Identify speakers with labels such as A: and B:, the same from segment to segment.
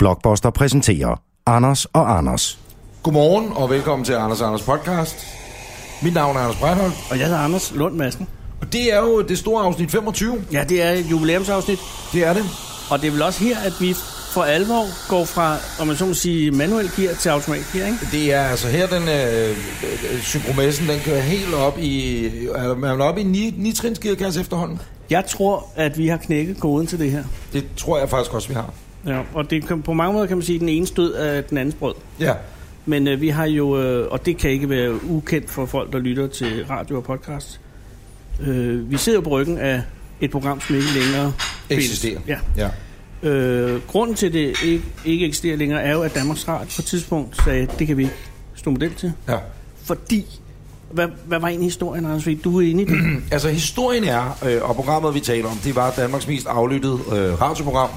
A: Blockbuster præsenterer Anders og Anders.
B: Godmorgen og velkommen til Anders og Anders podcast. Mit navn er Anders Breinholt,
C: Og jeg hedder Anders Lund Madsen.
B: og det er jo det store afsnit 25.
C: Ja, det er et jubilæumsafsnit,
B: Det er det.
C: og det er vel også her, at vi for alvor går fra, om man så må sige, manuel gear til automatgear, ikke?
B: Det er altså her, den øh, øh, synkromessen, den kører helt op i... Er man oppe i ni, ni trins gearkasse efterhånden?
C: Jeg tror, at vi har knækket koden til det her.
B: Det tror jeg faktisk også, vi har.
C: Ja, og det kan, på mange måder kan man sige, at den ene stød er den andens brød.
B: Ja.
C: Men øh, vi har jo, øh, og det kan ikke være ukendt for folk, der lytter til radio og podcast. Øh, vi sidder jo på ryggen af et program, som ikke længere findes.
B: Eksisterer.
C: Ja.
B: Ja.
C: Øh, grunden til, at det ikke, ikke eksisterer længere, er jo, at Danmarks Radio på et tidspunkt sagde, at det kan vi ikke stå model til.
B: ja.
C: Fordi, hvad, hvad var egentlig historien, Anders Vig? Du er inde i det.
B: Altså, historien er, øh, og programmet, vi taler om, det var Danmarks mest aflyttede øh, radioprogram.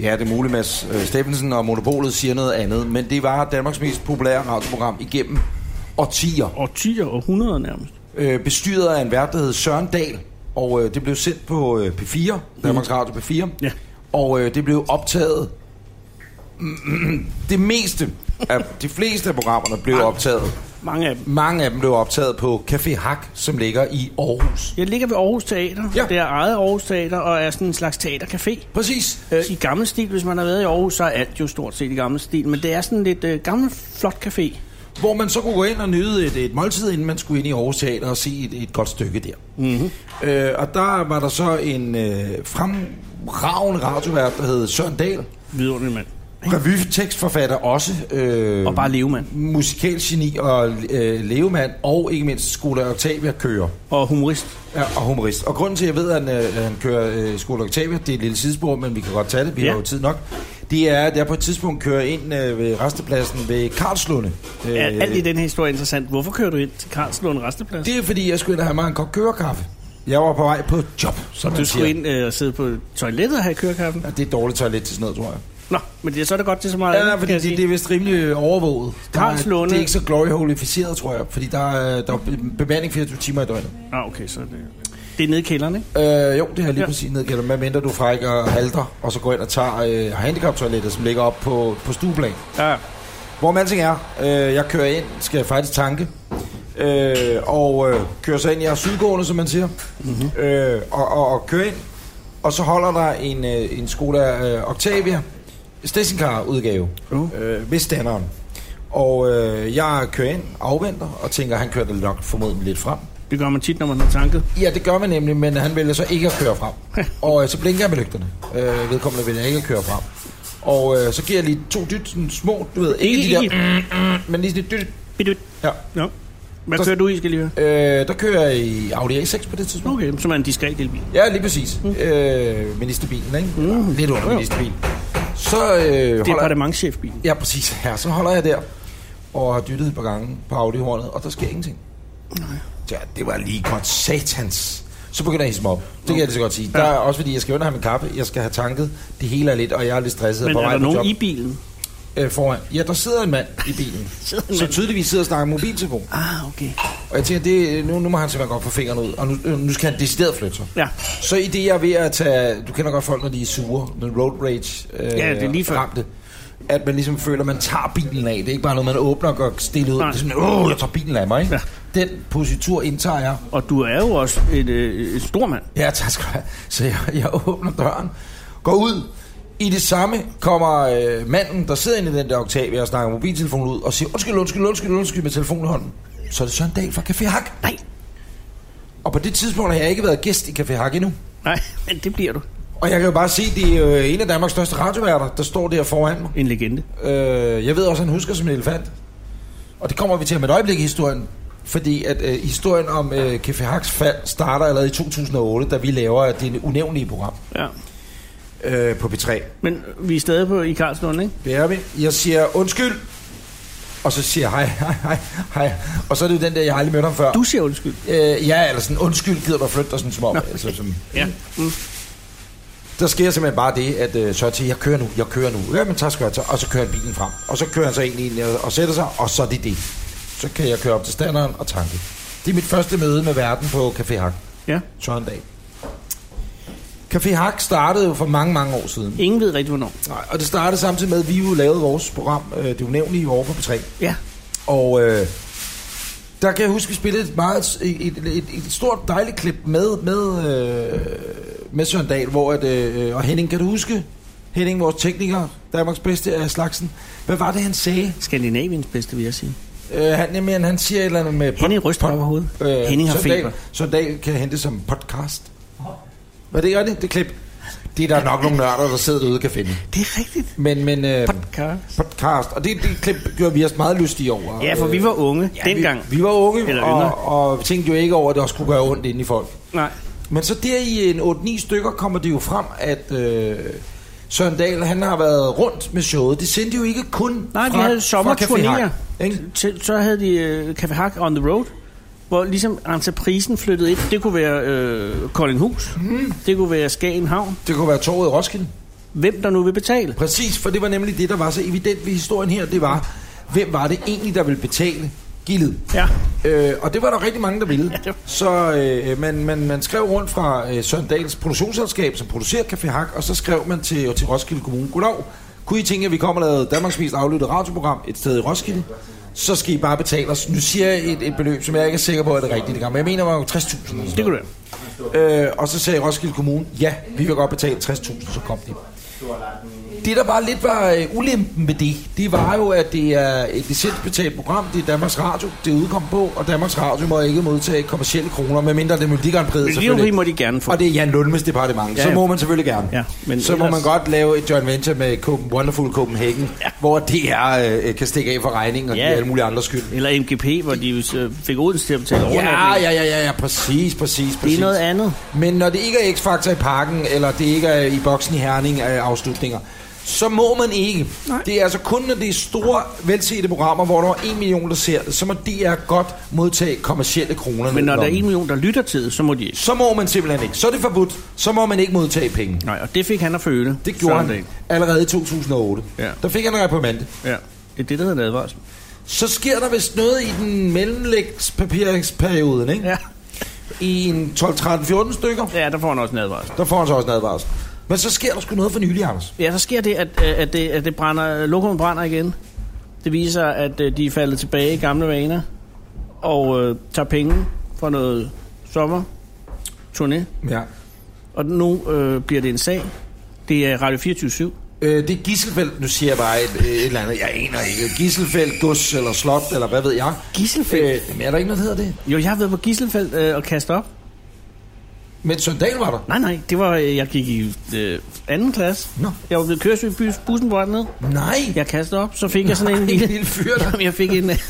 B: Ja, det er muligt, Mads øh, Steffensen og Monopolet siger noget andet, men det var Danmarks mest populære radioprogram igennem årtier.
C: Årtier og hundreder nærmest.
B: øh, bestyret af en vært, der hed Søren Dahl, og øh, det blev sendt på øh, P4, Danmarks Radio P4,
C: Mm. Ja.
B: og øh, det blev optaget, det meste af, de fleste af programmerne blev optaget,
C: Mange af dem.
B: mange af dem blev optaget på Café Hak, som ligger i Aarhus.
C: Jeg ligger ved Aarhus Teater.
B: Ja.
C: Det er ejet Aarhus Teater og er sådan en slags teatercafé.
B: Præcis.
C: Øh, I gammel stil, hvis man har været i Aarhus, så er alt jo stort set i gammel stil. Men det er sådan lidt øh, gammel, flot café.
B: Hvor man så kunne gå ind og nyde et, et måltid, inden man skulle ind i Aarhus Teater og se et, et godt stykke der.
C: Mhm.
B: Mm-hmm. Øh, og der var der så en øh, fremragende radiovært, der hed Søren Dahl,
C: Vidunderlig mand.
B: revytekstforfatter også. Øh,
C: Og bare levemand.
B: musikalsk geni og øh, levemand, og ikke mindst Skola Octavia kører.
C: Og humorist.
B: Ja, og humorist. Og grunden til, at jeg ved, at han, øh, han kører øh, Skola Octavia, det er et lille sidespor, men vi kan godt tage det, vi ja.
C: Ja.
B: har jo tid nok, det er, at jeg på et tidspunkt kører ind øh, ved restepladsen ved Karlslunde. Øh,
C: Øh, Alt i den her historie er interessant. Hvorfor kører du ind til Karlslund Resteplads?
B: Det er, fordi jeg skulle ind og have mig en kop kørekaffe. Jeg var på vej på job, som
C: Du
B: man
C: skulle
B: siger.
C: ind øh, og sidde på toilettet og have kørekaffen.
B: Ja, det er et dårligt toilet til sådan noget, tror jeg.
C: Nå, men det er så er det godt til så meget.
B: Ja,
C: andet,
B: nej,
C: kan
B: fordi
C: jeg
B: det,
C: sige.
B: det er vist rimelig overvåget. Der er,
C: Karlslunde.
B: det er ikke så gloryholificeret, tror jeg, fordi der er, der er be- bemanding 24 timer i døgnet.
C: Ah, okay, så er det... Det er nede i kælderen, ikke?
B: Øh, jo, det har jeg lige ja.
C: Ja.
B: præcis nedgældet. Hvad mindre du er fræk og halter, og så går ind og tager øh, handicaptoilettet, som ligger op på, på stueplan.
C: Ja.
B: Hvor man ting er, øh, jeg kører ind, skal jeg faktisk tanke, øh, og øh, kører så ind, jeg er sydgående, som man siger, mm-hmm. øh, og, og, og kører ind, og så holder der en, øh, en Skoda øh, Octavia stationcar-udgave
C: Uh.
B: øh, ved standeren. Og øh, jeg kører ind, afventer, og tænker, han kører da nok formodentlig lidt frem.
C: Det gør man tit, når man har tanket.
B: Ja, det gør man nemlig, men han vælger så ikke at køre frem. Og øh, så blinker jeg med lygterne. Øh, vedkommende vælger ikke at køre frem. Og øh, så giver jeg lige to dyt, sådan små, du ved, ikke,
C: Ikke-
B: ikke de der, mm, mm, men lige sådan et dyt.
C: Bidut.
B: Ja.
C: Nå. Hvad
B: Der-
C: kører du i, skal jeg lige høre?
B: Øh, der kører jeg i Audi A6 på det tidspunkt.
C: Okay, så er man en diskret elbil.
B: Ja, lige præcis. Mm. Øh, ministerbilen, ikke? Mm. Lidt under
C: Jo.
B: ministerbilen. Så øh,
C: Det er
B: holder,
C: departementchefbilen.
B: Ja, præcis. Ja, så holder jeg der og har dyttet et par gange på Audi-hornet, og der sker ingenting. Nej. Ja, det var lige godt satans. Så begynder jeg at hisse mig op. Det kan jeg lige så godt sige. Der er også fordi, jeg skal under have min kaffe, jeg skal have tanket. Det hele er lidt, og jeg er lidt stresset.
C: Men
B: på
C: er
B: vej
C: der
B: på job.
C: nogen i bilen?
B: Øh, foran. Ja, der sidder en mand i bilen,
C: Sidder en
B: som
C: mand?
B: tydeligvis sidder og snakker mobiltelefon.
C: Ah, okay.
B: Og jeg tænker, det, nu, nu må han simpelthen godt få fingrene ud, og nu, øh, nu skal han decideret flytte sig.
C: Ja.
B: Så i det, jeg er ved at tage... Du kender godt folk, når de er sure. Den road rage øh,
C: Ja, det er lige før.
B: ramte. At man ligesom føler, at man tager bilen af. Det er ikke bare noget, man åbner og går stille ud.
C: Nej.
B: Det er sådan, åh, jeg tager bilen af mig. Ikke?
C: Ja.
B: Den positur indtager jeg.
C: Og du er jo også et, øh, et stor mand.
B: Ja, tak skal du have. Så jeg, jeg åbner døren, går ud. I det samme kommer øh, manden, der sidder inde i den der Octavia og snakker mobiltelefonen ud, og siger, undskyld, undskyld, undskyld, undskyld med telefonen i hånden. Så er det Søren Dahl fra Café Hak.
C: Nej.
B: Og på det tidspunkt har jeg ikke været gæst i Café Hak endnu.
C: Nej, men det bliver du.
B: Og jeg kan jo bare se, det er øh, en af Danmarks største radioværter, der står der foran mig.
C: En legende.
B: Øh, jeg ved også, at han husker som en elefant. Og det kommer vi til om et øjeblik i historien. Fordi at øh, historien om øh, Café Haks fald starter allerede i 2008, da vi laver det unævnlige program
C: Ja.
B: øh, på B3.
C: Men vi er stadig på i Karlslund, ikke?
B: Det er vi. Jeg siger undskyld. Og så siger jeg hej, hej, hej, hej. Og så er det jo den der, jeg har aldrig mødt ham før.
C: Du siger undskyld.
B: Øh, ja, eller sådan, undskyld, gider du at flytte dig sådan små. Altså, som,
C: Ja. Mm.
B: Der sker simpelthen bare det, at øh, så til, jeg kører nu, jeg kører nu. Ja, men tager skørter, og så kører han bilen frem. Og så kører han så egentlig ind øh, og, og sætter sig, og så er det det. Så kan jeg køre op til standeren og tanke. Det er mit første møde med verden på Café Hak,
C: Ja.
B: Søren Dag. Café Hak startede jo for mange, mange år siden.
C: Ingen ved rigtig, hvornår.
B: Nej, og det startede samtidig med, at vi jo lavede vores program, øh, det unævnlige, over på P3.
C: Ja.
B: Og øh, der kan jeg huske, vi spillede et, meget, et, et, et, et stort dejligt klip med, med, øh, med Søren Dahl, hvor at, øh, og Henning, kan du huske? Henning, vores tekniker, Danmarks bedste af slagsen. Hvad var det, han sagde?
C: Skandinaviens bedste, vil jeg sige.
B: Øh, han, jamen, han siger et eller andet med...
C: Henning ryster op af hovedet.
B: Øh,
C: Henning har
B: Søren Dahl-
C: feber.
B: Søren Dahl kan hente som podcast. Var det ikke rigtigt, det klip? Det er der nok nogle nørder, der sidder derude og kan finde.
C: Det er rigtigt.
B: Men, men øh,
C: Podcast.
B: podcast, og det, det klip gjorde vi os meget lystige over.
C: Ja, for vi var unge ja, dengang. Vi...
B: Vi, vi var unge,
C: Eller yngre.
B: og, og tænkte jo ikke over, at det også kunne gøre ondt inde i folk.
C: Nej.
B: Men så der i en 8-9 stykker kommer det jo frem, at øh, Søren Dahl, han har været rundt med showet. Det sendte jo ikke kun
C: Nej, de
B: fra,
C: havde
B: fra Café
C: sommerturnéer.
B: Hak, ikke?
C: Til- Så havde de øh, Café Hak on the road, hvor ligesom entreprisen flyttede ind. Det kunne være øh, Koldinghus,
B: Mhm.
C: mm. det kunne være Skagen Havn.
B: Det kunne være toget i Roskilde.
C: Hvem der nu vil betale.
B: Præcis, for det var nemlig det, der var så evident ved historien her. Det var, hvem var det egentlig, der ville betale gildet?
C: Ja,
B: Øh, og det var der rigtig mange, der ville.
C: Ja, det var-
B: Så øh, man, man, man skrev rundt fra øh, Søren Dahls produktionsselskab, som producerer Café Hak, og så skrev man til, til Roskilde Kommune, goddag, kunne I tænke, at vi kommer og lavede Danmarks mest aflyttede radioprogram et sted i Roskilde? Så skal I bare betale os. Nu siger jeg et, et beløb, som jeg ikke er sikker på, at det er rigtigt. det gang, Men jeg mener, det var jo 60.000. eller sådan
C: det kunne det
B: Øh, og så sagde Roskilde Kommune, ja, vi vil godt betale 60.000, så kom de. Det, der bare lidt var øh, ulempen ved det, det var jo, at det er et licensbetalt program, det er Danmarks Radio, det udkom på, og Danmarks Radio må ikke modtage kommersielle kroner, medmindre det er Melodi Grand Prix,
C: Men lige
B: selvfølgelig.
C: må de gerne få.
B: Og det er Jan Lundmes departement,
C: Ja,
B: så
C: ja.
B: må man selvfølgelig gerne.
C: Ja, men
B: så må
C: ellers-
B: man godt lave et joint venture med Copen, Wonderful Copenhagen,
C: Ja.
B: hvor DR øh, kan stikke af for regningen og
C: Ja.
B: give alle mulige andre skyld.
C: Eller MGP, hvor de øh, fik Odense til at betale
B: Ja,
C: overnatning.
B: ja, ja, ja, ja, præcis, præcis, præcis.
C: Det er noget andet.
B: Men når det ikke er X-Factor i parken, eller det ikke er i boksen i Herning af afslutninger, så må man ikke.
C: Nej.
B: Det er altså kun, når det er store, velsete programmer, hvor der er en million, der ser det, så må DR godt modtage kommercielle kroner. ned
C: Men
B: i
C: når der er
B: lommen.
C: en million, der lytter til det, så må de ikke.
B: Så må man simpelthen ikke. Så er det forbudt. Så må man ikke modtage penge.
C: Nej, og det fik han at føle.
B: Det gjorde
C: Søren
B: han
C: Dahl.
B: allerede i 2008.
C: Ja.
B: Der fik han en reprimande.
C: Ja, det er det, der hedder en advarsel.
B: Så sker der vist noget i den mellemlægspapirsperioden, ikke?
C: Ja.
B: I en 12-13-14 stykker.
C: ja, der får han også en advarsel.
B: Der får han så også en advarsel. Men så sker der sgu noget for nylig, Anders.
C: Ja, så sker det, at, øh, at, det, at det brænder, lokummet brænder igen. Det viser, at øh, de er faldet tilbage i gamle vaner og øh, tager penge for noget sommer turné.
B: Ja.
C: Og nu øh, bliver det en sag. Det er Radio 24
B: Øh, det er Gisselfeldt, nu siger jeg bare et, øh, et eller andet, jeg aner ikke. Gisselfeldt, Gus eller Slot, eller hvad ved jeg.
C: Gisselfeldt?
B: Øh, jamen, er der ikke noget, der hedder det?
C: Jo, jeg har været på Gisselfeldt øh, og kastet op.
B: Men Søndal var der.
C: Nej, nej, det var, øh, jeg gik i øh, anden klasse.
B: Nå.
C: Jeg var blevet køresyg, bus, bussen brøndte ned.
B: Nej,
C: Jeg kastede op, så fik jeg sådan en
B: en
C: lille...
B: lille fyr der.
C: Jamen, jeg fik en, øh,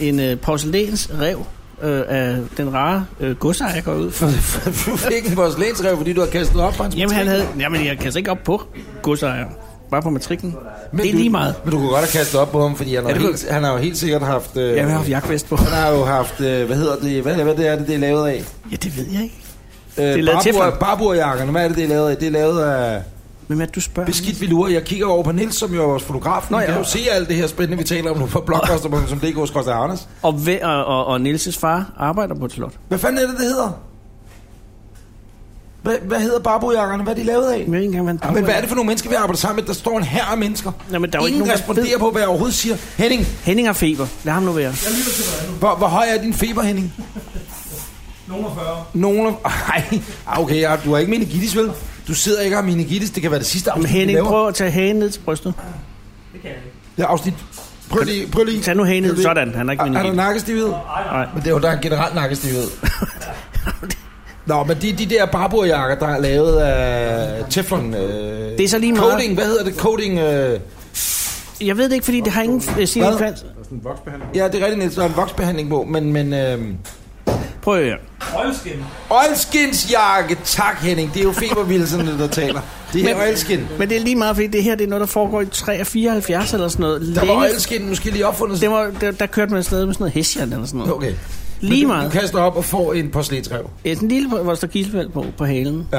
C: en øh, porcelænsrev øh, af den rare øh, godsejer, jeg går ud for.
B: Du fik en porcelænsrev, fordi du har kastet op på hans
C: Jamen, han
B: matrikel.
C: havde... Jamen, jeg kaster ikke op på godsejer. Bare på matriklen. Men det er
B: du,
C: lige meget.
B: Men du kunne godt have kastet op på ham, fordi han, har,
C: det kunne-
B: helt, han har jo helt sikkert haft... Øh,
C: Jeg har haft jagtvest på.
B: han har jo haft, øh, hvad hedder det, hvad, hvad det er det, det er lavet af?
C: Ja, det ved jeg ikke.
B: Øh,
C: er lavet teflon.
B: barburjakkerne, hvad er det, det er lavet af? Det er lavet af
C: Men hvad du spørger?
B: beskidt velure. Jeg kigger over på Nils, som jo er vores fotograf. Nå,
C: Nå,
B: jeg
C: ja.
B: kan jo se alt det her spændende, vi taler om nu på blogposter.dk, Anders.
C: Og, ve- og, og, og Nils' far arbejder på et slot.
B: Hvad fanden er det, det hedder? Hvad, hvad hedder barbojakkerne? Hvad er de lavet af?
C: Jeg ved ikke engang, hvad han
B: Men hvad er det for nogle mennesker, vi arbejder sammen med? Der står en her af mennesker.
C: Nå, men der er jo
B: Ingen
C: ikke nogen, der
B: responderer på, hvad jeg overhovedet siger. Henning,
C: Henning har feber. Lad ham nu være.
B: hvor, hvor høj er din feber, Henning? Nogen af 40. Nogen af... Ej, ah, okay, jeg, du har ikke meningitis, vel? Du sidder ikke og har meningitis. Det kan være det sidste
C: Men
B: afsnit, vi
C: Henning,
B: laver.
C: prøv at tage hagen ned til brystet.
B: Ja, afsnit. Prøv lige, prøv lige.
C: Tag nu hagen ned. Sådan, han har ikke
B: Er, er der
C: meningitis.
B: nakkestivhed?
C: Nej.
B: Men det er jo, der er generelt nakkestivhed. Nå, men de, de der barbojakker, der er lavet af teflon... Øh,
C: Det er så lige meget.
B: Coating, hvad hedder det? Coating... Øh,
C: Jeg ved det ikke, fordi det har ingen øh, signifikans.
B: ja, det er rigtigt, Niels, der er en voksbehandling på, men... men øh,
C: Prøv at høre.
B: Oilskinsjakke! Tak, Henning. Det er jo febervildelserne, der taler. Det er
C: Men-
B: oilskin.
C: Men det er lige meget, fordi det her det er noget, der foregår i 73 eller sådan noget.
B: Der var
C: Længe-
B: oilskin måske lige opfundet.
C: det var, der, der kørte man afsted med sådan noget hessian eller sådan noget.
B: Okay.
C: Lige
B: Men du,
C: meget.
B: du kaster op og får en porcelænsrev.
C: Ja, sådan en lille, hvor der står Gislefeldt på, på halen.
B: Ja.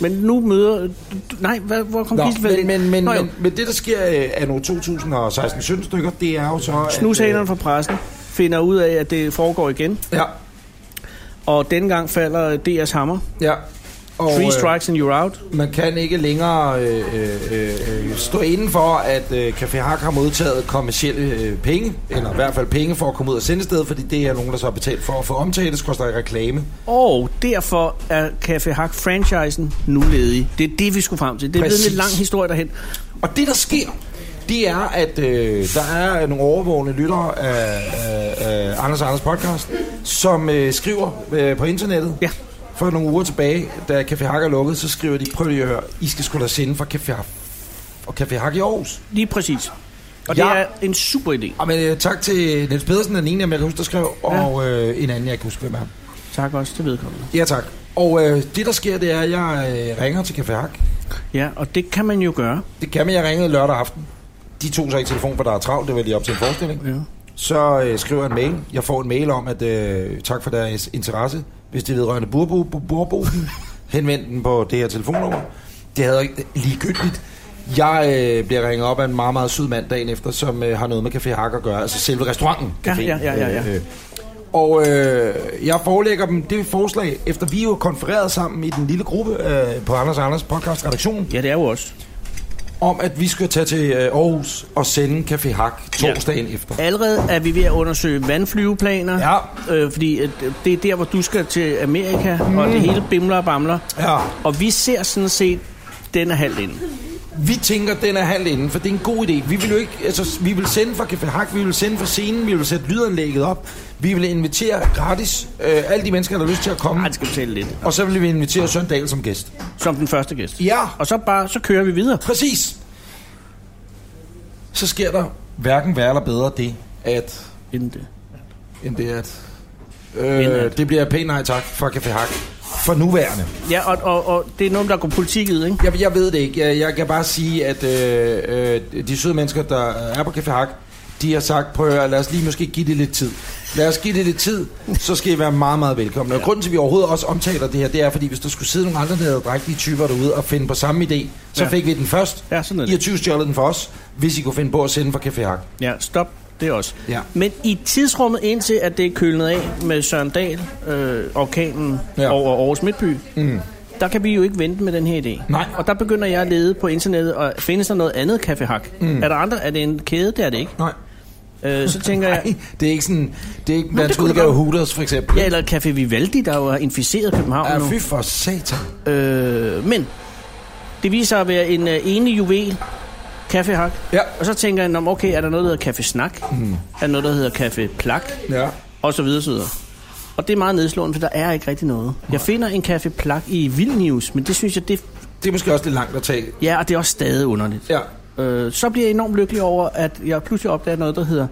C: Men nu møder... Du, nej, hvad, hvor kom
B: Nå,
C: Gislefeldt
B: men,
C: ind?
B: men, men,
C: Nå, jo.
B: men, men, det, der sker øh, af nu 2016-17 stykker, det er jo så... at,
C: Snushaleren fra pressen finder ud af, at det foregår igen.
B: øh, Ja,
C: Og dengang falder DR's hammer.
B: ja. Og,
C: Three
B: øh,
C: strikes and you're out.
B: Man kan ikke længere øh, øh, øh, øh, stå inden for, at øh, Café Hak har modtaget kommersielle øh, penge, eller i hvert fald penge for at komme ud af sendestedet, fordi det er nogen, der så har betalt for at få omtale, skorstræk reklame.
C: Og derfor er Café Hack-franchisen nu ledig. Det er det, vi skulle frem til. Det er blevet en
B: Præcis.
C: lidt lang historie derhen.
B: Og det, der sker, det er, at øh, der er nogle overvågende lyttere af, af, af Anders og Anders podcast, som øh, skriver øh, på internettet,
C: Ja.
B: for nogle uger tilbage, da Café Hak er lukket, så skriver de, prøv lige at høre, I skal skulle da sende fra Café Hak og Café Hak i Aarhus.
C: Lige præcis. Og
B: Ja.
C: det er en super idé.
B: Jamen, øh, tak til Niels Pedersen, den ene, jeg kan huske, der skrev, og øh, en anden, jeg kan huske, hvem er.
C: Tak også til vedkommende.
B: Ja, tak. Og øh, det, der sker, det er, at jeg øh, ringer til Café Hak.
C: Ja, og det kan man jo gøre.
B: Det kan man, jeg ringede lørdag aften. De tog så ikke telefon, for der er travlt, det var lige op til en forestilling.
C: Ja.
B: Så øh, skriver jeg en mail. Jeg får en mail om, at øh, tak for deres interesse. Hvis det er vedrørende burbo, burbo henvend den på det her telefonnummer. Det havde jeg ikke ligegyldigt. Jeg øh, bliver ringet op af en meget, meget sød mand dagen efter, som øh, har noget med Café Hak at gøre. Altså selve restauranten.
C: Ja,
B: Café.
C: ja, ja, ja, ja.
B: Øh, og øh, jeg forelægger dem det forslag, efter vi jo konfererede sammen i den lille gruppe øh, på Anders og Anders podcast redaktion,
C: Ja, det er jo også.
B: om at vi skal tage til øh, Aarhus og sende Café Hak torsdagen ja. efter.
C: Allerede er vi ved at undersøge vandflyveplaner.
B: Ja.
C: Øh, fordi at øh, det er der, hvor du skal til Amerika, mm. og det hele bimler og bamler.
B: Ja.
C: Og vi ser sådan set den er halvt inde.
B: Vi tænker, den er halvt inden, for det er en god idé. Vi vil jo ikke, altså, vi vil sende fra Café Hak, vi vil sende fra scenen, vi vil sætte lydanlægget op, vi vil invitere gratis øh, alle de mennesker, der har lyst til at
C: Ej,
B: komme,
C: det skal betale lidt.
B: og så vil vi invitere Søren Dahl som gæst.
C: Som den første gæst.
B: Ja,
C: Og så bare, så kører vi videre.
B: præcis. Så sker der hverken værre eller bedre det, at,
C: Inden det.
B: end det at,
C: End at.
B: øh, det bliver pænt nej tak fra Café Hak. For nuværende.
C: Ja, og, og, og det er noget, der går politik i, ikke?
B: Jeg, jeg ved det ikke. Jeg, jeg kan bare sige, at øh, øh, de søde mennesker, der er på Café Hak, de har sagt, prøv at høre, lad os lige måske give det lidt tid. Lad os give det lidt tid, så skal I være meget, meget velkomne. Og grunden til, at vi overhovedet også omtaler det her, det er, fordi hvis der skulle sidde nogle andre, der havde drægtige typer derude og finde på samme idé, så
C: Ja.
B: ja. fik vi den først.
C: Ja, sådan er
B: I har
C: det.
B: 20 stjålet den for os, hvis I kunne finde på at sende fra Café Hak.
C: Ja, stop. Det er også.
B: Ja.
C: Men i tidsrummet indtil, at det er kølet af med Søren Dahl, øh, orkanen ja.
B: Ja. Mhm.
C: over Aarhus Midtby, mm. der kan vi jo ikke vente med den her idé.
B: Nej.
C: Og der begynder jeg at lede på internettet, og findes der noget andet kaffehak? Mm.
B: Mhm.
C: Er der andre? Er det en kæde? Det er det ikke.
B: Nej.
C: Øh, så tænker jeg,
B: Nej, det er ikke sådan, det er ikke dansk
C: kunne det
B: udgave af Hooters, for eksempel.
C: ja, eller Café Vivaldi, der jo har inficeret København
B: Ja,
C: nu.
B: fy for satan.
C: Øh, men det viser sig at være en øh, ene juvel kaffehak.
B: Ja.
C: Og så tænker jeg, "Nå, men okay, er der noget, der hedder kaffesnak? Mm.
B: Mhm.
C: Er der noget, der hedder kaffeplak?
B: Ja.
C: Og så videre, så videre. Og det er meget nedslående, for der er ikke rigtig noget. Jeg finder en kaffeplak i Vilnius, men det synes jeg, det,
B: Det er måske også lidt langt at tage.
C: ja, og det er også stadig underligt.
B: Ja.
C: Øh, så bliver jeg enormt lykkelig over, at jeg pludselig opdager noget, der hedder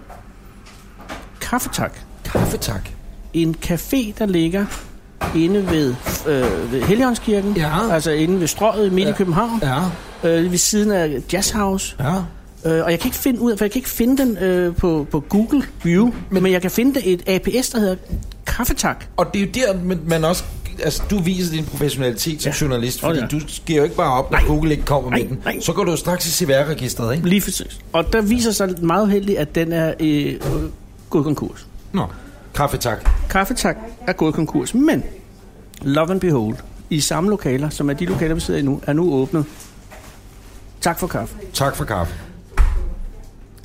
C: kaffetak.
B: Kaffe, tak.
C: en café, der ligger inde ved, øh, ved Helligåndskirken,
B: Ja.
C: altså inde ved Strøget midt ja. i København,
B: Ja.
C: øh, ved siden af Jazzhouse.
B: Ja.
C: Øh, og jeg kan ikke finde ud af, for jeg kan ikke finde den øh, på, på Google View, men, men jeg kan finde det- et APS, der hedder Kaffetak.
B: Og det er jo der, men- man også... Altså, du viser din professionalitet som
C: Ja.
B: ja. journalist, fordi
C: Åh, ja.
B: du giver jo ikke bare op, når
C: Nej.
B: Google ikke kommer
C: Nej,
B: med den.
C: nej.
B: Så går du jo straks i CVR-registeret, ikke?
C: Lige præcis. Og der viser sig meget heldigt, at den er øh, øh, gået konkurs.
B: Nå. Kaffe, tak.
C: Kaffetak er gået konkurs, men Love and Behold i samme lokaler, som er de lokaler, vi sidder i nu, er nu åbnet. Tak for kaffe.
B: Tak for kaffe.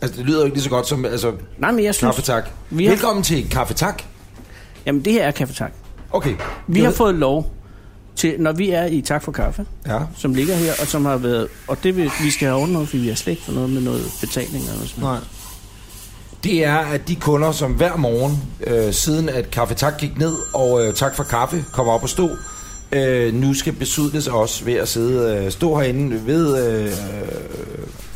B: Altså, det lyder jo ikke lige så godt som... Altså,
C: Nej, men jeg synes...
B: kaffe, tak.
C: Vi har-
B: Velkommen til Kaffe, tak.
C: Jamen, det her er kaffetak.
B: Okay.
C: Vi
B: Jeg
C: har
B: ved-
C: fået lov til, når vi er i Tak for Kaffe,
B: Ja.
C: som ligger her, og som har været... Og det vil, vi skal have ordnet, fordi vi har slet ikke fået noget med noget betaling eller noget sådan noget.
B: Nej. Det er, at de kunder, som hver morgen, øh, siden at Kaffe Tak gik ned, og øh, Tak for Kaffe kommer op og stå, øh, nu skal besudles os ved at sidde, øh, stå herinde ved øh, øh,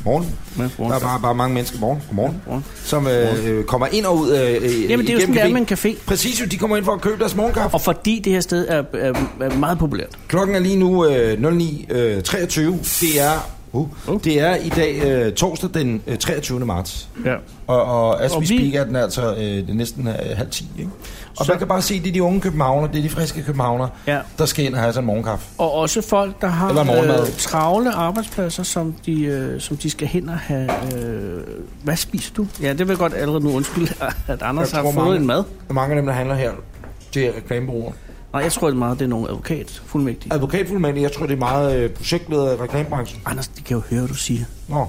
B: morgen.
C: Ja,
B: Der er bare, bare mange mennesker morgen, godmorgen,
C: godmorgen.
B: som øh, øh, kommer ind og ud øh, øh,
C: Jamen, det er jo sådan,
B: igennem
C: det er med
B: caféen.
C: en café.
B: Præcis jo, de kommer ind for at købe deres morgenkaffe.
C: Og fordi det her sted er, er, er meget populært.
B: Klokken er lige nu øh, 09.23. Øh, 23. det, er, uh,
C: Uh.
B: det er i dag øh, torsdag den øh, 23. marts.
C: Ja.
B: Og, og as
C: Og
B: we
C: vi-
B: speak er den altså øh, det er næsten øh, halv ti, ikke? Og
C: Så-
B: man kan bare se, det er de unge københavner, det er de friske københavner,
C: Ja.
B: der skal ind og have sig en morgenkaffe.
C: Og også folk, der
B: Eller
C: har øh,
B: morgenmad.
C: travle arbejdspladser, som de, øh, som de skal hen og have... Øh, hvad spiser du? Ja, det vil jeg godt allerede nu undskylde, at Anders
B: Jeg
C: har
B: tror,
C: fået
B: mange-
C: en mad.
B: Og mange af dem, der handler her, det er reklamebrugere.
C: Nej, jeg tror det er meget, det er nogle advokat, fuldmægtige.
B: Advokatfuldmand, jeg tror, det er meget øh, projektleder i reklamebranchen.
C: Anders, de kan jo høre, hvad du siger.
B: Nå,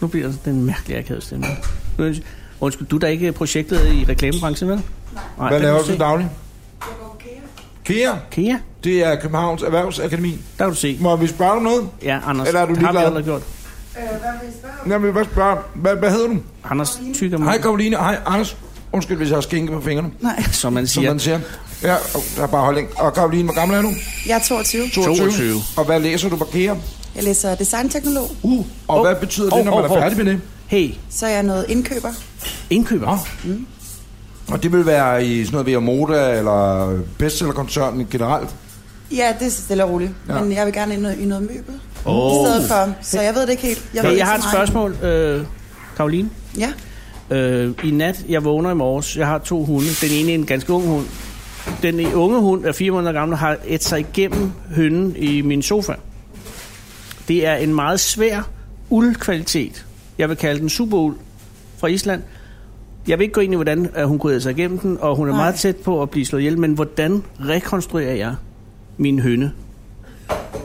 C: Nu bliver det en mærkelig akavet stemme. Nu ønsker- Undskyld, du er da ikke projektet i reklamebranchen, vel? Nej,
B: hvad
C: det
B: laver
C: kan
B: du til
C: se.
B: daglig? Kea,
C: Kea,
B: det er Københavns Erhvervsakademi.
C: der kan du se.
B: Må vi spørge dig om noget?
C: Ja, Anders,
B: Eller er du
C: det har vi
B: ligeglad?
C: aldrig gjort.
B: Jeg vil bare spørge, hvad, hvad hedder du?
C: Anders, tykker mig.
B: Hej Karoline, hej Anders. Undskyld, hvis jeg har skænke på fingrene,
D: Nej,
C: Som man
B: som
C: siger.
B: ja. man siger. Ja, og der er bare holdning. Og Karoline, hvor gammel er du?
D: jeg er 22.
C: 22.
B: Og hvad læser du på Kea?
D: Jeg læser designteknolog,
B: Uh, og
C: Hov,
B: oh. hvad betyder det,
C: hov,
B: når man
C: hov, hov.
B: er færdig med det?
C: Hey,
D: så er jeg noget indkøber.
C: indkøber.
B: Nå. Og det vil være i sådan noget ved Moda eller bestsellerkoncernen generelt.
D: Ja, det er stille og roligt.
B: Ja.
D: Ja. Men jeg vil gerne ind i noget- i noget møbel. Oh. I stedet for, så jeg ved det ikke helt. Jeg,
C: Hey,
D: ved ikke
C: jeg har et
D: så meget.
C: spørgsmål, øh, Karoline.
D: Ja,
C: Øh, I nat, jeg vågner i morges, jeg har to hunde. Den ene er en ganske ung hund. Den unge hund er fire måneder gammel og har et sig igennem hønnen i min sofa. Det er en meget svær uldkvalitet. Jeg vil kalde den superuld fra Island. Jeg vil ikke gå ind i, hvordan øh, hun kunne æde sig igennem den, og hun er Nej.
D: Nej.
C: meget tæt på at blive slået ihjel, men hvordan rekonstruerer jeg min høne?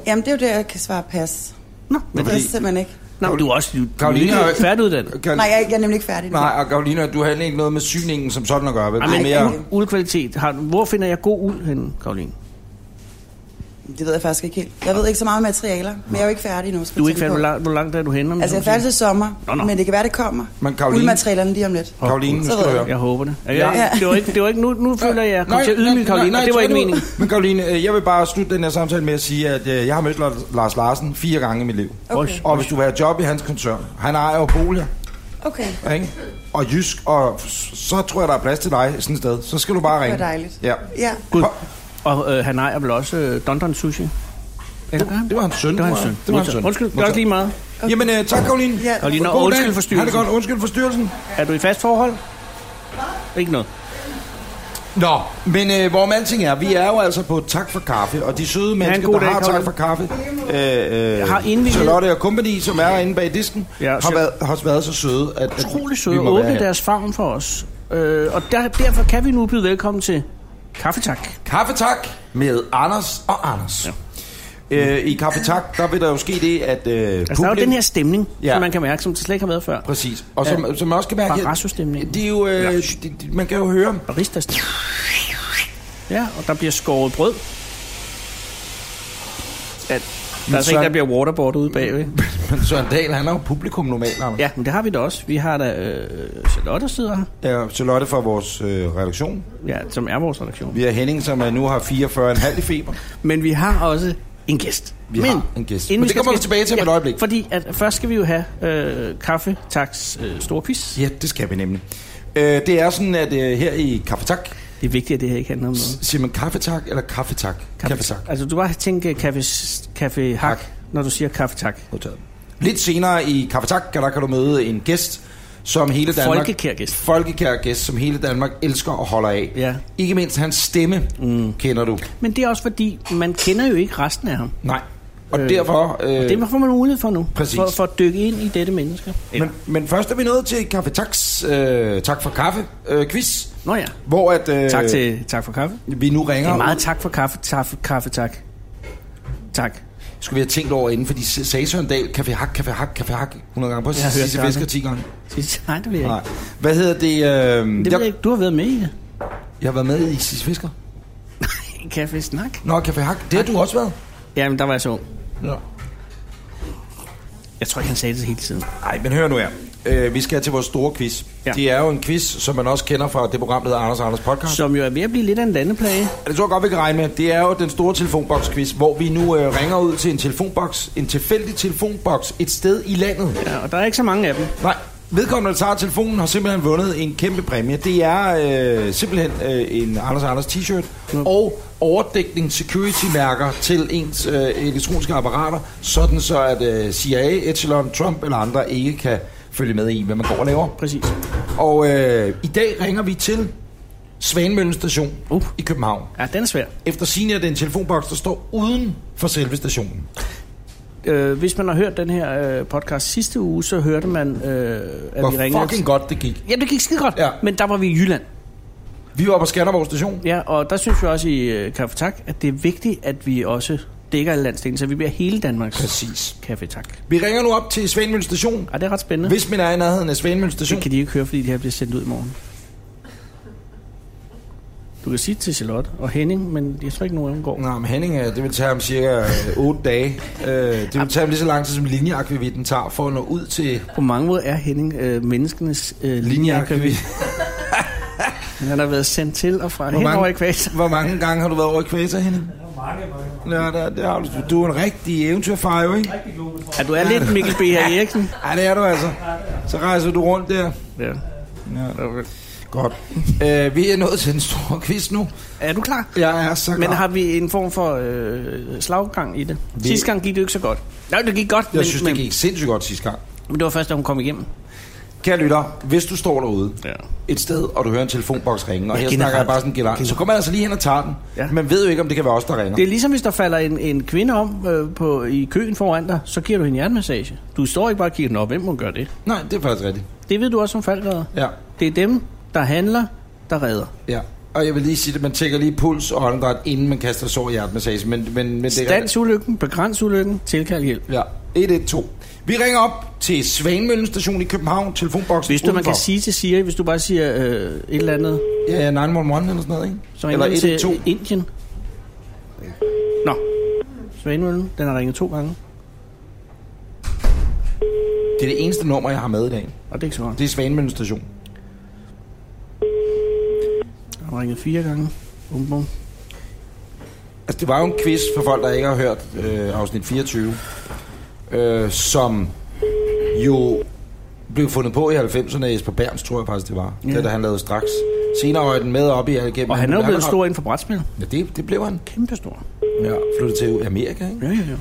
D: jamen det er jo det, jeg kan svare pas.
C: Nå,
D: Det
C: men,
D: ved jeg
C: det,
D: simpelthen ikke.
C: nå, men du er også du, du er
B: Karoline
C: ikke
B: har jo ikke-
C: færdiguddannet.
B: Kan,
D: Nej, jeg, er ikke- jeg er nemlig ikke færdig. nu.
B: nej, og Karolina, du har egentlig ikke noget med syningen som sådan at gøre, vel?
C: Ej,
B: Det er
C: men
B: mere...
C: u- uldkvalitet. Har, du- hvor finder jeg god uld henne, Karoline?
D: Det ved jeg faktisk ikke helt. Jeg ved ikke så meget om materialer, men jeg er jo ikke færdig nu.
C: Du er ikke færdig. Hvor langt, hvor langt er du henne? om
D: Altså, jeg er
C: sådan
D: færdig til sommer,
C: Nå, nå.
D: men det kan være, det kommer.
B: Men Karoline-
D: Uldmaterialerne lige om lidt.
C: Åh,
B: Karoline, nu
C: Gud.
D: Så
B: skal du
D: ved jeg.
B: høre.
C: Jeg håber det. Jeg,
B: Ja.
C: jeg, det var ikke, det var ikke nu, nu føler jeg, jeg kom til at ydmyge Karoline, og det var ikke
B: nu-
C: meningen.
B: Men Karoline, øh, jeg vil bare slutte den her samtale med at sige, at øh, jeg har mødt Lars- Lars Larsen fire gange i mit liv.
D: Okay.
B: Og hvis du vil have job i hans koncern, han ejer jo boliger,
D: Okay.
B: ikke? Og jysk, og f- så tror jeg, der er plads til dig sådan et sted. Så skal du bare ringe.
D: Det var dejligt.
B: Ja.
D: Ja.
C: Gud.
B: Hov.
C: Og øh, han ejer vel også øh, Don Don Sushi. Det,
B: Det var hans søn,
C: det var hans
B: tror jeg.
C: søn.
B: Det var hans søn.
C: Undskyld, det er
B: Modtaget.
C: også lige meget.
B: Jamen, øh, tak Karoline.
D: Ja.
C: Karoline, og
B: God dag.
C: undskyld for
B: Ha' det
C: styrelsen.
B: godt. Undskyld for styrelsen.
C: Er du i fast forhold? Ikke noget.
B: Nå, men øh, hvorom alting er, vi er jo altså på Tak for Kaffe, og de søde mennesker,
C: god
B: der
C: dag,
B: har
C: Karoline.
B: Tak for Kaffe, øh, øh,
C: Har indvilliget-
B: Charlotte og Company, som er inde bag disken,
C: Ja,
B: ja,
C: så-
B: har, været, har været så søde, at, at
C: Utrolig
B: vi
C: søde.
B: må være
C: Åbne
B: her.
C: deres favn for os. Øh, og der, derfor kan vi nu byde velkommen til Kaffetak. Altså,
B: Kaffetak med Anders og Anders. Ja. Øh, I Kaffetak, der vil der jo ske det, at øh,
C: Altså, der er jo den her stemning,
B: Ja.
C: som man kan mærke, som det slet ikke har været før.
B: Præcis. Og som, ja. som man også kan mærke...
C: Barrasso-stemningen.
B: Det er jo... Øh, det, det, man kan jo høre...
C: Baristas. Ja, og der bliver skåret brød. Ja, der er altså ikke,
B: Søren-
C: der bliver waterboard ude bagved.
B: Men Søren Dahl, han er jo publikum normalt, Anders.
C: Ja, men det har vi da også. Vi har da øh, Charlotte, der sidder her,
B: Ja. Charlotte fra vores øh, redaktion.
C: ja, som er vores redaktion.
B: Vi har Henning, som er nu har 44,5 i feber.
C: Men vi har også en gæst.
B: Vi
C: men,
B: har en gæst.
C: inden
B: Men det
C: skal
B: kommer vi
C: til-
B: tilbage til om et øjeblik.
C: Fordi at først skal vi jo have øh, kaffe, tax, øh, store quiz.
B: Ja, det skal vi nemlig. Øh, det er sådan, at øh, her i Kaffetak,
C: Det er vigtigt, at det her ikke handler om noget.
B: siger man Kaffetak eller Kaffetak? Kaffetak.
C: Altså, du bare tænke kaffe, kaffe hak, når du siger kaffe tak.
B: Modtaget. Lidt senere i Kaffetak, der kan du møde en gæst, som hele Danmark...
C: Folkekær gæst.
B: Folkekær gæst, som hele Danmark elsker og holder af.
C: Ja.
B: Ikke mindst hans stemme mm. kender du.
C: Men det er også fordi, man kender jo ikke resten af ham.
B: Nej. Og øh, derfor... Øh,
C: Det får man mulighed for nu.
B: Præcis.
C: For, for at dykke ind i dette menneske.
B: men, men først er vi nået til Kaffe Taks, øh, tak for kaffe, øh, quiz,
C: Nå ja.
B: hvor at, øh,
C: Tak, til, tak for kaffe.
B: vi nu ringer.
C: Det er meget tak for kaffe, kaffe, kaffe tak. Tak.
B: Skulle vi have tænkt over inden, fordi s- sagde Søren Dahl, kaffe hak, kaffe hak, kaffe hak, 100 gange. Prøv at
C: Jeg har
B: sige
C: hørt det
B: Sisse Fisker
C: aldrig.
B: 10 gange.
C: Det- Nej, det vil jeg ikke.
B: Nej. Hvad hedder det? Øh,
C: Det ved
B: jeg,
C: jeg ikke. Du har været med i det.
B: jeg har været med i Sisse Fisker.
C: Kaffe snak.
B: Nå, kaffe hak, det har du også været.
C: Jamen, der var jeg så ung.
B: Ja.
C: Jeg tror ikke, han sagde det hele tiden.
B: Ej, men hør nu her. Øh, vi skal til vores store quiz.
C: Ja.
B: Ja. Det er jo en quiz, som man også kender fra det program, der hedder Anders og Anders Podcast.
C: Som jo er ved at blive lidt af en landeplage.
B: Det tror jeg godt, vi kan regne med. Det er jo den store telefonboks-quiz, hvor vi nu øh, ringer ud til en telefonboks, en tilfældig telefonboks, et sted i landet.
C: Ja, og der er ikke så mange af dem.
B: Nej, vedkommende, der tager telefonen, har simpelthen vundet en kæmpe præmie. Det er øh, simpelthen øh, en Anders Anders t-shirt og overdækning security-mærker til ens øh, elektroniske apparater, sådan så at øh, CIA, Echelon, Trump eller andre ikke kan følge med i, hvad man går og laver.
C: Præcis.
B: Og øh, i dag ringer vi til Svanemøllen station
C: Uh.
B: uh. i København.
C: Ja, den er svær.
B: Efter sigende er det en telefonboks, der står uden for selve stationen.
C: Øh, hvis man har hørt den her øh, podcast sidste uge, så hørte man, øh, at
B: Hvor
C: vi ringede...
B: fucking godt det gik.
C: Jamen, det gik skide godt,
B: Ja.
C: men der var vi i Jylland.
B: Vi var på Skanderborg station.
C: Ja, og der synes vi også i øh, Kaffe Tak, at det er vigtigt, at vi også dækker alle landsdelen, så vi bliver hele Danmarks
B: Præcis.
C: Kaffe Tak.
B: Vi ringer nu op til Svanemølle station.
C: Ej, det er ret spændende.
B: Hvis min er i nærheden af Svanemølle station.
C: Det kan de ikke høre, fordi det her bliver sendt ud i morgen. Du kan sige det til Charlotte og Henning, men jeg tror ikke, nogen af dem går.
B: Nå, men Henning, øh, det vil tage ham cirka 8 dage. Øh, det vil tage ham lige så lang tid, som linjeakvavitten tager for at nå ud til
C: På mange måder er Henning øh, menneskenes øh, linjeakvavit.
B: linjeakvavitten.
C: Han har været sendt til og fra
B: Hvor
C: hen
B: mange-
C: over i kvæs.
B: Hvor mange gange har du været over i Kvæta, Henning? Mange, mange. Ja, der, der, har du, du er en rigtig eventyrfar, jo, ikke?
C: Ja, du er lidt Mikkel B. H. Eriksen.
B: Ja, det er du altså. Så rejser du rundt der.
C: Ja.
B: Godt. Øh, vi er nået til den store quiz nu.
C: Er du klar?
B: Jeg er så
C: Men
B: klar.
C: har vi en form for øh, slaggang i det? Vi... Sidste gang gik det jo ikke så godt. Nej, det gik godt,
B: Jeg
C: men,
B: synes,
C: men,
B: det gik sindssygt godt sidste gang.
C: men det var først, da hun kom igennem.
B: Kære lytter, hvis du står derude
C: Ja.
B: et sted, og du hører en telefonboks ringe, og
C: Ja,
B: her
C: generelt.
B: snakker jeg bare sådan generelt, så kommer man altså lige hen og tager den.
C: Ja.
B: Man ved jo ikke, om det kan være os, der ringer.
C: Det er ligesom, hvis der falder en, en kvinde om øh, på, i køen foran dig, så giver du hende jernmassage. Du står ikke bare og kigger, nå, hvem må gøre det?
B: Nej, det er faktisk rigtigt.
C: Det ved du også som faldredder.
B: Ja,
C: Det er dem, der handler, der redder.
B: ja. Og jeg vil lige sige det, man tjekker lige puls og åndedræt, inden man kaster sår i hjertemassage. Men, men, men det er
C: Stans ulykken, begræns ulykken, tilkald hjælp.
B: Ja, 112. Vi ringer op til Svanemøllen station i København, telefonboksen
C: Hvis du, man
B: udenfor.
C: kan sige til Siri, hvis du bare siger øh, et eller andet,
B: Ja, ja, 911 eller sådan noget, ikke?
C: så
B: eller
C: ringer den til
B: 112.
C: Indien. Nå, Svanemøllen, den har ringet to gange,
B: Det er det eneste nummer, jeg har med i dag.
C: og det er ikke så godt.
B: Det er Svanemøllen station.
C: Den har ringet fire gange. Bum, bum.
B: Altså, det var jo en quiz for folk, der ikke har hørt øh, afsnit 24, øh, som jo blev fundet på i 90'erne af Jesper Berns, tror jeg faktisk, det var.
C: Ja.
B: Ja. Det, der han lavede straks. Senere røg den med op i alt gennem.
C: Og han er jo blevet
B: Verdenskrig.
C: stor inden for brætspil.
B: Ja, det, det blev han.
C: Kæmpe stor.
B: Ja, flyttede til Amerika, ikke?
C: Ja, ja, ja.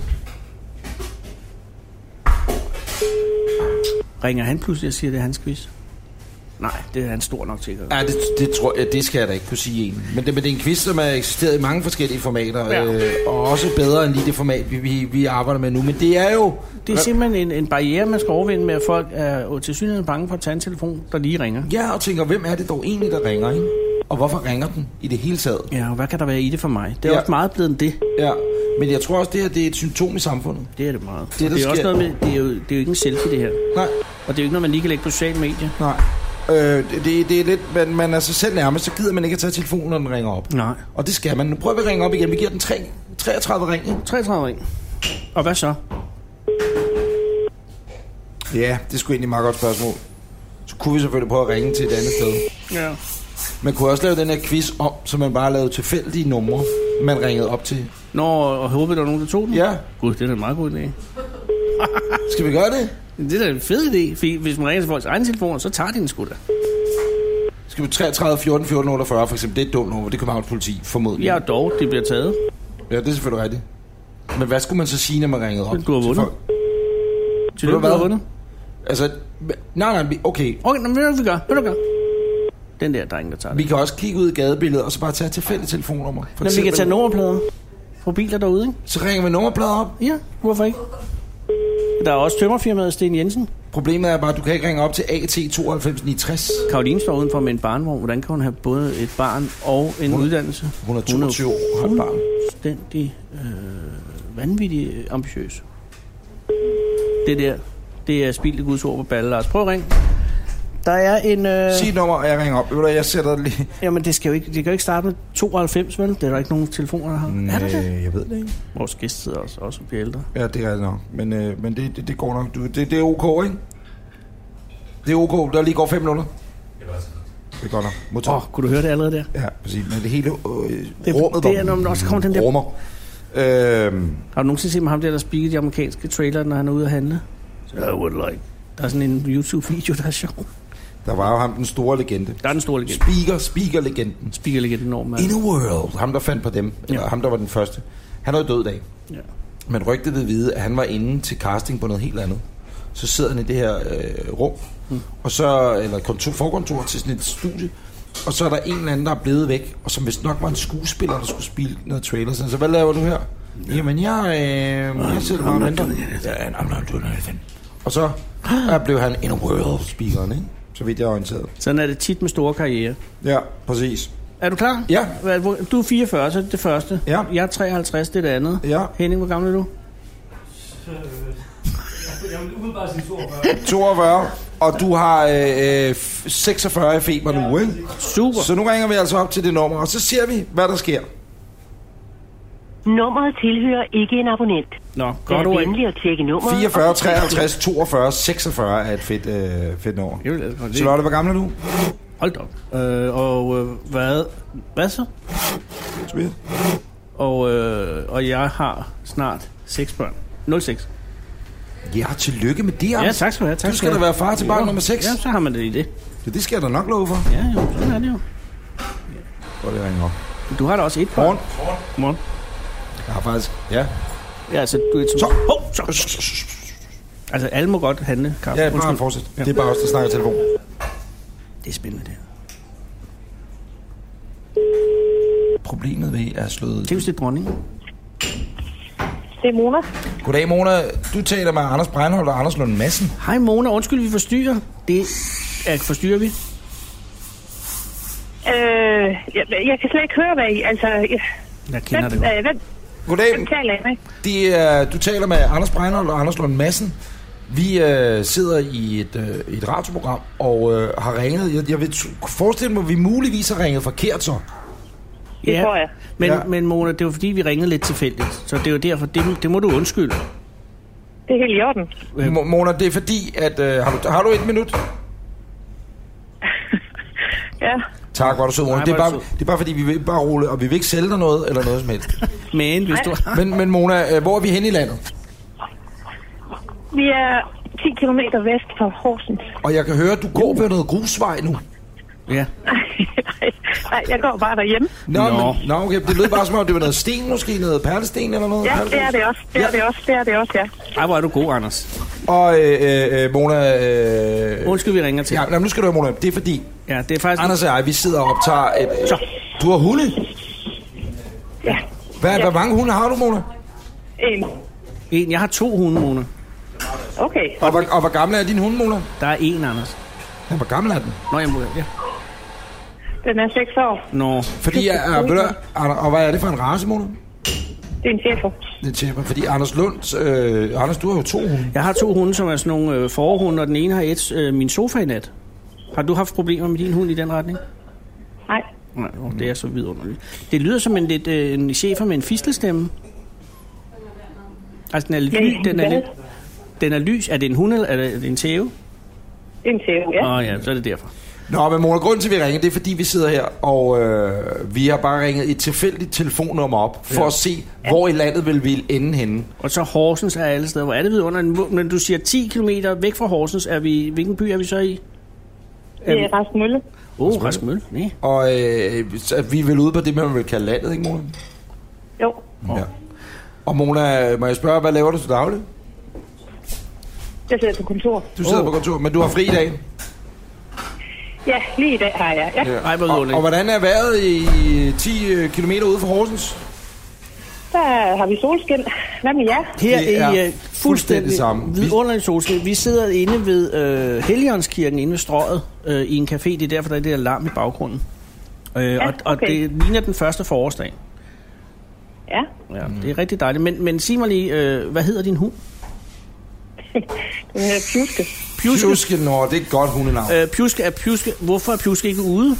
C: Ringer han pludselig og siger, det er hans quiz? Nej, det er han stor nok til. Ja.
B: Ja, det, det, tror jeg, det skal jeg da ikke kunne sige en. Men det, men det er en quiz, som er eksisteret i mange forskellige formater,
C: Ja.
B: ja. øh, og også bedre end lige det format, vi, vi, vi arbejder med nu. Men det er jo...
C: Det er simpelthen en, en barriere, man skal overvinde med, at folk er til synligheden bange for at tage en telefon, der lige ringer.
B: Ja, og tænker, hvem er det dog egentlig, der ringer, ikke? Og hvorfor ringer den i det hele taget?
C: Ja, og hvad kan der være i det for mig? Det er ja.
B: Ja.
C: også meget blevet end det.
B: Ja, men jeg tror også, det her det er et symptom i samfundet.
C: Det er det meget. Det,
B: der
C: det, er, også
B: sker-
C: noget med, det, er, jo, det er jo ikke en selfie, det her.
B: Nej,
C: Og det er jo ikke noget, man lige kan lægge på sociale medier.
B: nej. Øh, det- det, det er lidt, man, man er sig selv nærmest, så gider man ikke at tage telefonen, når den ringer op.
C: Nej.
B: Og det skal man. Nu prøver vi at ringe op igen. Vi giver den tre, 33 ring, ikke?
C: 33 ring. Og hvad så?
B: Ja, det er sgu egentlig et meget godt spørgsmål. Så kunne vi selvfølgelig prøve at ringe til et andet sted.
C: Ja.
B: Man kunne også lave den her quiz om, så man bare lavede tilfældige numre, man ringede op til.
C: Nå, og og håbede, der var nogen, der tog den?
B: Ja,
C: Gud, det er da en meget god idé.
B: skal vi gøre det?
C: Det er da en fed idé, fordi hvis man ringer til folks egen telefon, så tager de den sgu da.
B: Skal vi 33, 14, 14, 48 for eksempel? Det er et dumt nummer, det er Københavns politi, formodentlig.
C: Ja, dog, det bliver taget.
B: ja, det er selvfølgelig rigtigt. Men hvad skulle man så sige, når man ringede op?
C: Du har
B: til
C: vundet.
B: folk?
C: Tillykke,
B: Ved du
C: du har
B: hvad?
C: vundet.
B: Altså, nej, nej, vi- okay.
C: Okay, nå, men ved du, hvad vi gør? Ved du, hvad vi gør? Den der dreng, der tager
B: Vi
C: det.
B: kan også kigge ud i gadebilledet, og så bare tage tilfældige telefonnummer. For
C: Men vi kan tage nummerplader på biler derude, ikke?
B: Så ringer vi nummerplader op.
C: Ja, hvorfor ikke? Der er også tømmerfirmaet Sten Jensen.
B: Problemet er bare, at du kan ikke ringe op til AT 92 69.
C: Karoline står udenfor med en barnvogn. Hvordan kan hun have både et barn og en uddannelse?
B: Hun er 22 år, har et barn.
C: Fuldstændig øh, vanvittig øh, ambitiøs. Det der, det er spildt guds ord på balle, Lars. Prøv at ringe. Der er en... Øh...
B: Sig et nummer, og jeg ringer op. Ved du hvad, Jeg sætter det lige...
C: Jamen, det, skal jo ikke, det kan jo ikke starte med 92, vel? Det er der ikke nogen telefoner, der har. Er der det?
B: Øh, jeg ved det ikke.
C: Vores gæst sidder også, også og bliver ældre.
B: Ja, det er det nok. Men, øh, men det, det, det går nok. Du, det, det er ok, ikke? Det er ok. Der lige går fem minutter. Det går nok. Modtaget.
C: Åh, oh, kunne du høre det allerede der?
B: Ja, præcis. Men det hele øh,
C: Det,
B: rummet
C: det er, når man også kommer den der...
B: rummer. Øhm,
C: Har du nogensinde set med ham der, der spikker de amerikanske trailer, når han er ude at handle? Så, I would like. Der er sådan en YouTube-video, der er sjov.
B: der var jo ham, den store legende.
C: Der er den store legende.
B: Speaker, speaker-legenden.
C: Spikker legende enormt meget.
B: In a world. Ham, der fandt på dem. Eller
C: Ja.
B: ham, der var den første. Han er jo død i dag.
C: Ja.
B: Men rygtet ved vide, at han var inde til casting på noget helt andet. Så sidder han i det her øh, rum, og så, eller kontor, forkontor til sådan et studie, og så er der en eller anden, der er blevet væk, og som vist nok var en skuespiller, der skulle spille noget trailer. Så han, så hvad laver du her? Jamen, jeg, øh, jeg sidder bare og venter. Ja, I'm not doing anything. Og så øh, blev han en world speakeren, ikke? Så vidt jeg er orienteret.
C: Sådan er det tit med store karriere.
B: Ja, præcis.
C: Er du klar?
B: Ja.
C: Hvad- hvor- Du er 44, så det er det første.
B: Ja.
C: Jeg er 53, det er det andet.
B: Ja,
C: Henning, hvor gammel er du?
E: Jeg vil umiddelbart sige 42.
B: 42, og du har øh, øh, f- 46 i feber nu, ikke?
C: Super.
B: Så nu ringer vi altså op til det nummer, og så ser vi, hvad der sker.
F: Nummeret tilhører ikke en abonnent.
C: Nå,
F: Vær
C: godt ord.
F: venlig at tjekke nummeret. og
B: 44, 53, 52, 46 er et fedt, øh, fedt nummer.
C: Jeg vil altså godt lide-
B: Charlotte, hvor gammel er du?
C: Hold da op. Øh, og øh, hvad, hvad så? Og, øh, og jeg har snart seks børn. 06.
B: Ja, tillykke med det,
C: Ja,
B: Anders.
C: tak skal du have. Tak
B: Du skal da
C: du
B: være
C: have.
B: far til barn
C: Jo.
B: nummer seks.
C: Ja, så har man det i det.
B: Ja, det skal jeg da nok love for.
C: Ja, jo, sådan er det jo.
B: Hvor det ringer op.
C: Du har da også et barn.
B: Morgen.
C: Morgen.
B: Jeg har faktisk... Ja.
C: Ja, altså, du er et
B: Så.
C: Hov, så. Altså, alle må godt handle kaffe.
B: Ja, bare
C: Undskyld.
B: fortsæt.
C: Ja.
B: Det er bare os, der snakker i telefon.
C: Det er spændende, det her.
B: Problemet ved er slået...
C: Tænk, hvis det er dronningen.
G: Det er Mona.
B: Goddag, Mona. Du taler med Anders Breinholt og Anders Lund Madsen.
C: Hej Mona, undskyld, vi forstyrrer. Det er, forstyrrer vi.
G: Øh, jeg, jeg kan slet ikke høre, hvad I... Altså, jeg,
C: Jeg kender
G: hvem,
C: det godt.
G: øh, hvem, hvem
B: Goddag.
G: taler I med?
B: Det er, du taler med Anders Breinholt og Anders Lund Madsen. Vi øh, sidder i et, øh, et radioprogram og øh, har ringet. Jeg, jeg vil t- forestille mig, at vi muligvis har ringet forkert så.
G: Det tror jeg.
C: Men,
B: Ja.
C: ja. men Mona, det var fordi, vi ringede lidt tilfældigt. Så det er jo derfor, det, det må du undskylde.
G: Det er helt i orden.
B: Mo- Mona, det er fordi, at... Øh, har, du, har du et minut?
G: Ja.
B: Tak, var du sød, Mona.
C: Nej,
B: Det er,
C: hvor er
B: bare,
C: du
B: det er bare fordi, vi vil bare rulle, og vi vil ikke sælge dig noget eller noget som helst.
C: Men hvis du...
B: Men, men Mona, øh, hvor er vi henne i landet?
G: Vi er 10 km vest for Horsens.
B: Og jeg kan høre, at du går ved noget grusvej nu.
C: Ja.
G: Nej, Nej, jeg går bare derhjemme.
B: Nå,
C: Nå.
B: Men, nå okay. Det lød bare som om, det var noget sten måske, noget perlesten eller noget.
G: Ja,
B: perlegrus.
G: det er det også. Det er det også. Det er det også, ja.
C: Ej, hvor er du god, Anders.
B: Og øh, øh, øh, Mona... Øh,
C: Undskyld, vi ringer til.
B: ja,
C: Ja,
B: nå, nu skal du høre, Mona. Det er fordi,
C: ja det er faktisk...
B: Anders og jeg, vi sidder og optager et...
C: Så.
B: Du har hunde?
G: ja.
B: Hvad, ja. hvor mange hunde har du, Mona?
G: En.
C: En, jeg har to hunde, Mona.
G: Okay.
B: Og hvor, og hvor gamle er din hunde, Mona?
C: Der er en, Anders.
B: Ja, hvor gammel er den?
C: Nå, jeg må... Ja.
G: Den er 6 år.
C: Nå.
B: Fordi, er, ved du, Ander- og hvad er det for en race, Mona?
G: Det er en chefer.
B: Det tæpper, fordi Anders Lunds... Øh, Anders, du har jo to hunde.
C: Jeg har to hunde, som er sådan nogle øh, forhunde, og den ene har et øh, min sofa i nat. Har du haft problemer med din hund i den retning?
G: Nej.
C: Nej, åh, det er så vidunderligt. Det lyder som en lidt øh, en chefer med en fislestemme. Altså, den er lidt
G: Men
C: lys. Den er,
G: hvad?
C: lidt, den er lys. Er det en hund, eller er det er det en tæve?
G: Det er en chefer, ja.
C: Åh oh, ja, så er det derfor.
B: Nå, men Mona, grunden til, at vi ringer, det er, fordi vi sidder her, og øh, vi har bare ringet et tilfældigt telefonnummer op, for ja. at se, hvor i landet vil vi ende henne.
C: Og så Horsens er alle steder. Hvor er det vidunderligt? Hvor- Men du siger 10 km væk fra Horsens. Er vi, hvilken by er vi så i?
G: Det er Rasmus Mølle.
C: Åh, oh, Rasmøl. Nej.
B: Og øh, så er vi er vel ude på det, man vil kalde landet, ikke, Mona?
G: Jo.
B: Ja. Og Mona, må jeg spørge, hvad laver du til daglig?
G: Jeg sidder på kontor.
B: Du sidder oh. på kontor, men du har fri i dag.
G: Ja, lige i dag har jeg. Ja,
C: Ej, hvor
B: og,
C: vidunderligt.
B: og hvordan er vejret i 10 km ude fra Horsens?
G: der har vi solskin. Hvad med jer?
C: Her
B: Det er
C: i øh,
B: fuldstændig
C: fuldstændig
B: samme. Vi-
C: vidunderlig solskin. Vi sidder inde ved øh, Helligåndskirken inde ved strøget øh, i en café. Det er derfor, der er det der larm i baggrunden. Øh, ja, og, og
G: okay.
C: det ligner den første forårsdag.
G: Ja.
C: Ja,
B: Mm.
C: det er rigtig dejligt. Men, men sig mig lige, øh, hvad hedder din hund?
G: Den hedder Pjuske.
C: Pjuske.
B: Pjuske, nå, det er et godt hundenavn.
C: Øh, pjuske er pjuske. Hvorfor er pjuske ikke ude?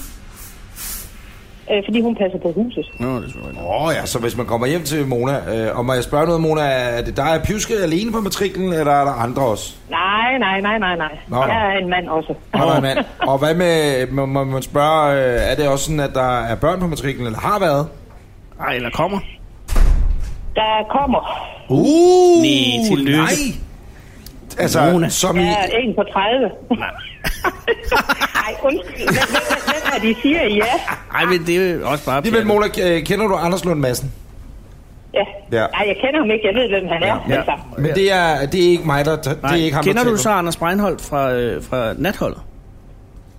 G: Øh, fordi hun passer på huset.
C: Nå, det er selvfølgelig.
B: Åh oh, ja, så hvis man kommer hjem til Mona, øh, og må jeg spørge noget, Mona, er det dig, er Pjuske alene på matriklen, eller er der andre også?
G: Nej, nej, nej, nej, nej.
B: Nå, nå.
G: Jeg er en mand også.
B: Og, der er mand. og hvad med, må, må man spørge, øh, er det også sådan, at der er børn på matriklen, eller har været?
C: Ej, eller kommer.
G: Der kommer
B: Uh,
C: Nej, tillykke.
B: Nej. Altså,
C: Mona.
B: Mona. som i...
G: ja, en på 30. Nej, undskyld. Hvem- hvem- Hvem er de siger ja?
C: Ej, men det er jo også bare...
B: Lige ved, Mona, øh, kender du Anders Lund Madsen?
G: Ja.
B: Ja.
G: Nej, jeg kender ham ikke. Jeg ved, hvem han er.
C: Ja.
G: Altså,
B: Men det er, det er ikke mig, der... Det er
C: Nej,
B: ikke ham,
C: kender
B: der
C: du
B: taler.
C: så Anders Breinholt fra, øh, fra Natholdet?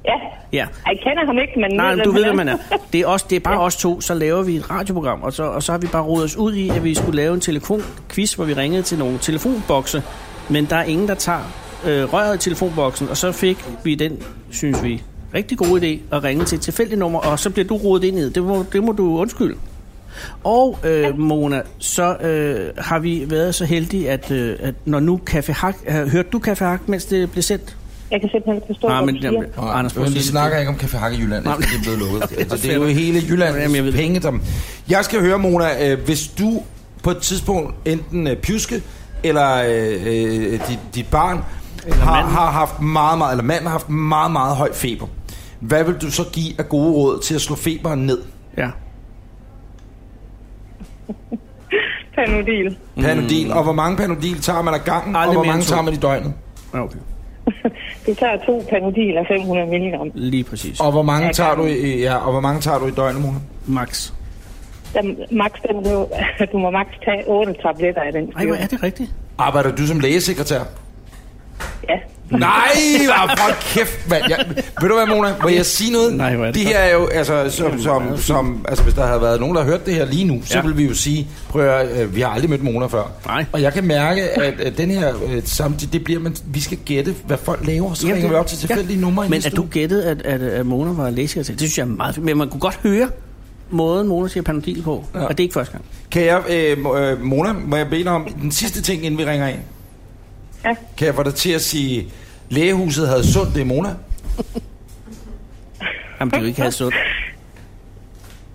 G: ja.
C: Ja.
G: Ej, Jeg kender ham ikke, men...
C: Nej, men du ved, hvem man er. Det er, også, det er bare
G: Ja.
C: os to, så laver vi et radioprogram, og så, og så har vi bare rodet os ud i, at vi skulle lave en telefonquiz, hvor vi ringede til nogle telefonbokse, men der er ingen, der tager øh, røret i telefonboksen, og så fik vi den, synes vi, rigtig god idé at ringe til et tilfældigt nummer, og så bliver du rodet ind i det. Det må, det må du undskylde. Og øh, Mona, så øh, har vi været så heldige, at, øh, at når nu Café Hak... Øh, hørte du Café Hak, mens det blev sendt?
G: Jeg kan simpelthen ikke forstå,
C: Nej,
G: hvad
C: men
G: du siger.
C: jamen, Anders, prøv
B: men
C: at sige
B: vi
C: det.
B: snakker ikke om Café Hak i Jylland,
C: Nej,
B: efter det er blevet lukket.
C: det er
B: Altså, det er jo
C: fair.
B: hele
C: Jamen, jeg ved
B: Jyllands
C: det.
B: penge, der... Jeg skal høre, Mona, øh, hvis du på et tidspunkt enten øh, pjuske, eller øh, øh, dit, dit barn, har,
C: manden.
B: har haft meget, meget, eller manden har haft meget, meget høj feber. Hvad vil du så give af gode råd til at slå feberen ned?
C: Ja.
G: Panodil.
B: Panodil. Og hvor mange panodil tager man ad gangen,
C: Mm. Aldrig
B: og hvor
C: mere
B: mange
C: end to.
B: tager man i døgnet?
C: Ja, okay.
G: Du tager to panodil af 500 mg.
C: Lige præcis.
B: Og hvor mange
G: Ad
B: tager du
G: gangen.
B: i, ja, og hvor mange tager du i døgnet, Mona?
C: Max.
G: Der, max, den, du, du må max tage 8 tabletter af den.
C: Ej, hvor er det rigtigt?
B: Arbejder du som lægesekretær?
G: Ja.
B: Nej, hvor for kæft, mand. Jeg, ved du hvad, Mona? Må jeg sige noget?
C: Nej, hvor er det
B: det
C: godt.
B: her er jo, altså, som, som, som, altså, hvis der havde været nogen, der havde hørt det her lige nu, så
C: Ja.
B: ville vi jo sige, prøv at, høre, øh, vi har aldrig mødt Mona før.
C: Nej.
B: Og jeg kan mærke, at, at den her øh, samtidig, det bliver, man, vi skal gætte, hvad folk laver, så ringer vi op til tilfældige ja. numre. i
C: Men
B: næste
C: at du
B: uge.
C: gættede, at, at, at Mona var læser til, det synes jeg er meget fint. Men man kunne godt høre måden, Mona siger panodil på. Ja. Og det er ikke første gang.
B: Kan jeg, øh, mo- øh, Mona, må jeg bede dig om den sidste ting, inden vi ringer af?
G: Ja.
B: Kan jeg få dig til at sige, lægehuset havde sundt, det er Mona?
C: Jamen, det er jo ikke halvsundt.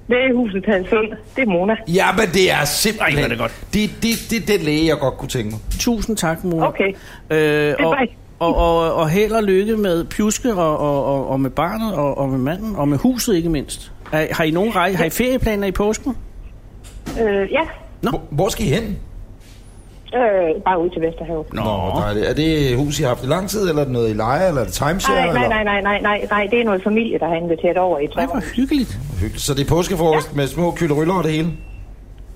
G: Lægehuset Talsund, det er Mona.
B: Ja, men det er simpelthen...
C: Ej, hvor er det godt.
B: Det, det, det er den læge, jeg godt kunne tænke mig.
C: Tusind tak, Mona.
G: Okay.
C: Øh, og,
G: bare-
C: og, og, og held og lykke med Pjuske og, og, og, og med barnet og, og med manden og med huset ikke mindst. Har, har I nogen rej- har I ferieplaner i påsken?
G: Øh, ja,
B: Hvor, hvor skal I hen?
G: øh, bare ud til Vesterhavet.
B: Nå, dejligt. Er det et hus, I har haft i lang tid, eller er det noget, I leger, eller er det timeshare?
G: Nej, nej,
B: eller?
G: nej, nej, nej, nej, nej, det er noget familie, der har inviteret over i
C: Nej, hvor
G: sommer.
C: hyggeligt.
B: Hyggeligt. Så det er påskefrokost ja. med små kylderyller og det hele?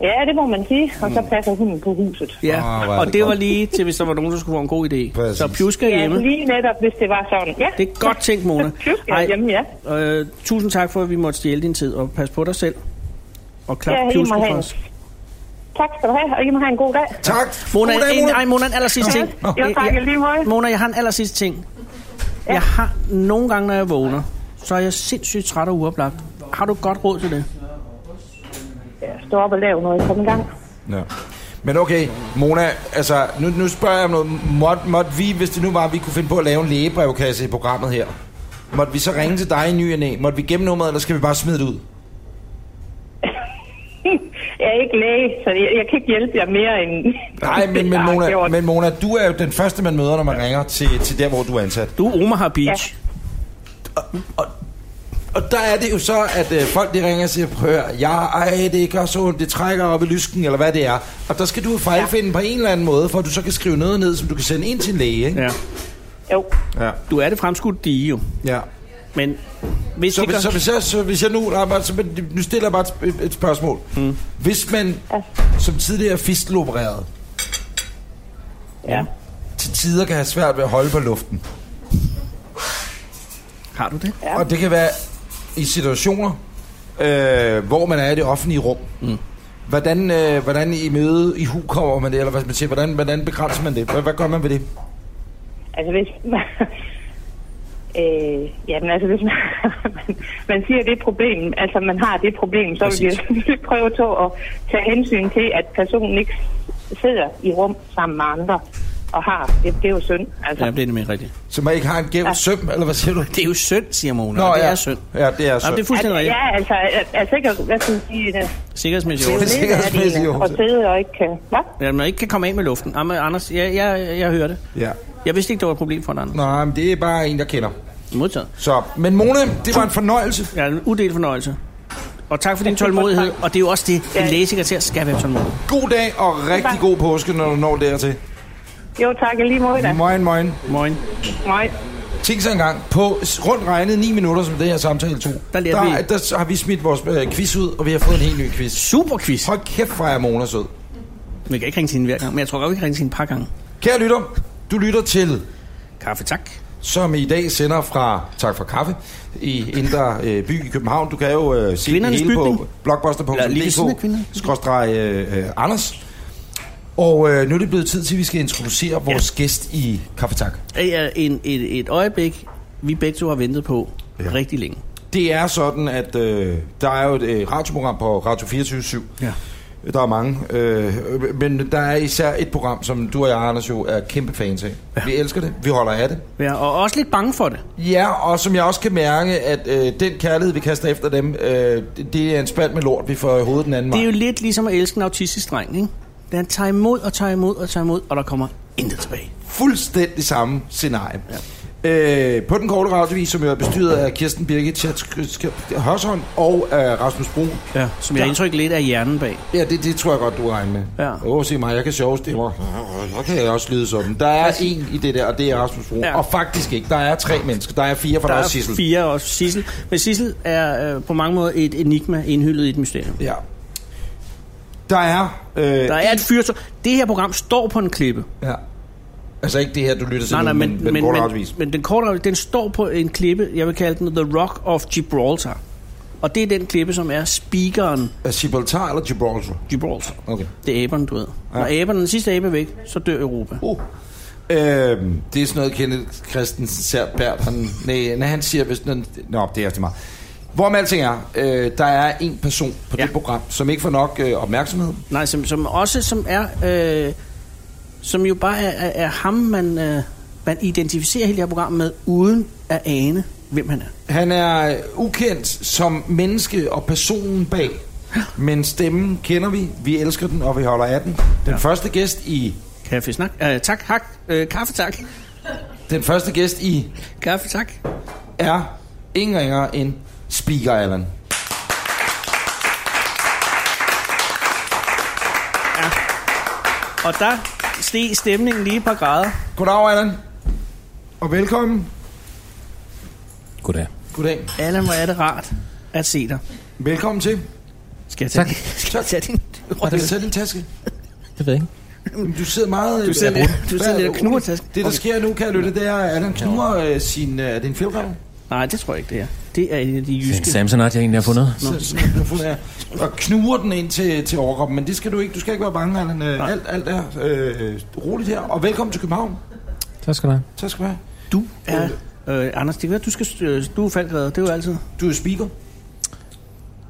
G: Ja, det må man sige, og så passer hunden på huset.
C: Ja,
B: Åh, Ah, hvor er det
C: og Mm. det
B: godt.
C: var lige til, hvis der var nogen, der skulle få en god idé.
B: Præcis.
C: Så Pjuske er
G: Ja,
C: hjemme.
G: lige netop, hvis det var sådan. Ja,
C: Det er godt tænkt, Mona.
G: Pjuske er hjemme, ja.
C: Øh, tusind tak for, at vi måtte stjæle din tid, og pas på dig selv. Og klap
G: Ja,
C: ja,
G: I
C: pjuske
G: må
C: for
G: have
C: os.
G: Tak skal du have, og I må have en god dag.
B: Tak.
C: Mona,
B: Goddag,
C: en, ej, Mona, en aller sidste ting.
G: Jo,
C: Øh,
G: tak,
C: jeg-
G: i lige måde.
C: Mona, jeg har en aller sidste ting. Jeg har nogle gange, når jeg vågner, så er jeg sindssygt træt og uoplagt. Har du et godt råd til det?
G: Stå op og lav noget, kom i gang.
B: Ja. Men okay, Mona, altså, nu, nu spørger jeg om noget. Måtte, måtte vi, hvis det nu var, at vi kunne finde på at lave en lægebrevkasse i programmet her, måtte vi så ringe til dig i ny og Næ? Måtte vi gemme nummeret, eller skal vi bare smide det ud?
G: Jeg er ikke læge, så jeg, jeg kan ikke hjælpe jer mere end...
B: Nej, men, men,
G: jeg har
B: Mona,
G: gjort.
B: men Mona, du er jo den første, man møder, når man ringer til, til der, hvor du er ansat.
C: Du er Omaha Beach.
B: Og der er det jo så, at øh, folk de ringer og siger, prøv at høre, ja, ej, det gør så ondt, det trækker op i lysken, eller hvad det er. Og der skal du jo fejlfinde ja. på en eller anden måde, for at du så kan skrive noget ned, som du kan sende ind til en læge, ikke?
C: Ja.
G: Jo,
B: Ja.
C: Du er det fremskudt dige jo.
B: ja.
C: Men hvis
B: Så,
C: det gør...
B: hvis, så, hvis jeg, så hvis jeg nu, nej, men så, men nu stiller jeg bare et, sp- et spørgsmål. Mm. Hvis man som tidligere fistelopereret
C: Ja.
B: til tider kan have svært ved at holde på luften,
C: Har du det?
B: ja. og det kan være i situationer, øh, hvor man er i det offentlige rum, mm. Hvordan, øh, hvordan i møde i hu kommer man det, eller hvad man siger, hvordan, hvordan begrænser man det? Hvad, hvad gør man ved det?
G: altså hvis... øh, jamen altså hvis man, man siger, at det er et problem, altså man har det problem, så vil vi
C: Præcis.
G: selvfølgelig prøve på at tage hensyn til, at personen ikke sidder i rum sammen med andre og har. Det, det er jo synd, altså.
C: Ja, det er nemlig rigtigt.
B: Så man ikke har en gæv søm, eller hvad siger du?
C: Det er jo synd, siger Mona. Nå, det
B: ja.
C: er synd.
B: Ja, det er
C: Nå, det er
B: synd.
C: fuldstændig
G: At-
C: rigtigt.
G: Ja, altså, al- altså ikke, at- hvad skal man sige, det
C: Sikkerhedsmæssigt.
B: Det er
G: det er
B: sikkerhedsmæssigt,
G: det,
B: jo.
G: at sidde og ikke kan... Hvad?
C: Ja, man ikke kan komme af med luften. Jamen, Anders, jeg, jeg, jeg hører det.
B: Ja.
C: Jeg vidste ikke, det var et problem for en anden.
B: Nej, men det er bare en, jeg kender.
C: Modtaget.
B: Så, men Mona, det var en fornøjelse.
C: Ja, en uddelt fornøjelse. Og tak for din tålmodighed. Og det er jo også det, en lægesekretær skal være tålmodig.
B: God dag og rigtig god påske, når du når dertil.
G: Jo, tak. i Lige måde da.
B: Moin, moin.
C: Moin.
G: Nej.
B: Tænk så engang, på s- rundt regnet 9 minutter, som det her samtale tog,
C: Der lærte
B: der,
C: vi-
B: der s- har vi smidt vores øh, quiz ud, og vi har fået en helt ny quiz.
C: Super quiz.
B: Hold kæft, hvor er Mona sød.
C: Vi kan ikke ringe til hende hver gang, men jeg tror godt, vi kan ringe til hende et par gange.
B: Kære lytter, du lytter til
C: Kaffe, tak.
B: som i dag sender fra Tak for Kaffe i Indre øh, By i København. Du kan jo øh, se det
C: Kvindernes
B: hele på
C: bygning. Eller lige ved siden af
B: blogbuster.dk
C: kvindernes
B: skråstreg øh, øh, Anders. Og øh, nu er det blevet tid til, at vi skal introducere vores gæst i Kaffe Tak.
C: Øh, ja, En, et, et øjeblik, vi begge to har ventet på. ja. rigtig længe.
B: Det er sådan, at øh, der er jo et øh, radioprogram på Radio 24
C: Ja.
B: Der er mange, øh, men der er især et program, som du og jeg, Anders, jo er kæmpe fans af. Ja. Vi elsker det, vi holder af det.
C: ja. Og også lidt bange for det.
B: Ja, og som jeg også kan mærke, at øh, den kærlighed, vi kaster efter dem, øh, det- det er en spand med lort, vi får i hovedet den anden
C: Det er jo
B: vej.
C: lidt ligesom at elske en autistisk dreng, ikke? Den tager imod og tager imod og tager imod, og der kommer intet tilbage.
B: Fuldstændig samme scenarie. Ja. Øh, på den korte radiovis, som jo er bestyret af Kirsten Birgit Schatz- Hørsholm og øh, Rasmus Brun.
C: Ja. Som jeg har indtryk lidt af hjernen bag.
B: Ja, det, det tror jeg godt, du regner med.
C: Ja.
B: Åh, se mig, jeg kan sjove stemmer. Jeg kan jeg også lyde sådan. Der er en i det der, og det er Rasmus Brun. Ja.
C: Ja.
B: Og faktisk ikke. Der er tre mennesker. Der er fire, for der, der
C: Der
B: er
C: er
B: Sissel.
C: fire også. Sissel. Men Sissel er øh, på mange måder et enigma indhyllet i et mysterium.
B: Ja. Der er... Øh,
C: Der er et fyrtårn. Det her program står på en klippe.
B: Ja. Altså ikke det her, du lytter til
C: Nej, nej,
B: nu,
C: men, men, men,
B: kort
C: men,
B: radiovis.
C: men den korte radiovis, den står på en klippe. Jeg vil kalde den The Rock of Gibraltar. Og det er den klippe, som er speakeren
B: Er Gibraltar eller Gibraltar?
C: Gibraltar.
B: Okay.
C: Det er aberne, du ved. Når aberne, den sidste abe er væk, så dør Europa.
B: Uh. Øhm, det er sådan noget, Kenneth Christensen Særbert, han, nej, nej, han siger, hvis den... Nå, det er også meget. Hvorom alting er, øh, der er en person på ja.
C: Ja.
B: det program, som ikke får nok øh, opmærksomhed.
C: Nej, som, som også som er, øh, som jo bare er, er, er ham, man, øh, man identificerer hele det her program med, uden at ane, hvem han er.
B: Han er øh, ukendt som menneske og personen bag. Men stemmen kender vi, vi elsker den, og vi holder af den. Den ja. første gæst i...
C: Kaffe snak. Øh, tak, hak. Øh, kaffe, tak.
B: Den første gæst i
C: Kaffe, tak.
B: er ingen ringere end Speaker Allen.
C: Og der steg stemningen lige et par grader.
B: Goddag, Allan. Og velkommen.
H: Goddag.
B: Goddag.
C: Allan, hvor er det rart at se dig.
B: Velkommen til.
C: Skal jeg tage,
H: Tak.
C: Din, skal jeg tage din
B: Og det er din taske.
H: Det ved jeg ikke.
B: Jamen, Du sidder meget... øh,
C: Du sidder lidt- du sidder lidt og knurrer tasken.
B: Det, der sker nu, kan jeg lytte, det er, at Allan knurrer øh, sin... Øh, er det en fjeldrev?
C: Nej, det tror jeg ikke, det er. Det er en af de
H: Det er en
C: jyske.
H: Samsonite, jeg egentlig har fundet.
B: Så- så- så- så- ja. Og knurrer den ind til, til overkroppen, men det skal du ikke. Du skal ikke være bange, Allan. Øh, alt, alt er øh, roligt her. Og velkommen til København.
H: Tak skal du have.
B: Tak skal du have.
C: Du er... Øh, Anders, det kan være, du, skal, øh, du er faldgræder, det er jo altid.
B: Du er speaker,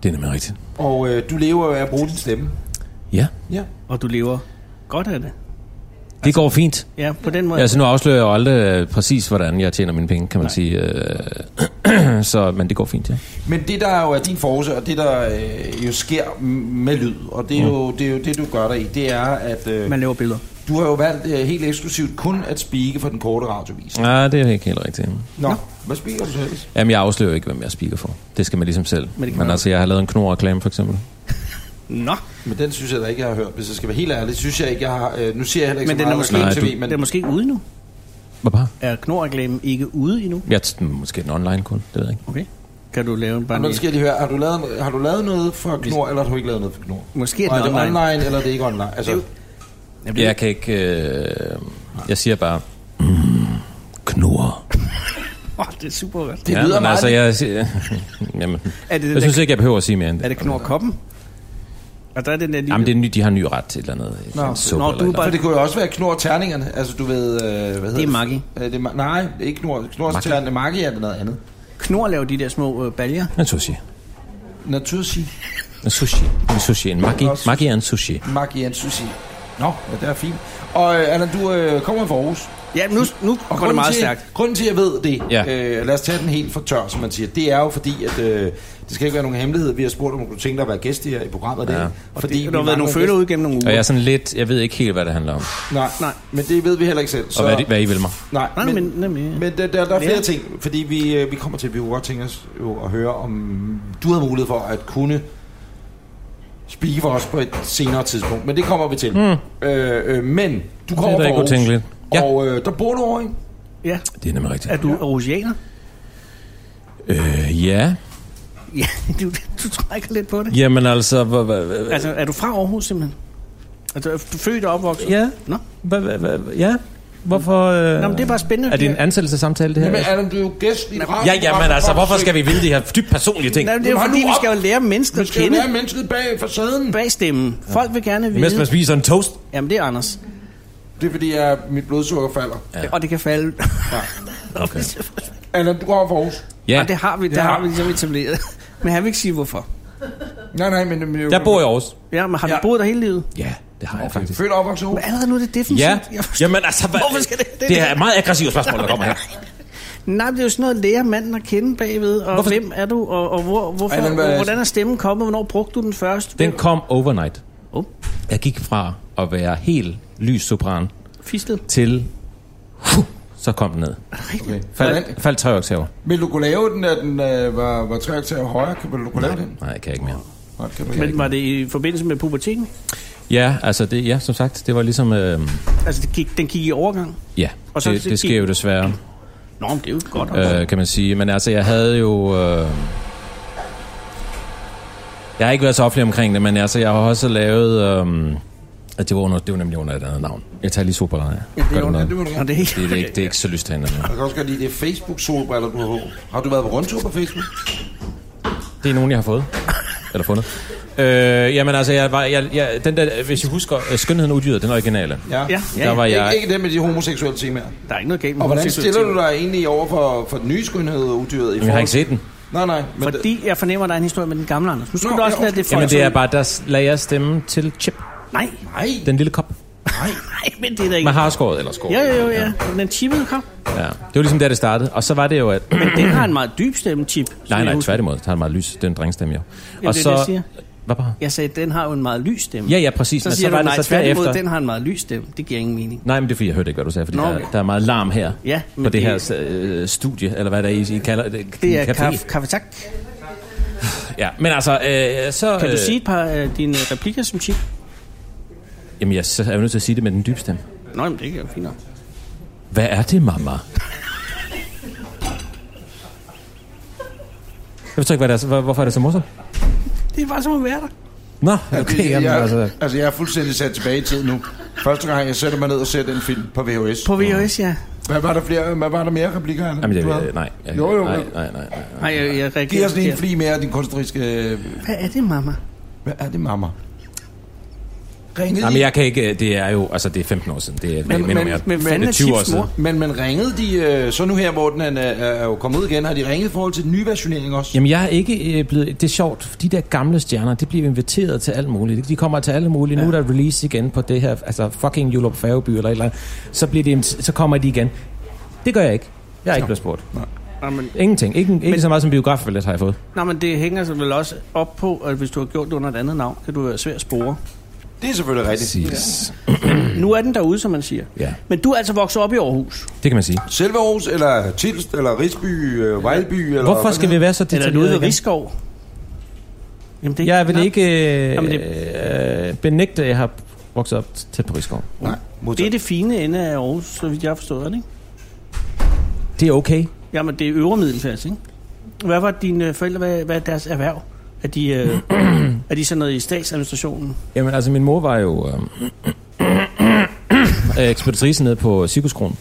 H: Det er nemlig rigtigt.
B: og øh, du lever af at bruge din stemme.
H: Ja,
B: Ja.
C: Og du lever godt af det.
H: det går fint.
C: Ja, på den måde.
H: Altså nu afslører jeg jo aldrig øh, præcis, hvordan jeg tjener mine penge, kan man Nej. sige. Øh, Så, men det går fint, ja.
B: Men det, der jo er din force, og det, der øh, jo sker m- med lyd, og det er, jo, det er jo det, du gør dig i, det er, at øh,
C: Man laver billeder.
B: du har jo valgt øh, helt eksklusivt kun at spike for den korte radiovis.
C: Mm.
H: Nej, det er ikke helt rigtigt.
B: Nå, hvad spiker du så ellers?
H: Jamen, jeg afslører jo ikke, hvem jeg speaker for. Det skal man ligesom selv.
C: det
H: Men,
C: kan
H: men
C: man
H: altså, jeg har lavet en knorreklame, for eksempel.
C: Nå,
B: Men den synes jeg da ikke, jeg har hørt. Hvis jeg skal være helt ærlig, synes jeg ikke, jeg har... Øh, nu ser jeg heller ikke så
C: men den er,
B: meget
C: måske,
B: reklame
H: Nej,
B: TV,
H: du-
B: men
C: den er måske ikke ude nu.
H: Hvad bare?
C: Er knorreklamen ikke ude endnu?
H: Jeg t- mm, måske en online kun, det ved jeg ikke.
C: Okay. Kan du lave en bare
B: Nu
C: lige-
B: skal jeg lige høre, har du lavet, har du lavet noget for Knor, eller har du ikke lavet noget for Knor?
C: Måske er
B: Og er
C: den
B: det
C: online.
B: online, online eller er det ikke online? Altså, det
C: Jamen, det-
H: Jeg kan ikke... Øh, jeg siger bare... Mm, knurre.
C: Åh, det er super godt.
B: Det lyder
H: men
B: meget-
H: altså, jeg, siger- jamen,
C: Er det, den
H: jeg
C: der,
H: synes ikke, jeg behøver at sige mere end det.
C: er det knorkoppen? Og der er den der lille...
H: Jamen, det er en ny, de har en ny ret til et eller andet. Et Nå, suppe,
C: Nå, du
H: eller et
C: er
H: eller
B: for
C: bare...
B: det kunne jo også være Knor og terningerne. Altså, du ved... Øh, hvad hedder det?
C: Maggi.
B: Øh, det er, Ma- nej, det er ikke Knor. Knors
H: Maggi.
B: terningerne. Maggi er det noget andet.
C: Knor laver de der små øh, baljer.
H: andet. En sushi.
B: Natursig.
H: En sushi. En sushi. En magi. Magi er en sushi.
B: Maggi Jens Susi. Nå, ja, det er fint. Og øh, Allan, du øh, kommer fra Aarhus.
C: Ja, nu, nu
B: Og
C: går det meget
B: til,
C: stærkt.
B: Grunden til, at jeg ved det,
H: Ja.
B: øh, lad os tage den helt for tør, som man siger, det er jo fordi, at øh, det skal ikke være nogen hemmelighed. Vi har spurgt, om du kunne tænke dig at være gæst her i programmet. Ja. Det,
C: Og
B: fordi
C: det,
B: vi
C: der har været
B: mangler
C: nogle føler ud gennem nogle uger.
H: Og jeg er sådan lidt... Jeg ved ikke helt, hvad det handler om.
B: gæst. Nej, nej, men det ved vi heller ikke selv. Så,
H: Og hvad, det- hvad I vil mig.
B: Nej,
C: Nej,
B: men,
C: men,
B: men,
C: nemlig, ja.
B: men der, der, der er flere
C: Ja.
B: ting, fordi vi, øh, vi kommer til, at vi kunne godt tænke os jo at høre, om du havde mulighed for at kunne speak for os på et senere tidspunkt. Men det kommer vi til. Mm.
H: Hmm.
B: Øh, øh, men du kommer
H: da
B: fra
H: ikke
B: Aarhus,
H: utænkeligt. Ja.
B: og øh, der bor du over, ikke?
C: ja.
H: Det er nemlig rigtigt.
C: Er du aarhusianer?
H: Øh, ja.
C: Ja, du, du trækker lidt på det.
H: Jamen altså... Hvad, hvad, hvad,
C: Altså, er du fra Aarhus simpelthen? Altså, er du født og opvokset?
H: ja.
C: Nå,
H: Hvad, hvad, hvad, ja. Hvorfor... Øh,
C: Nå men det er bare spændende.
H: Er det en ansættelsessamtale, det her?
B: Jamen, Allan, du er jo gæst i et
H: Ja,
B: radioprogram,
H: ja, men
B: for
H: altså,
B: fuck's
H: hvorfor
B: sake.
H: skal vi vide de her dybt personlige ting?
C: Nej, men det er jo
B: Hold
C: fordi,
B: nu
C: vi
B: op!
C: skal jo lære mennesker
B: Vi
C: at
B: skal jo
C: kende
B: være mennesket bag facaden.
C: bag stemmen. Folk vil gerne
H: Mens man
C: vide.
H: spiser en toast.
C: Jamen, det er Anders.
B: Det er fordi, at mit blodsukker falder.
C: Og det kan falde.
H: Okay.
B: Allan, du kommer fra Aarhus.
H: Ja,
C: Ja. Og det har vi, det
B: Ja.
C: ja. har vi ligesom etableret. Men han vil ikke sige, hvorfor.
B: Nej, nej, men... men
H: jeg bor i Aarhus.
C: Ja, men har ja.
B: Ja.
C: du boet der hele livet?
H: Ja, det har jeg
B: Okay,
H: faktisk.
B: født og opvokset i Aarhus.
C: Men allerede nu er det defensivt.
H: Ja,
C: Jeg forstår-
H: jamen altså... Hvad,
C: Hvorfor skal det- det-
H: Det er et meget aggressivt spørgsmål, der kommer her.
C: Nej, men det er jo sådan noget, at lære manden at kende bagved, og
H: Hvorfor-
C: Hvorfor? hvem er du, og, og hvor, hvorfor,
B: Ej,
C: Ej,
B: den
C: den
B: var-
C: hvordan er stemmen kommet, hvornår brugte du den først?
H: Den kom overnight.
C: Oh,
H: Jeg gik fra at være helt lys sopran
C: fistet.
H: til... Huh, så kom den ned.
B: Okay.
H: Fald, fald tre oktaver.
B: Vil du kunne lave den, at den øh, var, var 3 oktaver højere? Kan, vil du kunne lave den?
H: Nej, jeg kan ikke mere.
B: Nej, det kan du ikke.
C: Men var det i forbindelse med puberteten?
H: Ja, altså det, ja, som sagt, det var ligesom... Øh,
C: Altså, det gik, den gik i overgang?
H: ja,
C: Og så
H: det,
C: det
H: det sker jo
C: gik-
H: desværre.
C: Nå, men det er jo godt. Øh.
H: øh, kan man sige. Men altså, jeg havde jo... Øh... Jeg har ikke været så offentlig omkring det, men altså, jeg har også lavet... Øh... at Det var, under, det var nemlig under et andet navn. Jeg tager lige solbrillerne af.
B: Ja, det, er
H: Gør
B: jo,
H: noget.
B: det, det, må du
C: Nå,
B: gerne.
C: det er ikke...
H: det, er ikke, det er ikke så lyst herinde.
B: Jeg kan også godt lide, det er Facebook-solbriller, du har på. Har du været på rundtur på Facebook?
H: Det er nogen, jeg har fået. Eller fundet. Øh, jamen altså, jeg var, jeg, jeg, den der, hvis jeg husker, øh, Skønheden Uddyret, den originale.
B: Ja.
C: Ja, ja,
H: Der var
C: ja.
H: jeg...
B: Ikke, ikke det med de homoseksuelle temaer.
C: Der er ikke noget galt med
B: Og hvordan
C: homoseksualitet.
B: stiller du dig egentlig over for, for den nye skønhed og udyret? I
H: Jeg har ikke set den.
B: Nej, nej. Men det,
C: Fordi jeg fornemmer, at der er en historie med den gamle Anders. Nu
B: Nå,
C: skulle du også
B: ja,
C: lade det for
H: Jamen det er bare, der lagde jeg stemme til Chip.
C: Nej,
B: nej,
H: Den lille kop.
C: nej, men det er da ikke...
H: Man har skåret, eller skåret.
C: Jo, jo, jo, ja. Den chippede kom.
H: ja. Det var ligesom der, det startede. Og så var det jo, at...
C: Men den har en meget dyb stemme, chip. som
H: Nej,
C: jeg
H: nej,
C: husker.
H: tværtimod. Det har en meget lys. Det er en drengstemme, jo.
C: det er det, jeg siger.
H: Hvad bare?
C: Jeg sagde, at den har jo en meget lys stemme.
H: Ja, ja, præcis.
C: Så
H: men
C: siger
H: så var
C: du, nej,
H: det så
C: tværtimod,
H: derefter...
C: den har en meget lys stemme. Det giver ingen mening.
H: Nej, men det er fordi, jeg hørte ikke, hvad du sagde, fordi
C: Nå,
H: der,
C: okay.
H: der, er meget larm her.
C: Ja,
H: På
C: men
H: det,
C: det-
H: her øh, studie, eller hvad der I, I kalder det.
C: Det er
H: café.
C: kaffe, kaffe tak.
H: Ja, men altså, øh, så...
C: Kan du
H: øh,
C: sige et par af dine replikker som chip?
H: Jamen, jeg så er jo nødt til at sige det med den dybe stemme.
C: Nå, jamen, det er jo fint nok.
H: Hvad er det, mamma? Jeg forstår ikke, hvad det er, hvor- hvorfor er det så morsomt?
C: Det er bare som at være der.
H: Nå,
B: okay,
H: okay,
B: jeg,
H: jamen,
B: jeg,
H: altså...
B: altså. altså, jeg er fuldstændig sat tilbage i tid nu. Første gang, jeg sætter mig ned og ser den film på VHS.
C: På VHS, ja.
B: Hvad var der, flere, hvad var der mere replikker? Anna?
H: Jamen,
B: Du
H: jeg,
B: havde?
H: jeg, nej. Jeg,
B: Jo, jo,
H: Nej,
B: men-
H: nej, nej. nej.
C: Nej, jeg,
B: Giv
C: jeg reagerer
B: os lige en
C: forkert.
B: fli mere af din kunstneriske...
C: Hvad er det, mamma?
B: Hvad er det, mamma? Ringede
H: Nej, men
B: de,
H: jeg kan ikke... Det er jo... Altså, det er 15 år siden. Det er, men, men,
B: men-
H: mere,
C: men fanden
H: det
C: er
H: er 20 år
C: Chips
H: siden.
C: mor?
B: men, men ringede de, øh, så nu her, hvor den er, er, er jo kommet ud igen, har de ringet i forhold til den nye versionering også?
H: Jamen, jeg er ikke øh, blevet... Det er sjovt. De der gamle stjerner, de bliver inviteret til alt muligt. De kommer til alle mulige. Ja. Nu er der release igen på det her... Altså, fucking Julop Færgeby eller et eller andet. Så, bliver de, så kommer de igen. Det gør jeg ikke. Jeg er ikke blevet spurgt.
C: Nå, men,
H: Ingenting. Ikke, ikke men, så meget som biografbillet har jeg fået.
C: nå, men det hænger sig vel også op på, at hvis du har gjort det under et andet navn, kan du være svær at spore.
H: Mm.
B: Det er selvfølgelig rigtigt.
H: Præcis.
C: Nu er den derude, som man siger.
H: Ja.
C: Men du er altså vokset op i Aarhus.
H: Det kan man sige.
B: Selve Aarhus, eller Tilst, eller Rigsby, øh, Vejlby, eller...
H: Hvorfor skal vi være så
C: Eller ude
H: detaljeret
C: ved
H: igen?
C: Rigskov. Jamen, det er
H: Jeg vil
C: Nå,
H: ikke
C: Jamen,
H: øh, øh, benægte, at jeg har vokset op tæt på Rigskov.
B: Nej,
C: Det er
B: modtaget.
C: det fine ende af Aarhus, så vidt jeg har forstået det, ikke?
H: Det er okay.
C: Jamen, det er øvre middelklasse, ikke? Hvad var dine øh, forældre, hvad, hvad er deres erhverv? Er de, øh, er de sådan noget i statsadministrationen?
H: Jamen, altså, min mor var jo øh, ekspeditrice nede på Cirkuskron.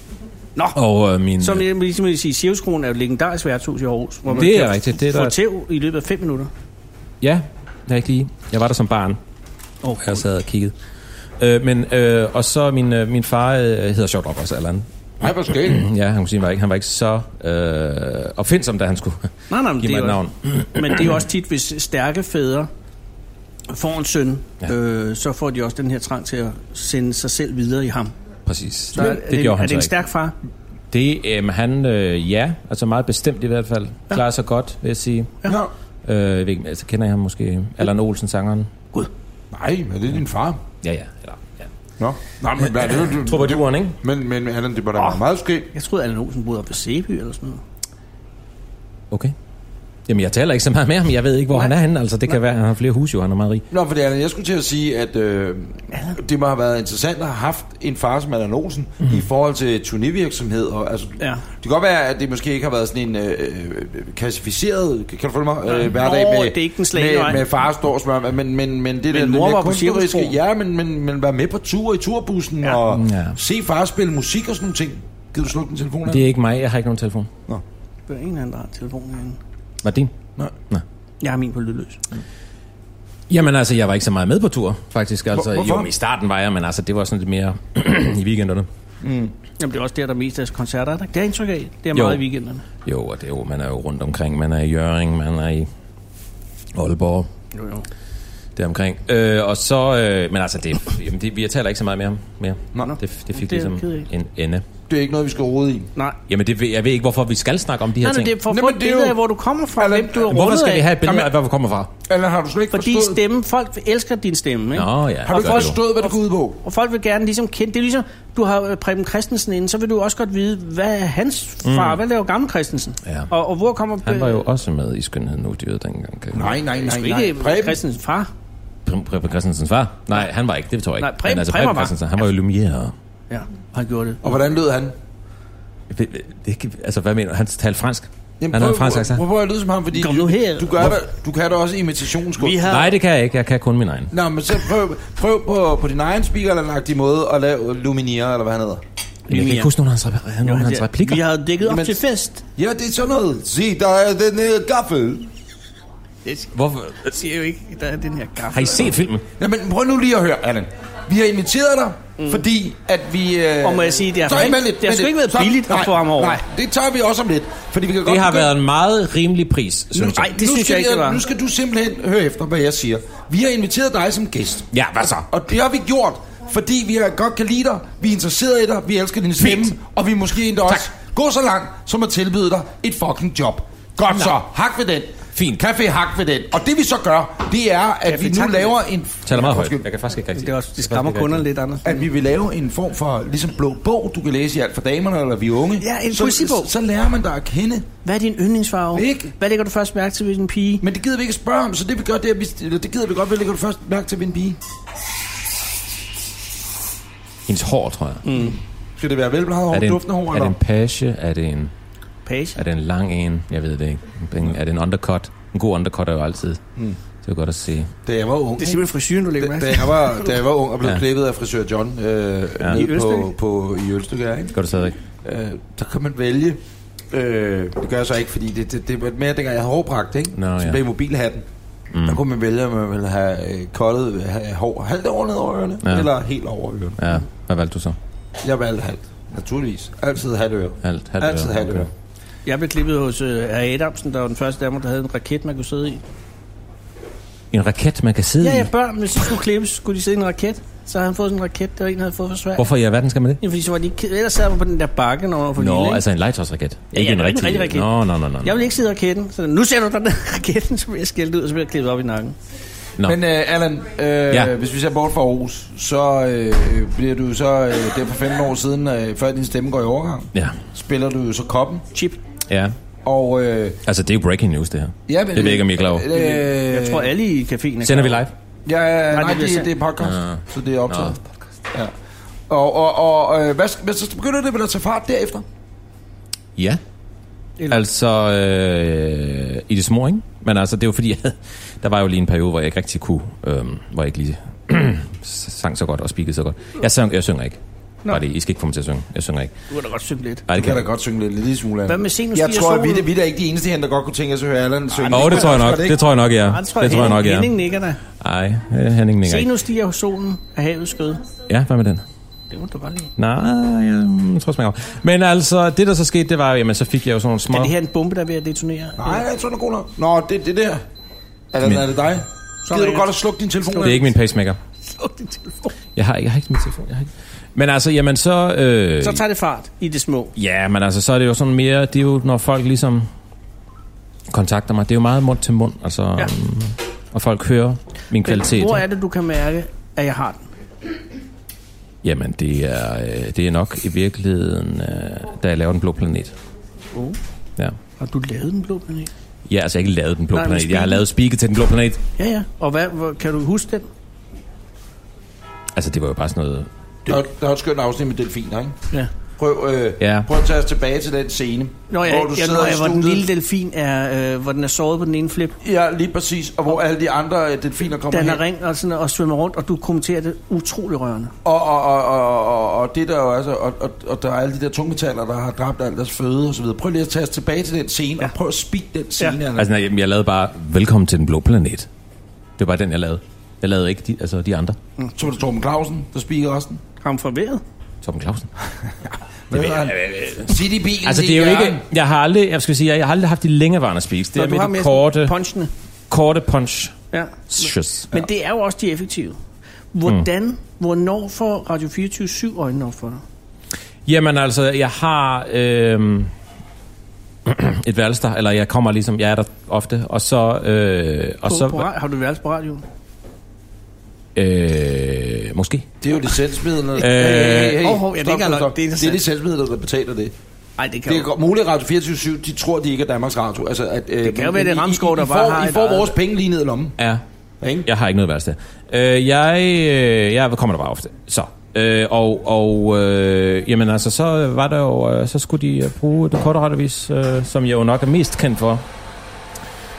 C: Nå,
H: Og øh, min...
C: Som jeg ligesom vil sige, Cirkuskronen er jo et legendarisk værtshus i Aarhus, hvor man
H: Det er
C: kan
H: rigtigt, det er der-
C: få tæv i løbet af fem minutter.
H: Ja, jeg ikke lige. Jeg var der som barn.
C: Oh,
H: Jeg sad og kiggede. Øh, men, øh, og så min, øh, min far øh, hedder sjovt nok også Allan.
B: Nej, hvor skal I?
H: Ja, han kunne sige, han var ikke, han var ikke så øh, opfindsom, da han skulle
C: nej, nej, men
H: give
C: det,
H: mig
C: er
H: et navn.
C: jo, men det er jo også tit, hvis stærke fædre får en søn,
H: Ja.
C: ja. øh, så får de også den her trang til at sende sig selv videre i ham.
H: Præcis.
C: Der,
H: det, det
C: er,
H: gjorde
C: er
H: han
C: det
H: så
C: en
H: ikke.
C: stærk far?
H: Det, øhm, han, øh, ja, altså meget bestemt i hvert fald. Ja. Klarer sig godt, vil jeg sige.
B: Nå.
H: Øh, jeg ved ikke, altså kender jeg ham måske? Allan Olsen, sangeren?
B: Nej, men det er din far.
H: Ja, ja. Eller, ja.
B: Nå, Nej, men hvad er det? Du,
H: Trubaduren, ikke?
B: Men, men Allan, det var da oh. meget skægt.
C: Jeg troede, Allan Olsen boede oppe ved Sæby eller sådan noget.
H: Okay. Jamen, jeg taler ikke så meget med ham. Jeg ved ikke, hvor Nej. han er henne. Altså, det kan være, at han har flere huse, jo. Han er meget rig.
B: Nå, fordi Allan, jeg skulle til at sige, at øh, det må have været interessant at have haft en far som Allan Olsen mm. i forhold til turnévirksomhed. Og, altså,
C: Ja.
B: Det kan godt være, at det måske ikke har været sådan en øh, øh, klassificeret, kan du følge mig, øh, hverdag
C: Nå,
B: med,
C: det er ikke den slagne
B: med,
C: vej.
B: med far står og smør, men, men, men det der lidt
C: mor
B: mere
C: var på
B: kunstneriske-
C: cirkusbroen.
B: Ja, men, men, men være med på tur i turbussen ja. og
H: Ja.
B: ja. se far spille musik og sådan nogle ting. Gider du slukke din telefon?
H: Det
B: Det...
H: er ikke mig. Jeg har ikke nogen telefon.
C: Der er en eller anden, der har telefonen herinde.
H: Var det din?
B: Nej.
H: Nej.
C: Jeg har min på lydløs.
H: Jamen altså, jeg var ikke så meget med på tur, faktisk. Altså,
B: Hvor- hvorfor?
H: jo, men i starten var jeg, men altså, det var sådan lidt mere i weekenderne.
C: Jamen, det er også der, der mest af koncerter. er der ikke? Det er jeg indtryk af. Det er
H: Jo.
C: meget i weekenderne.
H: Jo, og det er jo, man er jo rundt omkring. Man er i Jøring, man er i Aalborg.
C: Jo, jo.
H: Det omkring. Øh, og så, øh, men altså, det, jamen, det, vi taler ikke så meget mere. mere.
B: Nå, nå.
H: Det, det fik
C: Det er jeg
H: ligesom
C: ked af.
H: en ende.
B: Det er ikke noget, vi skal rode i.
C: Nej.
H: Jamen, det, ved- jeg ved ikke, hvorfor vi skal snakke om de her
C: Nej, nej,
H: ting.
C: det er for at få
B: Jamen,
C: et
B: det er
C: billede
B: jo-
C: af, hvor du kommer fra,
B: Allan,
C: hvem du er
H: Hvorfor
C: rundet
H: skal vi
C: af.
H: have et billede af, hvor vi kommer fra?
B: Eller har du slet ikke
C: Fordi
B: forstået?
C: stemmen, folk elsker din stemme, ikke?
H: Nå, ja.
B: Har du
H: det
B: ikke
H: gør vi jo.
B: forstået, hvad det går ud på?
C: Og folk vil gerne ligesom kende... Det er ligesom, du har øh, Preben Christensen inde, så vil du også godt vide, hvad er hans far? Mm. Hvad laver gamle Christensen?
H: Ja.
C: Og, og hvor kommer...
H: Han var jo også med i Skønheden og Dyret dengang. kan jeg
B: Nej, nej,
C: Nej,
B: nej,
C: ikke
B: nej. Preben,
C: Christensens far.
H: Preben Preben Christensens far? Nej, han var ikke, det tror jeg ikke.
C: Nej, Preben-
H: Men altså,
C: Preben
H: Preben
C: var.
H: Christensen, han var jo Lumiere.
C: Ja, han gjorde det.
B: og hvordan lød han?
H: Det, kan- altså, hvad mener du? Han talte fransk?
B: Jamen,
H: han havde
B: prøv,
H: en fransk accent?
B: prøv, prøv at lyde som ham, fordi
C: Kom nu
B: du,
C: her.
B: du, gør da, du kan da også imitationskunst.
C: Vi har...
H: Nej, det kan jeg ikke. Jeg kan kun min egen.
B: Nå, men så prøv, prøv på, på din egen speaker eller måde at lave Lumineer, eller hvad han hedder.
H: Jeg kan ikke huske nogen af hans, rep- nogen af hans replikker.
C: Vi har dækket op
B: Jamen-
C: til fest.
B: Ja, det er sådan noget. Se, der er den
C: øh,
B: her gaffel.
H: Hvorfor?
C: Jeg siger jo ikke, der er den her
H: Har
C: gaffel.
H: I set filmen?
B: Ja, men prøv nu lige at høre, Allan. Vi har inviteret dig, mm. fordi at vi... Øh...
C: Og må jeg sige, det har
B: Sorry,
C: ikke-
B: vent lidt,
C: det har
B: vent
C: sgu
B: lidt.
C: ikke været
B: Stop.
C: billigt at
B: nej,
C: få ham over.
B: Nej, det tager vi også om lidt, fordi vi kan godt
H: Det har
B: begynde-
H: været en meget rimelig pris, synes jeg.
C: Nej, det
B: nu
C: synes
B: skal
C: jeg ikke, det var.
B: Nu skal du simpelthen høre efter, hvad jeg siger. Vi har inviteret dig som gæst.
H: Ja, hvad så?
B: Og det har vi gjort, fordi vi har- godt kan lide dig, vi er interesseret i dig, vi elsker din stemme,
H: Fint.
B: og vi måske endda også gå så langt, som at tilbyde dig et fucking job. Godt
H: Nå.
B: så, hak ved den.
H: Fint.
B: Café hak ved den. Og det vi så gør, det er, at vi nu
C: tak ved
B: laver en...
H: Taler meget højt.
B: Undskyld.
H: Jeg kan faktisk ikke rigtig.
C: Det, er også, det skræmmer kunderne lidt, Anders.
B: At vi vil lave en form for ligesom blå bog, du kan læse i alt for damerne, eller vi er unge.
C: Ja, en
B: så,
C: poesibog.
B: Så, så lærer man dig at kende.
C: Hvad er din yndlingsfarve?
B: Ikke.
C: Hvad lægger du først mærke til ved en pige?
B: Men det gider vi ikke spørge om, så det vi gør, det er, at vi, eller det gider vi godt, vi lægger du først mærke til ved en pige.
H: Hendes hår, tror jeg. Mm.
B: Skal det være velbladet hår,
H: Er det en,
B: duftende hår,
H: er det
B: eller?
H: en page? Er det en,
C: Page.
H: er det en lang en? Jeg ved det ikke. En- Er det en undercut? En god undercut er jo altid. Mm. Det er godt at se.
B: Da jeg var ung,
C: Det er simpelthen frisyren, du lægger
B: da,
C: mærke
B: da
C: til.
B: jeg var, da jeg var ung og blev
H: Ja.
B: ja. klippet af frisør John øh, ja.
H: I
B: nede på,
C: Ølstykke?
B: på, i Ølstykke, her, ikke?
H: Godt du stadig.
B: Øh, der kan man vælge. Øh, det gør jeg så ikke, fordi det, det, det var mere dengang, jeg havde hårpragt, ikke?
H: Nå,
B: så
H: ja.
B: blev mobilhatten. Mm. Der kunne man vælge, om man ville have øh, koldet øh, have hår halvt over ned over ørerne,
H: Ja.
B: ja. eller helt over ørerne.
H: Ja, hvad valgte du så?
B: Jeg valgte halvt, naturligvis. Altid halvt øre.
H: Halvt, halvt
B: Altid
H: øre,
B: halvt
H: okay.
B: øre.
C: Jeg blev klippet hos uh, Adamsen, der var den første Danmark, der havde en raket, man kunne sidde i.
H: En raket, man kan sidde
C: Ja,
H: i?
C: ja, børn, hvis de skulle klippes, skulle de sidde i en raket. Så havde han fået sådan en raket, der var en, der havde fået for svært.
H: Hvorfor i alverden skal man det?
C: Ja, fordi så var de ikke ked. Ellers sad man på den der bakke, når man var for lille,
H: Nå,
C: ikke?
H: altså en legetøjsraket.
C: Ja,
H: ikke
C: ja,
H: en
C: det er ikke en
H: rigtig.
C: rigtig raket.
H: Nå, nå, nå, nå.
C: Jeg vil ikke sidde i raketten, så nu ser du dig ned i raketten, så bliver jeg skældt ud, og så bliver jeg klippet op i nakken.
H: Nå.
B: Men øh, Allan, øh,
H: Ja.
B: ja. hvis vi ser bort fra Aarhus, så øh, bliver du så, øh, det er for 15 år siden, øh, før din stemme går i
C: øh-
B: overgang,
H: Ja,
B: spiller du jo så koppen,
C: Chip.
H: ja.
B: og... Øh,
H: Altså, det er jo breaking news, det her.
B: ja,
H: Det ved jeg ikke, om I er klar over.
B: Øh,
C: Jeg tror, alle i caféen er
H: Sender vi
C: klar.
H: live?
B: ja, nej,
C: bliver
B: nej det,
C: sendt.
B: det er podcast,
H: Nå.
B: så det er optaget.
H: Nå.
B: Ja. Og, og, og øh, hvad, hvad, så begynder det vel at tage fart derefter?
H: Ja.
C: Eller-
H: Altså, øh, i det små, ikke? Men altså, det er jo fordi, jeg, der var jo lige en periode, hvor jeg ikke rigtig kunne, øh, hvor jeg ikke lige sang så godt og spikede så godt. Jeg, sang, jeg synger ikke.
C: Nå.
H: Bare det, I skal ikke få mig til at synge. Jeg synger ikke.
C: Du har da godt synge lidt.
H: Nej,
B: Du kan
H: det kan
B: da
H: jeg ikke.
B: godt synge lidt, en lille smule. Allan.
C: Hvad med Senus
B: Jeg
C: Stiger
B: tror, at
C: Solen?
B: vi, er- vi er da ikke de eneste her, der godt kunne tænke os at høre Allan synge.
H: Åh, det tror jeg nok.
B: Ikke?
H: Det tror jeg nok, jeg er. Det tror jeg nok, jeg
C: Henning
H: er.
C: nikker da.
H: Ej, øh, Henning
C: Se,
H: nikker ikke.
C: nu stiger solen af havets skød.
H: Ja, hvad med den?
C: Det må du godt lide.
H: Nej, jeg tror smager godt. Men altså, det der så skete, det var jo, jamen, så fik jeg jo sådan nogle små...
C: Er det her en bombe, der er ved at detonere?
B: Nej, jeg tror, den er god nok. Nå, det, det der. Allan,
H: Men-
B: er det dig? Så gider du
C: ringer-
B: godt at slukke din telefon?
H: Det er ikke min pacemaker.
C: Sluk din telefon.
H: Jeg har, jeg har ikke min telefon. Jeg har ikke. Men altså, jamen så... Øh,
C: Så tager det fart i det små.
H: Ja, men altså, så er det jo sådan mere, det er jo, når folk ligesom kontakter mig, det er jo meget mund til mund, altså,
C: Ja.
H: ja. og folk hører min kvalitet.
C: Hvor er det, du kan mærke, at jeg har den?
H: Jamen, det er, øh, det er nok i virkeligheden, øh, da jeg laver Den Blå Planet.
C: Oh.
H: Ja.
C: Har du lavet den blå planet?
H: ja, altså, jeg har ikke lavet Den Blå
C: Nej, men
H: Planet, jeg har
C: speaket.
H: lavet speaket til Den Blå Planet.
C: Ja, ja. Og hvad, hvor, kan du huske den?
H: Altså, det var jo bare sådan noget...
B: Der, er- der er et skønt afsnit med delfiner, ikke?
C: Ja.
B: Prøv, øh,
H: Ja.
B: ja. prøv at tage os tilbage til den scene,
C: Nå, jeg,
B: hvor du
C: jeg,
B: sidder
C: når
B: i
C: jeg, hvor den
B: studiet.
C: lille delfin er, øh, hvor den er såret på den ene flip.
B: Ja, lige præcis. Og hvor alle de andre øh, delfiner kommer
C: Den
B: hen.
C: er ring og, sådan, og svømmer rundt, og du kommenterer det utrolig rørende.
B: Og, og, og, og, og, og det der jo altså, og, og, og der er alle de der tungmetaller, der har dræbt alt deres føde og så videre. Prøv lige at tage os tilbage til den scene, ja. og prøv at speak den scene. Ja.
H: Altså, nej, jamen, jeg lavede bare Velkommen til Den Blå Planet. Det var bare den, jeg lavede. Jeg lavede ikke de, altså, de andre.
B: Mm, Så var det Torben Clausen, der speaker også den.
C: Har han forvirret?
H: Torben Clausen.
B: Hvad hedder han? Sit i bilen,
H: Altså,
B: sit
H: det er
B: i
H: jo ikke...
B: hjørnet.
H: Jeg har aldrig, jeg skal sige, jeg har aldrig haft de længerevarende speaks. Det
C: Nå,
H: er
C: du
H: med
C: har
H: de
C: mere
H: korte,
C: punchene.
H: korte punch.
C: Ja.
H: Shush.
C: Men det er jo også de effektive. Hvordan, mm. hvornår får Radio 24 7 øjnene op for dig?
H: Jamen altså, jeg har øh, et værelse der, eller jeg kommer ligesom, jeg er der ofte, og så... Øh, og
C: På, så, på,
H: så
C: ra- har du været på radioen?
H: øh, måske.
B: Det er jo licensmidlerne. Øh,
C: hov, hov, ja, det er ikke engang løgn. Det
B: det, er det er
C: er interessant.
B: licensmidlerne, der betaler det.
C: Nej, det kan
B: Det
C: det
B: er godt muligt, at Radio 24 de tror, de ikke er Danmarks Radio. Altså, at, øh, det
C: kan jo være, det er Ramskov, der bare
B: får,
C: har
B: I
C: et
B: får
C: eget-
B: vores penge lige ned i lommen.
H: Ja,
B: Ikke?
H: jeg har ikke noget værelse der. Øh, jeg, øh, jeg kommer der bare ofte, så... Øh, og og øh, jamen altså, så var der jo, øh, så skulle de øh, bruge det korte radiovis, øh, som jeg jo nok er mest kendt for.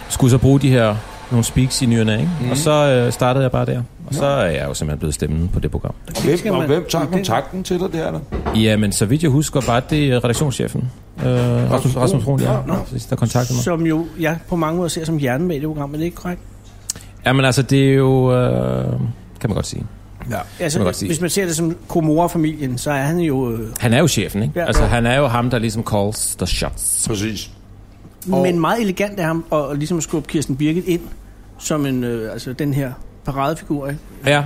H: Skulle så bruge de her nogle speaks i nyerne, ikke? Mm. Og så øh, startede jeg bare der. Og så er jeg jo simpelthen blevet stemmen på det program.
B: Og hvem,
C: skal
B: og
C: man-
B: hvem tager
C: det-
B: kontakten til dig der? Der?
H: Jamen, så vidt jeg husker, var det øh, redaktionschefen. Øh, Rasmus, Rasmus Brun, ja, ja, præcis, der kontaktede mig.
C: Som jo jeg på mange måder ser som hjernen med i det program, er det ikke korrekt?
H: Jamen altså, det er jo... Øh, kan man godt sige.
C: Altså,
H: Må jeg godt
C: man
H: sige.
C: hvis man ser det som Komora-familien, så er han jo... Øh,
H: Han er jo chefen, ikke?
C: Ja.
H: altså, han er jo ham, der ligesom calls the shots.
B: Præcis. Og-
C: men meget elegant af ham at ligesom at skubbe Kirsten Birgit ind som en, øh, altså den her paradefigur, ikke?
H: Ja.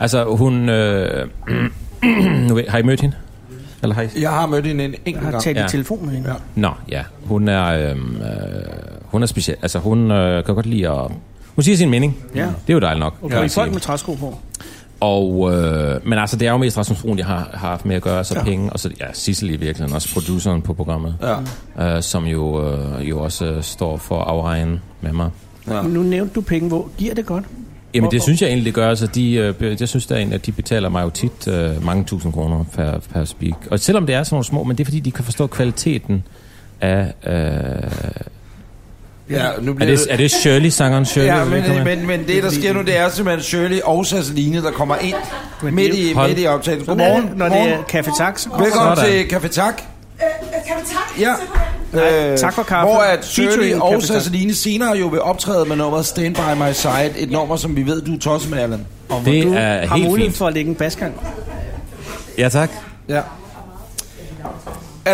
H: Altså, hun... Øh, nu ved- har I mødt hende? Eller har I...
B: Jeg har mødt hende en enkelt
C: Jeg har
B: gang.
C: talt ja.
H: Ja.
C: i telefonen med hende.
B: Ja.
C: Ja.
H: Nå, ja. Hun er... Øh, øh, hun er speciel. Altså, hun øh, kan godt lide at... Hun siger sin mening.
C: Ja.
H: Det er jo dejligt nok.
C: Okay, ja,
H: kan
C: folk
H: man
C: med
H: sige.
C: træsko på.
H: Og, øh, men altså, det er jo mest Rasmus Brun, jeg har, har haft med at gøre, så ja. penge, og så ja, Sissel i virkeligheden, også produceren på programmet, ja. øh, som jo, øh, jo også øh, står for at afregne med mig.
B: Ja.
C: Nu nævnte du penge, hvor giver det godt?
H: Jamen,
C: Hvorfor?
H: det synes jeg egentlig, det gør. Altså, de, øh, be- jeg synes da egentlig, at de betaler mig jo tit øh, mange tusind kroner per, per speak. Og selvom det er sådan nogle små, men det er fordi, de kan forstå kvaliteten af... Øh, er,
B: Ja, nu bliver
H: det, er det Shirley, sangeren Shirley?
B: Ja,
H: der kommer
B: men,
H: ind?
B: men, men det, der sker nu, det er simpelthen Shirley og Sasseline, der kommer ind
C: Men
B: midt
C: det er
B: i,
H: jo- Hold.
B: midt i optagelsen.
C: Sådan er
B: Godmorgen.
C: det, når det er kaffetax.
B: Velkommen
H: Sådan.
B: til Café Tak.
D: Kan du takke?
B: Ja. Øh,
C: tak for kaffe.
B: Hvor at Shirley
C: Featuring
B: og
C: Café Tak.
B: Sasseline senere jo vil optræde med nummeret Stand By My Side. Et nummer, som vi ved, du er tosset med, Allan.
C: Du
H: det er
C: har
H: helt
C: mulighed
H: fint.
C: for at lægge en basgang.
H: Ja, tak.
B: Ja.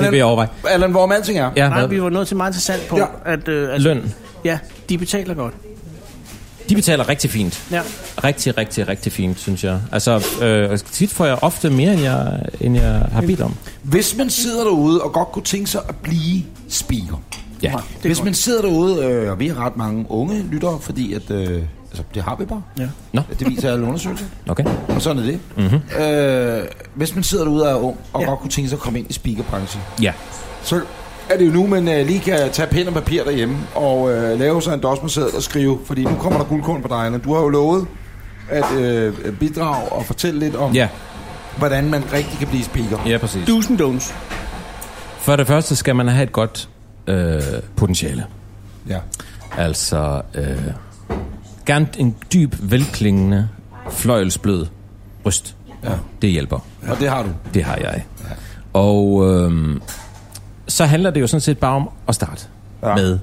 H: Det vil jeg overveje.
B: Allan, hvor alting er.
H: Ja,
C: Nej,
H: hvad?
C: vi var nået til meget interessant på,
B: Ja.
C: ja. at, øh, at
H: Løn.
C: ja, de betaler godt.
H: De betaler rigtig fint.
C: Ja.
H: Rigtig, rigtig, rigtig fint, synes jeg. Altså, øh, tit får jeg ofte mere, end jeg, end jeg har bedt om.
B: Hvis man sidder derude og godt kunne tænke sig at blive speaker.
H: Ja.
C: er
B: Hvis
C: godt.
B: man sidder derude, øh, og vi har ret mange unge lyttere, fordi at, øh, altså, det har vi bare.
C: Ja.
H: Nå,
B: Det viser alle undersøgelser.
H: okay.
B: Og sådan er det. Mm-hmm. Øh, hvis man sidder derude og er ung, og ja.
C: Ja.
B: godt kunne tænke sig at komme ind i speakerbranchen,
H: Ja.
B: så er det jo nu, man øh, lige kan tage pen og papir derhjemme, og øh, lave sig en dosmerseddel og skrive, fordi nu kommer der guldkorn på dig, Allan. Du har jo lovet at øh, bidrage og fortælle lidt om,
H: Ja,
B: hvordan man rigtig kan blive speaker.
H: ja præcis.
C: Do's and don'ts.
H: For det første skal man have et godt øh, potentiale.
B: Ja.
H: Altså, øh, gerne en dyb, velklingende, fløjelsblød bryst. Ja. Det hjælper.
B: Og det har du.
H: Det har jeg. Og øh, så handler det jo sådan set bare om at starte ja. med.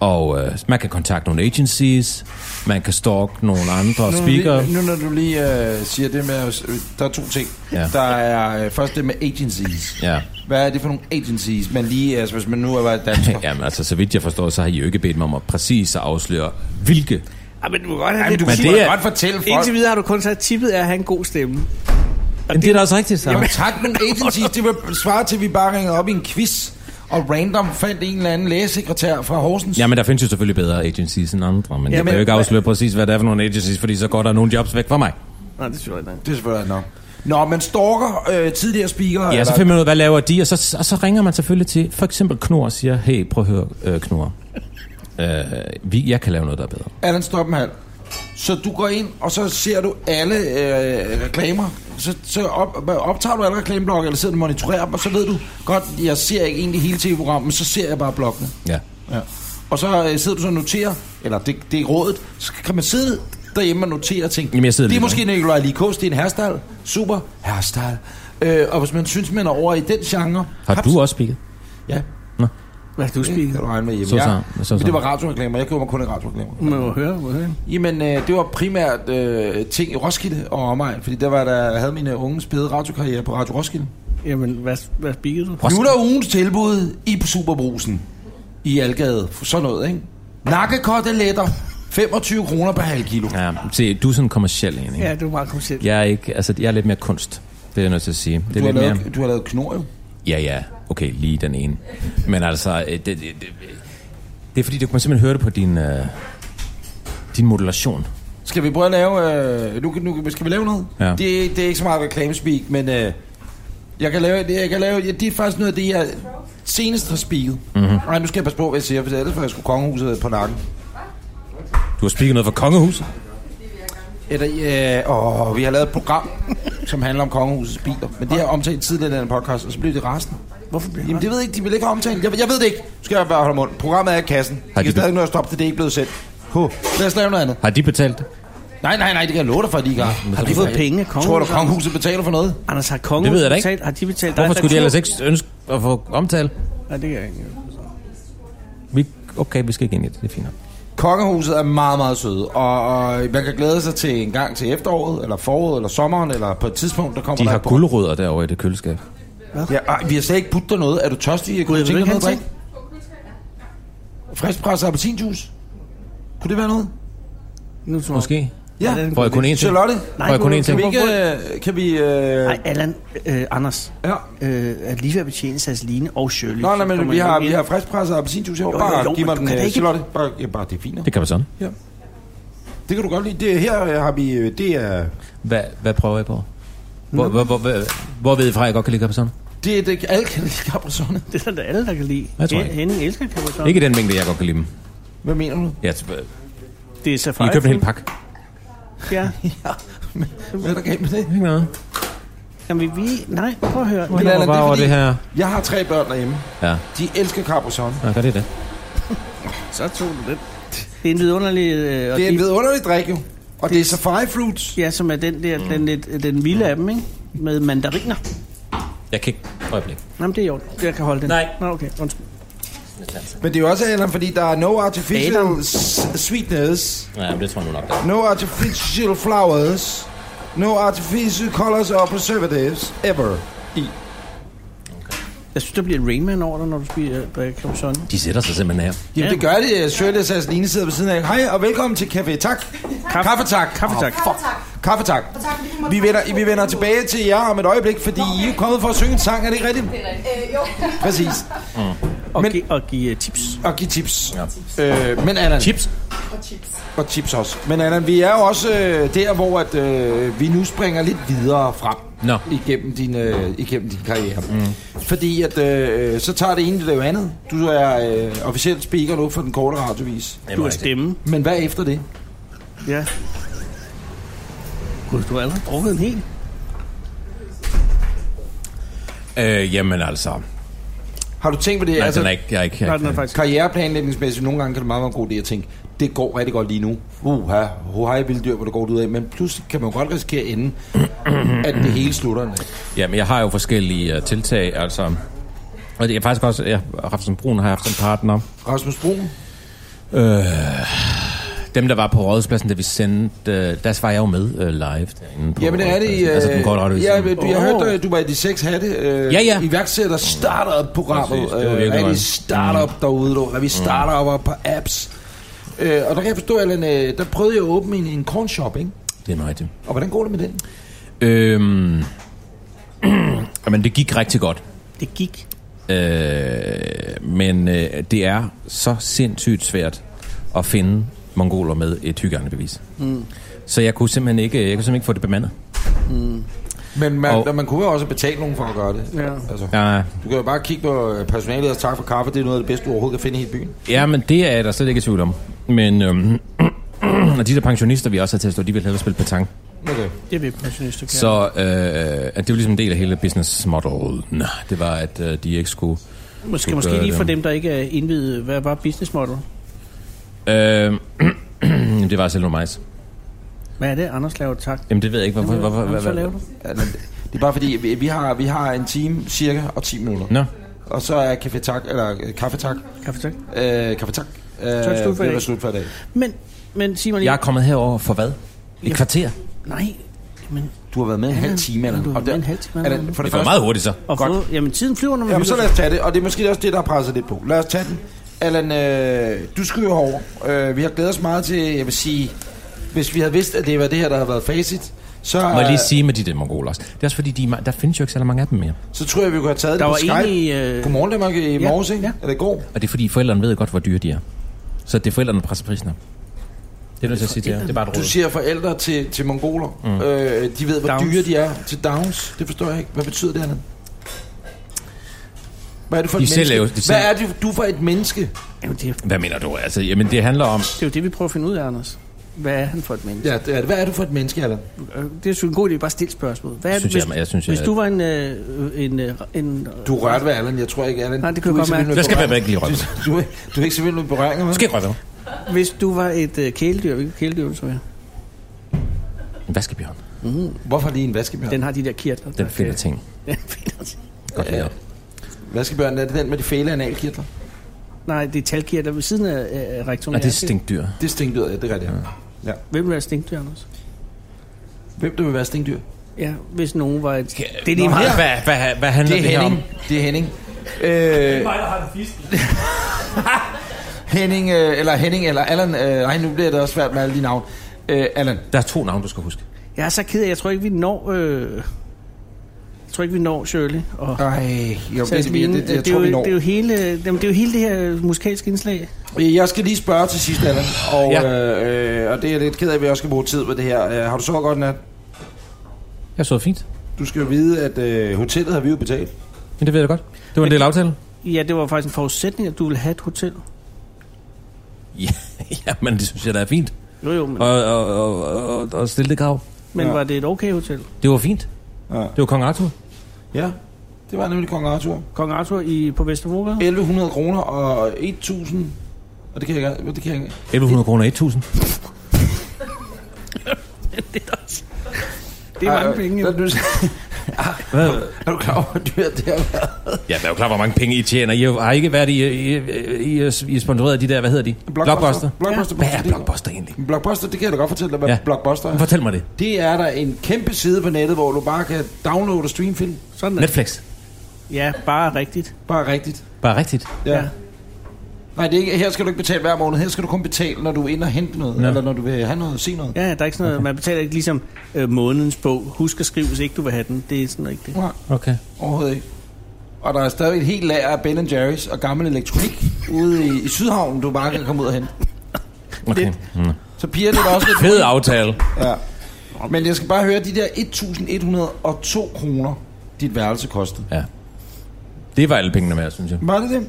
H: Og øh, man kan kontakte nogle agencies, man kan stalke nogle andre speaker.
B: Nu, nu når du lige øh, siger det med, at- øh, der er to ting.
H: Ja.
B: Der er øh, først det med agencies.
H: Ja.
B: Hvad er det for nogle agencies, man lige, altså hvis man nu er været dansker?
H: Jamen altså, så vidt jeg forstår, så har I jo ikke bedt mig om at præcis at afsløre, hvilke.
C: Ja, men du kan godt have
B: Jamen,
C: lidt
B: du
H: Men
B: kan
H: det
B: det
H: er-
B: godt fortælle folk.
C: Indtil videre har du kun sagt, at tippet er at have en god stemme.
H: Men det er da også rigtigt, så.
B: Kontakt med en agency, det vil svare til, at vi bare ringede op i en quiz, og random fandt en eller anden lægesekretær fra Horsens.
H: Ja, men der findes jo selvfølgelig bedre agencies end andre, men ja, jeg
C: Jamen,
H: kan jo ikke afsløre præcis, hvad det er for nogle agencies, fordi så går der nogle jobs væk fra mig.
C: Nej, det tror jeg ikke.
B: Det er selvfølgelig nok. Nå, man stalker øh, tidligere speakere.
H: Ja, så
B: eller-
H: finder man ud af, hvad laver de, og så, og så ringer man selvfølgelig til for eksempel Knor og siger, hey, prøv at høre, øh, Knor, øh, vi, jeg kan lave noget, der er bedre.
B: Allan Stoppenhal. Så du går ind, og så ser du alle øh, reklamer. Så, så op, optager du alle reklameblokke, eller sidder du og monitorerer dem, og så ved du godt, jeg ser ikke egentlig hele tv-programmet, men så ser jeg bare blokkene.
H: Ja.
B: Ja. Og så øh, sidder du så og noterer, eller det, det er rådet, så kan man sidde derhjemme og notere ting.
H: Jamen, jeg sidder
B: det er
H: lige
B: måske Nikolaj Likos, det er en herrestal. Super, herrestal. Øh, og hvis man synes, man er over i den genre...
H: Har du også spillet?
B: Ja,
C: Hvad har du
B: det kan
C: spiket?
B: du regne med hjemme.
H: Så
B: Jeg-
H: så, så så.
B: Men det var radioreklamer, jeg gjorde mig kun i radioreklamer.
C: Du må jo høre, må høre.
B: Jamen, øh, det var primært øh, ting i Roskilde og omegn, fordi der var der, jeg havde mine unge spæde radiokarriere på Radio Roskilde.
C: Jamen, hvad, hvad spikkede du?
B: Nu er der ugens tilbud i Superbrusen. I Algade. Sådan noget, ikke? Nakkekoteletter. 25 kroner per halv kilo.
H: Ja, se, du er sådan en kommersiel en, ikke?
C: Ja, det var meget kommersielt.
H: Jeg er ikke, altså, jeg er lidt mere kunst. Det er jeg nødt til at sige. Det er
B: Du har,
H: lidt mere...
B: lavet, du har lavet knor, jo.
H: Ja, ja. Okay, lige den ene. Men altså, øh, det, det, det, det er fordi, du kan simpelthen høre det på din, øh, din modulation.
B: Skal vi prøve at lave... Øh, nu, kan- nu kan- skal vi lave noget?
H: Ja.
B: Det, det er ikke så meget reklamespeak, men øh, jeg kan lave... Det, jeg kan lave ja, det er faktisk noget af det, jeg senest har speaket.
H: Mhm.
B: Mm-hmm. Nej, nu skal jeg passe på, hvad jeg siger, for ellers får jeg sgu kongehuset på nakken.
H: Du har spiket noget fra kongehuset.
B: Eller, ja, og vi har lavet et program, som handler om kongehusets biler. Men det har jeg omtalt tidligere i den her podcast, og så blev det resten.
C: Hvorfor bliver
B: Jamen det ved jeg ikke, de vil ikke have omtalt. Jeg, jeg ved det ikke. Nu skal jeg bare holde mund. Programmet er i kassen.
H: Har
B: De
H: de
B: kan
H: be-
B: stadig nå at stoppe det, det er ikke blevet sendt. Huh. Lad os lave noget andet.
H: Har de betalt det?
B: Nej, nej, nej, det kan jeg love dig for, at de ikke har.
C: Har de fået penge af
B: Tror du,
C: kongehuset?
B: kongehuset betaler for noget?
C: Anders, har kongen
H: Det ved jeg da ikke.
C: Betalt, har de betalt
H: Hvorfor
C: dig
H: skulle de
C: faktur?
H: ellers ikke ønske at få omtale?
C: Nej, det kan jeg ikke.
H: Vi, okay, vi skal ikke ind i det. Det er fint nok.
B: Kongehuset er meget, meget søde, og, og man kan glæde sig til en gang til efteråret, eller foråret, eller sommeren, eller på et tidspunkt, der kommer
H: De
B: der
H: har
B: et program.
H: guldrødder derovre i det køleskab.
B: Ja, ej, vi har slet ikke puttet dig noget. Er du tørstig? Jeg
C: Gud,
B: kunne
C: jeg
B: tænke
C: vil
B: dig
C: ikke
B: noget
C: have
B: at drikke. Friskpresset appelsinjuice. Kunne det være noget?
C: Nu tror jeg.
H: Måske.
B: Ja.
C: det er en
H: Får jeg kun én ting?
B: Charlotte,
H: Får jeg kun én
B: kan
H: ting?
B: vi ikke... øh, Kan vi... Øh,
C: Nej, Allan, øh, Anders,
B: ja.
C: øh, er lige ved at betjene Sasseline og
B: Nå,
C: Shirley.
B: nej,
C: Så kommer
B: men vi
C: jeg
B: har,
C: ind.
B: vi har friskpresset appelsinjuice herovre.
C: Jo, jo,
B: Bare
C: jo,
B: giv
C: men
B: mig
C: du
B: den,
C: kan da
B: øh,
C: ikke-
B: Charlotte. Bare, ja, bare det er fint. nok.
H: Det kan man sådan.
B: Det kan du godt lide. Det, her øh, har vi... øh, Det er...
H: Hvad, hvad prøver jeg på? Hvor, hvor, hvor, hvor, hvor ved I fra, at jeg godt kan lide Capri
B: Det er det, alle kan lide Capricorn.
C: Det er der alle, der kan lide.
H: Jeg tror
C: Hen-
H: ikke.
C: Henning elsker Capricorn.
H: Ikke i den mængde, jeg godt kan lide dem.
B: Hvad mener du?
H: Ja, t- øh,
C: Det er
H: I
C: safari.
H: købte en hel pakke.
C: Ja.
B: Hvad er der galt med det?
H: Ikke noget.
C: Jamen, vi... Nej, prøv at høre.
H: Jeg
B: Allan,
H: var
B: det
H: bare
B: er
H: over
B: fordi-
H: det her.
B: Jeg har tre børn derhjemme.
H: Ja,
B: De elsker Capricorn.
H: ja gør det det.
C: Så tog du den. Det er en vidunderlig... Øh, og
B: Det er en
C: de-
B: vidunderlig drik, jo. Og det er safari fruits.
C: Ja, som er den der, den, lidt, den vilde af dem, ikke? Med mandariner.
H: Jeg kan ikke... Øjeblik.
C: Jamen, det er jo, jeg kan holde den.
H: Nej.
C: Nå, okay, undskyld.
B: Men det er jo også Allan, fordi der er no artificial
C: Adam.
B: s- sweetness,
H: Ja, men det tror jeg nu nok. det er.
B: no artificial flowers, no artificial colors or preservatives ever.
C: Jeg synes, der bliver et Rayman over dig, når du spiser drikker Capri-Sun.
H: De sætter sig simpelthen her.
B: Jamen,
C: Ja.
B: det gør det. Shirley og Sasseline sidder ved siden af. Hej, og velkommen til Café Tak.
C: Kaffe-
B: Kaffe Tak.
C: Kaffe Tak.
B: Åh, fuck. Kaffe Tak. Vi vender, vi vender tilbage til jer om et øjeblik, fordi I er jo kommet for at synge en sang, er det ikke rigtigt? Præcis.
C: Og,
B: Men-
C: gi- og give øh, tips.
B: Og give tips. Øh, men Allan,
H: Chips?
B: og tips også. Men Anna, vi er jo også øh, der, hvor at, øh, vi nu springer lidt videre frem
H: Nå.
B: igennem, din, øh, igennem din karriere. Mm. Fordi at, øh, så tager det ene det, det andet. Du er øh, officielt speaker nu for den korte radiovis.
C: Du har stemme.
B: Men hvad efter det?
C: Ja. Gud, du har allerede drukket en hel.
H: Øh, jamen altså.
B: Har du tænkt på det? Altså,
H: Nej, den er ikke... Jeg er ikke, jeg
C: Nej,
H: er
C: den er
H: ikke
C: faktisk...
B: Karriereplanlægningsmæssigt, nogle gange kan det meget være en god idé at tænke, det går rigtig godt lige nu. Uha, hohej vilde dyr, hvor det går ud af. Men pludselig kan man jo godt risikere at ende, at det hele slutter.
H: Jamen, jeg har jo forskellige uh, tiltag, altså... Og det er faktisk også, jeg har haft som brun, har jeg haft en partner.
B: Rasmus Brun,
H: Dem, der var på rådhuspladsen, da vi sendte, øh, der var jeg jo med øh, live derinde. På
B: Jamen det er det.
H: Rådhuspladsen.
B: Øh,
H: Altså, den går ret
B: ja, men du, jeg
C: Åh.
B: hørte, at du var i de seks hatte. Øh,
H: Ja, ja.
B: Iværksætter startup-programmet.
H: Præcis, det var virkelig Mm.
B: Øh, rigtig
H: godt.
B: startup derude, du. Vi starter på apps. Øh, og der kan jeg forstå, Allan, øh, der prøvede jeg at åbne en, en cornshop, ikke?
H: Det er mig, det.
B: Og hvordan går det med den?
H: Øhm, jamen, det gik rigtig godt.
C: Det gik.
H: Øh, men øh, det er så sindssygt svært at finde mongoler med et hyggeegnebevis. Mm. Så jeg kunne simpelthen ikke, jeg kunne simpelthen ikke få det bemandet.
B: Men man,
H: Og-
B: og, man kunne jo også betale nogen for at gøre det.
C: Ja.
B: Altså, ja.
H: Ja,
B: Du kan jo bare kigge på øh, personalet og tak for kaffe. Det er noget af det bedste, du overhovedet kan finde i hele byen.
H: ja, men det er jeg da slet ikke i tvivl om. Men øhm, og de der pensionister, vi også har til at stå, de vil hellere spille petanque.
B: Okay.
C: Det er vi pensionister, kan.
H: Så øh, at det var ligesom en del af hele business model. Nå, det var, at øh, de ikke skulle...
C: Måske,
H: Du
C: måske
H: gør
C: lige for
H: det.
C: dem, der ikke er indvidet, hvad var business model?
H: Øh, det var selv noget majs.
C: Hvad er det, Anders laver tak?
H: Jamen det ved jeg ikke, hvorfor... hvorfor,
C: Jamen,
H: hvad,
C: så
H: hvad,
C: laver du.
B: Allan, Det er bare fordi, vi, vi, har, vi har en time cirka og 10 minutter.
H: Nå,
B: Og så er Café Tak, eller øh, Kaffe Tak,
C: Kaffe tak.
B: øh, Kaffe Tak, øh, det
C: slut for i
B: er
C: dag.
B: slut for i dag.
C: Men, men sig mig lige...
H: jeg er kommet herover for hvad? Et
C: Ja.
H: kvarter?
C: Nej, men,
B: Du har været med en halv time,
C: du
B: eller?
C: har
B: og
C: været med
B: der-
C: en halv time,
B: er der-
C: Allan.
B: For det
I: Det går
B: første,
I: meget hurtigt så.
C: og
B: Godt.
C: få, jamen tiden flyver, når man
B: Jamen, så
C: hygger
B: lad os tage det, og det er måske også det, der presser lidt på. Lad os tage den. Allan, øh, du skal jo over. Øh, vi har glædet os meget til, jeg vil sige, hvis vi havde vidst, at det var det her, der havde været facit, så,
H: Må jeg
B: øh,
H: lige sige med de der mongoler også. Det er også fordi, de, er ma- der findes jo ikke så mange af dem mere.
B: så tror jeg, vi kunne have taget
C: Der
B: det
C: var
B: på Skype.
C: en i... Øh,
B: Godmorgen Danmark i morges, ikke? Ja. Eller i går.
H: Og det er fordi, forældrene ved godt, hvor dyre de er. Så det er forældrene, der presser prisen op. Det er nødt til at sige til jer. Det er bare et
B: Du
H: råd.
B: siger forældre til, til mongoler. Mm. Øh, de ved, hvor
C: Downs.
B: Downs. dyre de er til Downs. Det forstår jeg ikke. Hvad betyder det andet? Hvad er du for
I: De
B: et
I: selv
B: menneske?
I: er jo- de selv-
B: Hvad er du, du for et menneske?
C: jamen, det, er-
I: Hvad mener du? Altså, jamen, det handler om...
C: det er jo det, vi prøver at finde ud af, Anders. Hvad er han for et menneske?
B: Ja, det er det. hvad er du for et menneske, Allan?
C: Øh, Det er sgu en god idé, bare stille spørgsmål. Hvad er
I: Synes
C: hvis,
I: jeg- jeg synes, jeg-
C: hvis du var en... Øh, en, øh, en
B: Du er rørt ved Allan. Jeg tror ikke, Allan...
C: Nej, det kan
B: du
C: jeg
B: er
C: godt
B: ikke så vild med
I: Jeg skal være
B: berøring.
I: væk lige rødt.
B: Du, du, er- du er ikke så vild med berøringer,
I: Du
B: vel?
I: skal ikke røre ved mig.
C: hvis du var et øh, kæledyr, hvilket kæledyr vil du så være?
H: En vaskebjørn.
B: Hvorfor lige en vaskebjørn?
C: Den har de der kirtler.
H: Den
C: der
H: fælder ting.
C: kan- Den finder-
H: Godt ja.
B: Vaskebjørn, er det den med de fæle analkirtler?
C: Nej, det er talkirtler ved siden af øh, rektum.
H: Og det er stinkdyr.
B: Det stinkdyr, ja, det er rigtigt. Ja. ja.
C: Hvem vil være stinkdyr, Anders?
B: Hvem der vil være stinkdyr?
C: Ja, hvis nogen var et... Det er
I: Nå,
C: lige meget.
I: Hvad, hvad, hvad handler
B: Det
I: det,
B: er
I: her om?
B: Henning. Det er Henning. Øh,
E: mig, der har den fisk.
B: Henning, øh, eller Henning, eller Allan. Øh, nej, nu bliver det også svært med alle dine navn. Øh, Allan,
H: Der er to navne, du skal huske.
C: Jeg er så ked af, jeg tror ikke, vi når... Øh, jeg tror ikke, vi når Shirley og...
B: Ej, jo, det, det,
C: Jasmine.
B: det, det, jeg
C: det, er
B: tror,
C: jo,
B: vi når.
C: det er jo hele, jamen, det er jo hele det her øh, musikalske indslag.
B: Øh, Jeg skal lige spørge til sidst, Allan. Og,
H: Ja.
B: øh, øh, og det er jeg lidt ked af, at vi også skal bruge tid på det her. Øh, har du så godt nat?
H: Jeg så fint.
B: Du skal jo vide, at øh, hotellet har vi jo betalt.
H: Men det ved jeg godt. Det var en del aftale.
C: Ja, det var faktisk en forudsætning, at du ville have et hotel.
H: Ja, ja, men det synes jeg, der er fint.
C: Jo, jo, men,
H: Og, og, og, og, og stille det krav.
C: men
B: ja.
C: var det et okay hotel?
H: Det var fint.
B: Ja.
H: Det var Kong Arthur.
B: Ja, det var nemlig Kong Arthur.
C: Kong Arthur i, på Vesterbrogade?
B: 1100 kroner og 1000... Og det kan jeg ikke... Det kan jeg ikke.
H: 1100 kroner 1000.
C: Det er mange penge.
B: Er,
C: jo.
B: er, du,
H: Hvad?
B: er du klar over, hvor dyrt det har været?
I: Ja, men jeg er jo klar, hvor mange penge I tjener. I har ikke været i... I, I, I, I er sponsoreret af de der... Hvad hedder de? Blockbuster.
B: Blockbuster.
H: Hvad er Blockbuster egentlig?
B: Blockbuster, det kan jeg da godt fortælle dig, hvad
H: Ja.
B: ja. Blockbuster er.
H: Fortæl mig det.
B: Det er der en kæmpe side på nettet, hvor du bare kan downloade og streame film.
C: Sådan der.
H: Netflix.
C: Ja, bare rigtigt.
B: Bare rigtigt.
H: Bare rigtigt.
B: Ja.
C: Ja.
B: ja. Nej, det er ikke, her skal du ikke betale hver måned. Her skal du kun betale, når du er inde og hente noget,
H: Nå.
B: ja. eller når du vil have noget, se noget. Ja.
C: Ja, ja, der er ikke sådan noget, man betaler ikke ligesom øh, månedens bog. Husk at skrive, hvis ikke du vil have den. Det er sådan ikke det.
B: Nej,
H: Okay.
B: overhovedet ikke. Og der er stadig et helt lager af Ben Jerry's og gammel elektronik ude i, i Sydhavnen, du bare kan komme ud og hente.
H: okay. Mm.
B: Så pigerne er da også lidt...
I: Fed aftale.
B: Ja. Men jeg skal bare høre, de der 1102 kroner, dit værelse kostede.
H: Ja. Det var alle pengene med, synes jeg.
B: Var det det?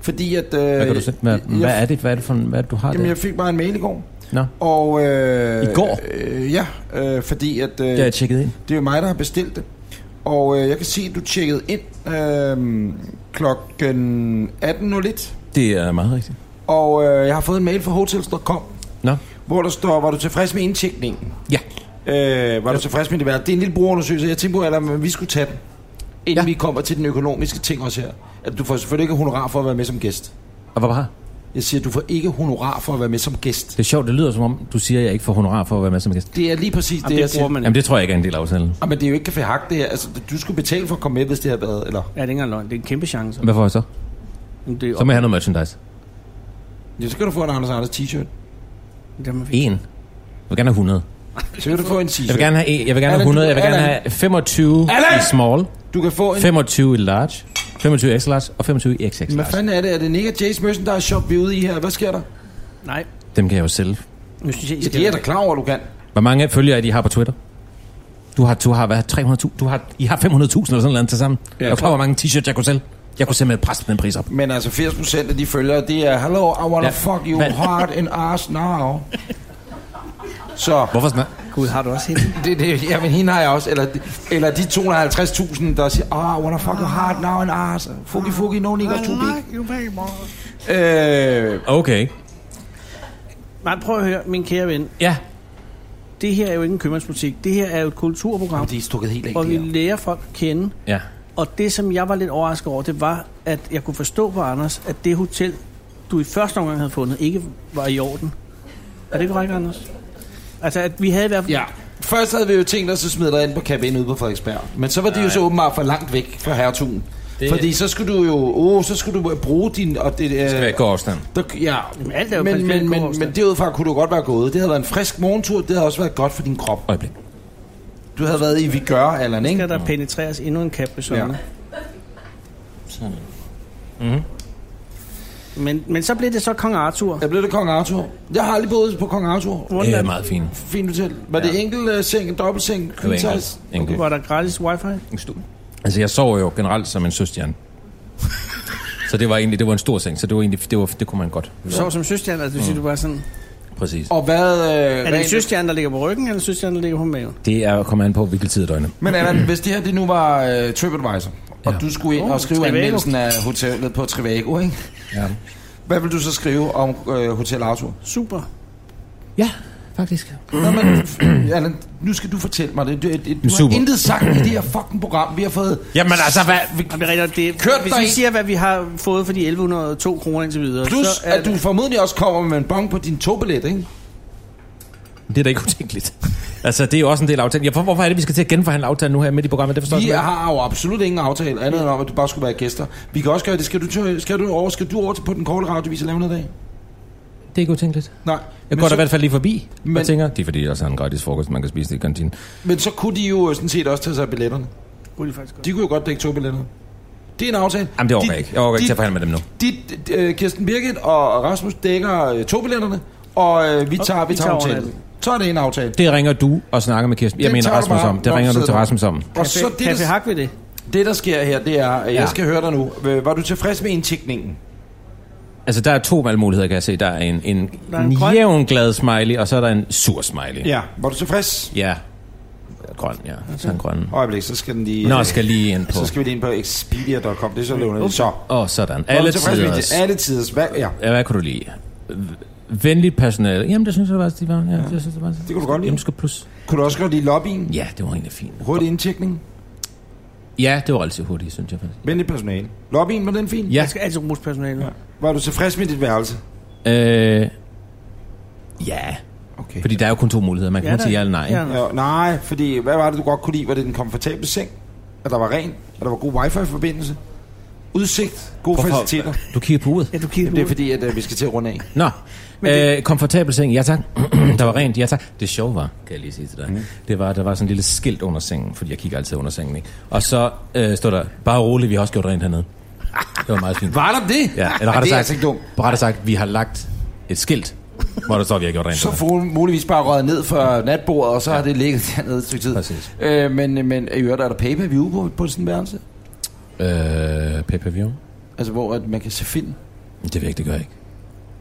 B: Fordi at... Øh,
H: Hvad, kan du sætte med?
B: jeg,
H: hvad er det, hvad er det for en, hvad er det, du har
B: Jamen,
H: der?
B: jeg fik bare en mail i går.
H: Nå,
B: Og, øh,
H: I går?
B: Øh, ja, øh, fordi at... Øh,
H: det har jeg tjekket ind.
B: Det er jo mig, der har bestilt det. Og øh, jeg kan se, at du tjekkede ind øh, klokken 18.01.
H: Det er meget rigtigt.
B: Og øh, jeg har fået en mail fra hotels.com,
H: Nå,
B: hvor der står, var du tilfreds med indtjekningen?
H: ja.
B: Øh, var du tilfreds med det værd? Det er en lille brugerundersøgelse. Jeg tænkte på, at vi skulle tage den, inden
H: Ja.
B: ja. vi kommer til den økonomiske ting også her. At du får selvfølgelig ikke honorar for at være med som gæst.
H: Og hvad bare?
B: Jeg siger, at du får ikke honorar for at være med som gæst.
H: Det er sjovt, det lyder som om, du siger, at jeg ikke får honorar for at være med som gæst.
B: Det er lige præcis
C: Jamen,
B: det, jeg
C: det bruger
B: siger.
C: man
H: Jamen,
C: ikke.
H: det tror jeg ikke er en del af aftalen.
B: Ah, men det er jo ikke café hak, det her. Altså, du skulle betale for at komme med, hvis det havde været, eller...
C: Ja, det er ikke engang løgn. Det er en kæmpe chance.
H: Hvad får jeg så?
C: Jamen, Det er
H: Så må jeg have noget merchandise.
B: Ja, så kan du få en Anders Anders t-shirt.
C: Jamen, vi-
H: En. Jeg vil gerne have 100.
B: Så kan du få en t-shirt.
H: Jeg vil gerne have, en, jeg vil gerne have
B: Allan,
H: 100. Jeg vil gerne
B: Allan.
H: have 25 i
B: Allan!
H: small,
B: Du kan få en...
H: 25 i large, 25 i extra large og 25 i XX
B: Hvad
H: large.
B: fanden er det? Er det Nick og Jace Merchandise Shop, vi er ude i her? Hvad sker der?
C: Nej.
H: Dem kan jeg jo sælge.
C: Nu synes jeg, I
B: Ja,
C: skal...
B: det er jeg da klar over, du kan.
H: Hvor mange følgere er de har på Twitter? Du har, du har hvad, 300.000? Du har, I har 500.000 eller sådan noget til sammen. Ja, jeg er klar, hvor mange t-shirts jeg kunne sælge. Jeg kunne simpelthen presse den pris op.
B: Men altså 80% af de følgere, det er Hello, I wanna
H: Ja.
B: ja. fuck you
H: Hvad?
B: hard and ass now. Så,
H: Hvorfor sådan
C: Gud, har du også hende?
B: det, det, jamen hende har jeg også. Eller, eller de 250.000, der siger, ah, I wanna fuck you hard now and ass. Fucky fucky, no niggas too big. Øh,
H: Okay.
C: Nej, prøv at høre, min kære ven.
H: Ja,
C: Det her er jo ikke en købmandsbutik. Det her er jo et kulturprogram,
B: de er stukket helt af.
C: hvor
B: de
C: vi
B: her.
C: lærer folk at kende.
H: ja.
C: Og det, som jeg var lidt overrasket over, det var, at jeg kunne forstå på Anders, at det hotel, du i første omgang havde fundet, ikke var i orden. Er det korrekt, Anders? Altså, at vi havde i hvert fald...
B: Ja, først havde vi jo tænkt os at smide dig ind på Cabin ude på Frederiksberg. Men så var det jo så åbenbart for langt væk fra hertugen. Det... Fordi så skulle du jo, åh, så skulle du bruge din... Og det, øh,
H: Det skal være i god afstand.
B: Der, ja,
C: Jamen, alt er jo
B: men,
C: principielt
B: men,
C: god
B: men,
C: afstand.
B: men derudfra kunne du godt være gået. Det havde været en frisk morgentur, det havde også været godt for din krop.
H: Øjeblik.
B: Du havde været i Vi gør Allan, ikke?
C: Skal der penetreres endnu en kap med sådan
B: Ja.
C: Mhm. men, men så blev det så Kong Arthur.
B: Jeg blev det Kong Arthur. Jeg har aldrig boet på Kong Arthur.
H: Det er
C: Wonderland,
H: meget fint.
B: Fint hotel. Var ja. det enkelt uh, seng, dobbelt seng,
H: Det var
B: queen size?
H: enkelt. enkelt.
C: Var der gratis wifi?
H: Altså, jeg sov jo generelt som en søstjerne. så det var egentlig, det var en stor seng, så det var egentlig, det, var, det kunne man godt.
C: Du sov som søstjerne, altså du siger, du var sådan...
H: Præcis.
B: Og hvad... Øh,
C: Er det en
B: rent-
C: søstjerne, der ligger på ryggen, eller en søstjerne, der ligger på maven?
J: Det er kommer an på, hvilken tid af døgnet.
B: Men Allan, hvis det her det nu var øh, TripAdvisor, og ja. du skulle ind
C: Oh,
B: og skrive
C: Trivago.
B: anmeldelsen af hotellet på Trivago, ikke?
J: Ja.
B: Hvad vil du så skrive om øh, Hotel Arthur?
C: Super.
J: Ja, faktisk.
B: Nå, men, f- Allan, nu skal du fortælle mig det. Du, du, du har
H: Super.
B: intet sagt i det her fucking program. Vi har fået...
H: Jamen altså, hvad...
C: Jamen, det er rigtigt, det,
B: Kørt
C: hvis
B: dig
C: vi
B: ind.
C: siger, hvad vi har fået for de 1102 kroner indtil videre,
B: Plus,
C: så er
B: at du formodentlig også kommer med en bong på din togbillet, ikke?
H: Det er da ikke utænkeligt. altså, det er jo også en del af aftalen. Jeg, for, hvorfor er det, vi skal til at genforhandle aftalen nu her midt i programmet? Det forstår jeg
B: Vi
H: simpelthen
B: har jo absolut ingen aftale andet end om, at du bare skulle være gæster. Vi kan også gøre det. Skal du, til- skal du, over, skal du over til på den korte radiovis og lave noget i dag?
J: Det er ikke utænkeligt.
B: Nej.
J: Jeg
B: Men
J: går da i
B: så,
J: hvert fald lige forbi men,
B: Men-
J: og tænker,
H: Det er fordi, jeg også har en gratis frokost, man kan spise det i kantinen.
B: men så kunne de jo øh, sådan set også tage sig af billetterne.
C: kunne de faktisk godt.
B: De kunne jo godt dække togbilletterne. Det er en aftale.
H: Jamen, det overgår
B: De-
H: jeg ikke. Jeg overgår ikke
B: de-
H: til at forhandle med dem nu.
B: De, de, øh, Kirsten Birgit og Rasmus dækker øh, togbilletterne, og øh, vi tager, vi tager
C: vi tager
B: hotellet.
C: overnatten.
B: Så er det en aftale.
H: Det ringer du og snakker med Kirsten. Jeg
B: Det
H: mener
B: tager du
H: Rasmus
B: bare,
H: om.
B: når
H: Det
B: du
H: ringer du
B: sidder
H: til
B: der.
H: Rasmus om.
B: Og så det,
C: Kaffe
B: der,
C: hak ved det.
B: det, der sker her, det er, at jeg
H: Ja.
B: skal høre dig nu. Øh, Var du tilfreds med indtægtningen?
H: Altså, der er to valgmuligheder, kan jeg se. Der er en, en,
C: Der er en
H: en
C: grøn.
H: jævn glad smiley, og så er der en sur smiley.
B: Ja. Var du tilfreds?
H: ja. Grøn, ja. Så er en grøn.
B: Øjeblik, så skal den lige...
H: Nå,
B: øh,
H: skal lige ind på.
B: Så skal vi lige ind på Expedia.com. Det er så lånet. Okay. Så.
H: Åh, oh, sådan.
B: Var
H: Alle
B: du tilfreds med det?
H: tider.
B: Alle tiders. Hvad, ja.
H: Ja, hvad kunne du lide? Venligt personale. Jamen, det synes jeg faktisk, de var. Ja, det synes jeg faktisk.
B: Det kunne du godt lide.
H: Jamen, skal plus.
B: Kunne du også godt lide lobbyen?
H: Ja, det var egentlig fint.
B: Hurtig indtægtning?
H: Ja, det var relativt hurtigt, synes jeg faktisk.
B: Venligt personale. Lobbyen, var den fin?
H: Ja.
C: Jeg skal altid rose personalet. Ja.
B: Var du tilfreds med dit værelse?
H: Øh, ja.
B: Okay.
H: Fordi der er jo kun to muligheder. Man kan
C: Ja,
H: kun sige
C: der-
H: ja eller nej. ikke?
C: ja.
B: Ja, nej, fordi hvad var det, du godt kunne lide? Var det den komfortable seng? At der var ren? At der var god wifi-forbindelse? Udsigt? Gode Hvorfor? faciliteter?
H: Du kigger på uret.
C: ja, du kigger
B: Jamen, det er
C: på
B: fordi, at øh, vi skal til at runde af.
H: Nå, øh, komfortabel seng, ja tak. der var rent, ja tak. Det sjove var, kan jeg lige sige til dig,
B: Mhm.
H: mm. det var, der var sådan en lille skilt under sengen, fordi jeg kigger altid under sengen, ikke? Og så øh, stod der, bare roligt, vi har også gjort rent hernede. Det var meget fint.
B: Var der det?
H: Ja, eller
B: Ej,
H: rettere
B: det er
H: sagt,
B: altså ikke dumt.
H: rettere sagt, vi har lagt et skilt, hvor der står, vi har gjort rent.
B: Så får hun muligvis bare røget ned fra natbordet, og så har det ligget dernede et stykke tid.
H: Præcis.
B: Øh, men, men i øvrigt er der pay-per-view på, på sådan en værelse?
H: Øh, pay-per-view?
B: Altså, hvor at man kan se film.
H: Det ved jeg ikke, det gør jeg ikke.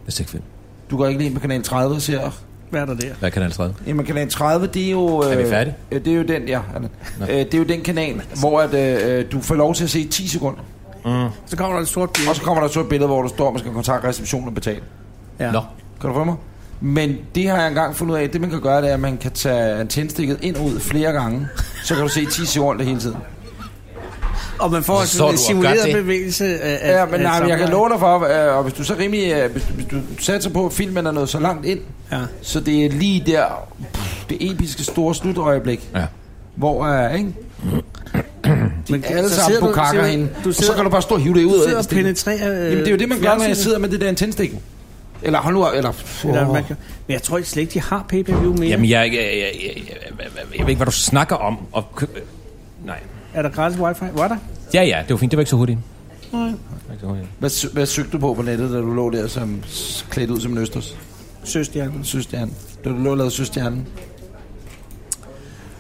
H: Det er ikke fedt.
B: Du går ikke lige ind på kanal 30 og ser...
C: hvad er der der?
H: Hvad er kanal 30?
B: Jamen, kanal 30, det er jo... Øh,
H: Er vi færdige?
B: øh, Det er jo den, ja. Anna. Øh, det er jo den kanal, hvor at, øh, du får lov til at se 10 sekunder.
C: Så kommer der en sort bil.
B: Og så kommer der så et billede, hvor du står, og man skal kontakte receptionen og betale.
C: Ja.
H: Nå.
B: Kan du få mig? Men det har jeg engang fundet ud af, det man kan gøre, det er, at man kan tage antændstikket ind og ud flere gange. Så kan du se 10 sekunder hele tiden.
C: Og man får
H: Så
B: altså
H: står
C: sådan en
H: du og gør
C: simuleret
H: det.
C: bevægelse af,
B: Ja, men nej, men jeg kan love
C: samleje.
B: dig for, øh, og hvis du så rimelig, øh, hvis, du- hvis du satser på, at filmen er nået så langt ind,
C: Ja.
B: så det er lige der, pff, det episke store slutøjeblik,
H: Ja.
B: hvor, øh, ikke?
C: Men
B: Alle
C: så
B: sammen
C: sidder
B: på
C: du-
B: kakker
C: sidder-
B: hende,
C: Du
B: og så
C: sidder,
B: kan du bare stå og hive det ud
C: du
B: af
C: sidder og
B: antændstikket.
C: penetrerer... øh,
B: Jamen, det er jo det, man gør, når jeg
C: fjernsynet.
B: sidder med det der antændstik. Eller hold nu op, eller...
C: Eller man kan, men jeg tror slet ikke, de har pay-per-view mere.
H: Jamen, jeg, jeg, jeg, jeg, jeg, jeg, jeg ved ikke, hvad du snakker om. Og, kø- nej.
C: Er der gratis wifi? Var der?
H: Ja, ja, det var fint. Det var ikke så hurtigt. Det var ikke så hurtigt.
B: Hvad, sø- hvad søgte du på på nettet, da du lå der som s- klædt ud som en østers?
C: Søstjernen.
B: Søstjernen. Da du lå og lavede søstjernen.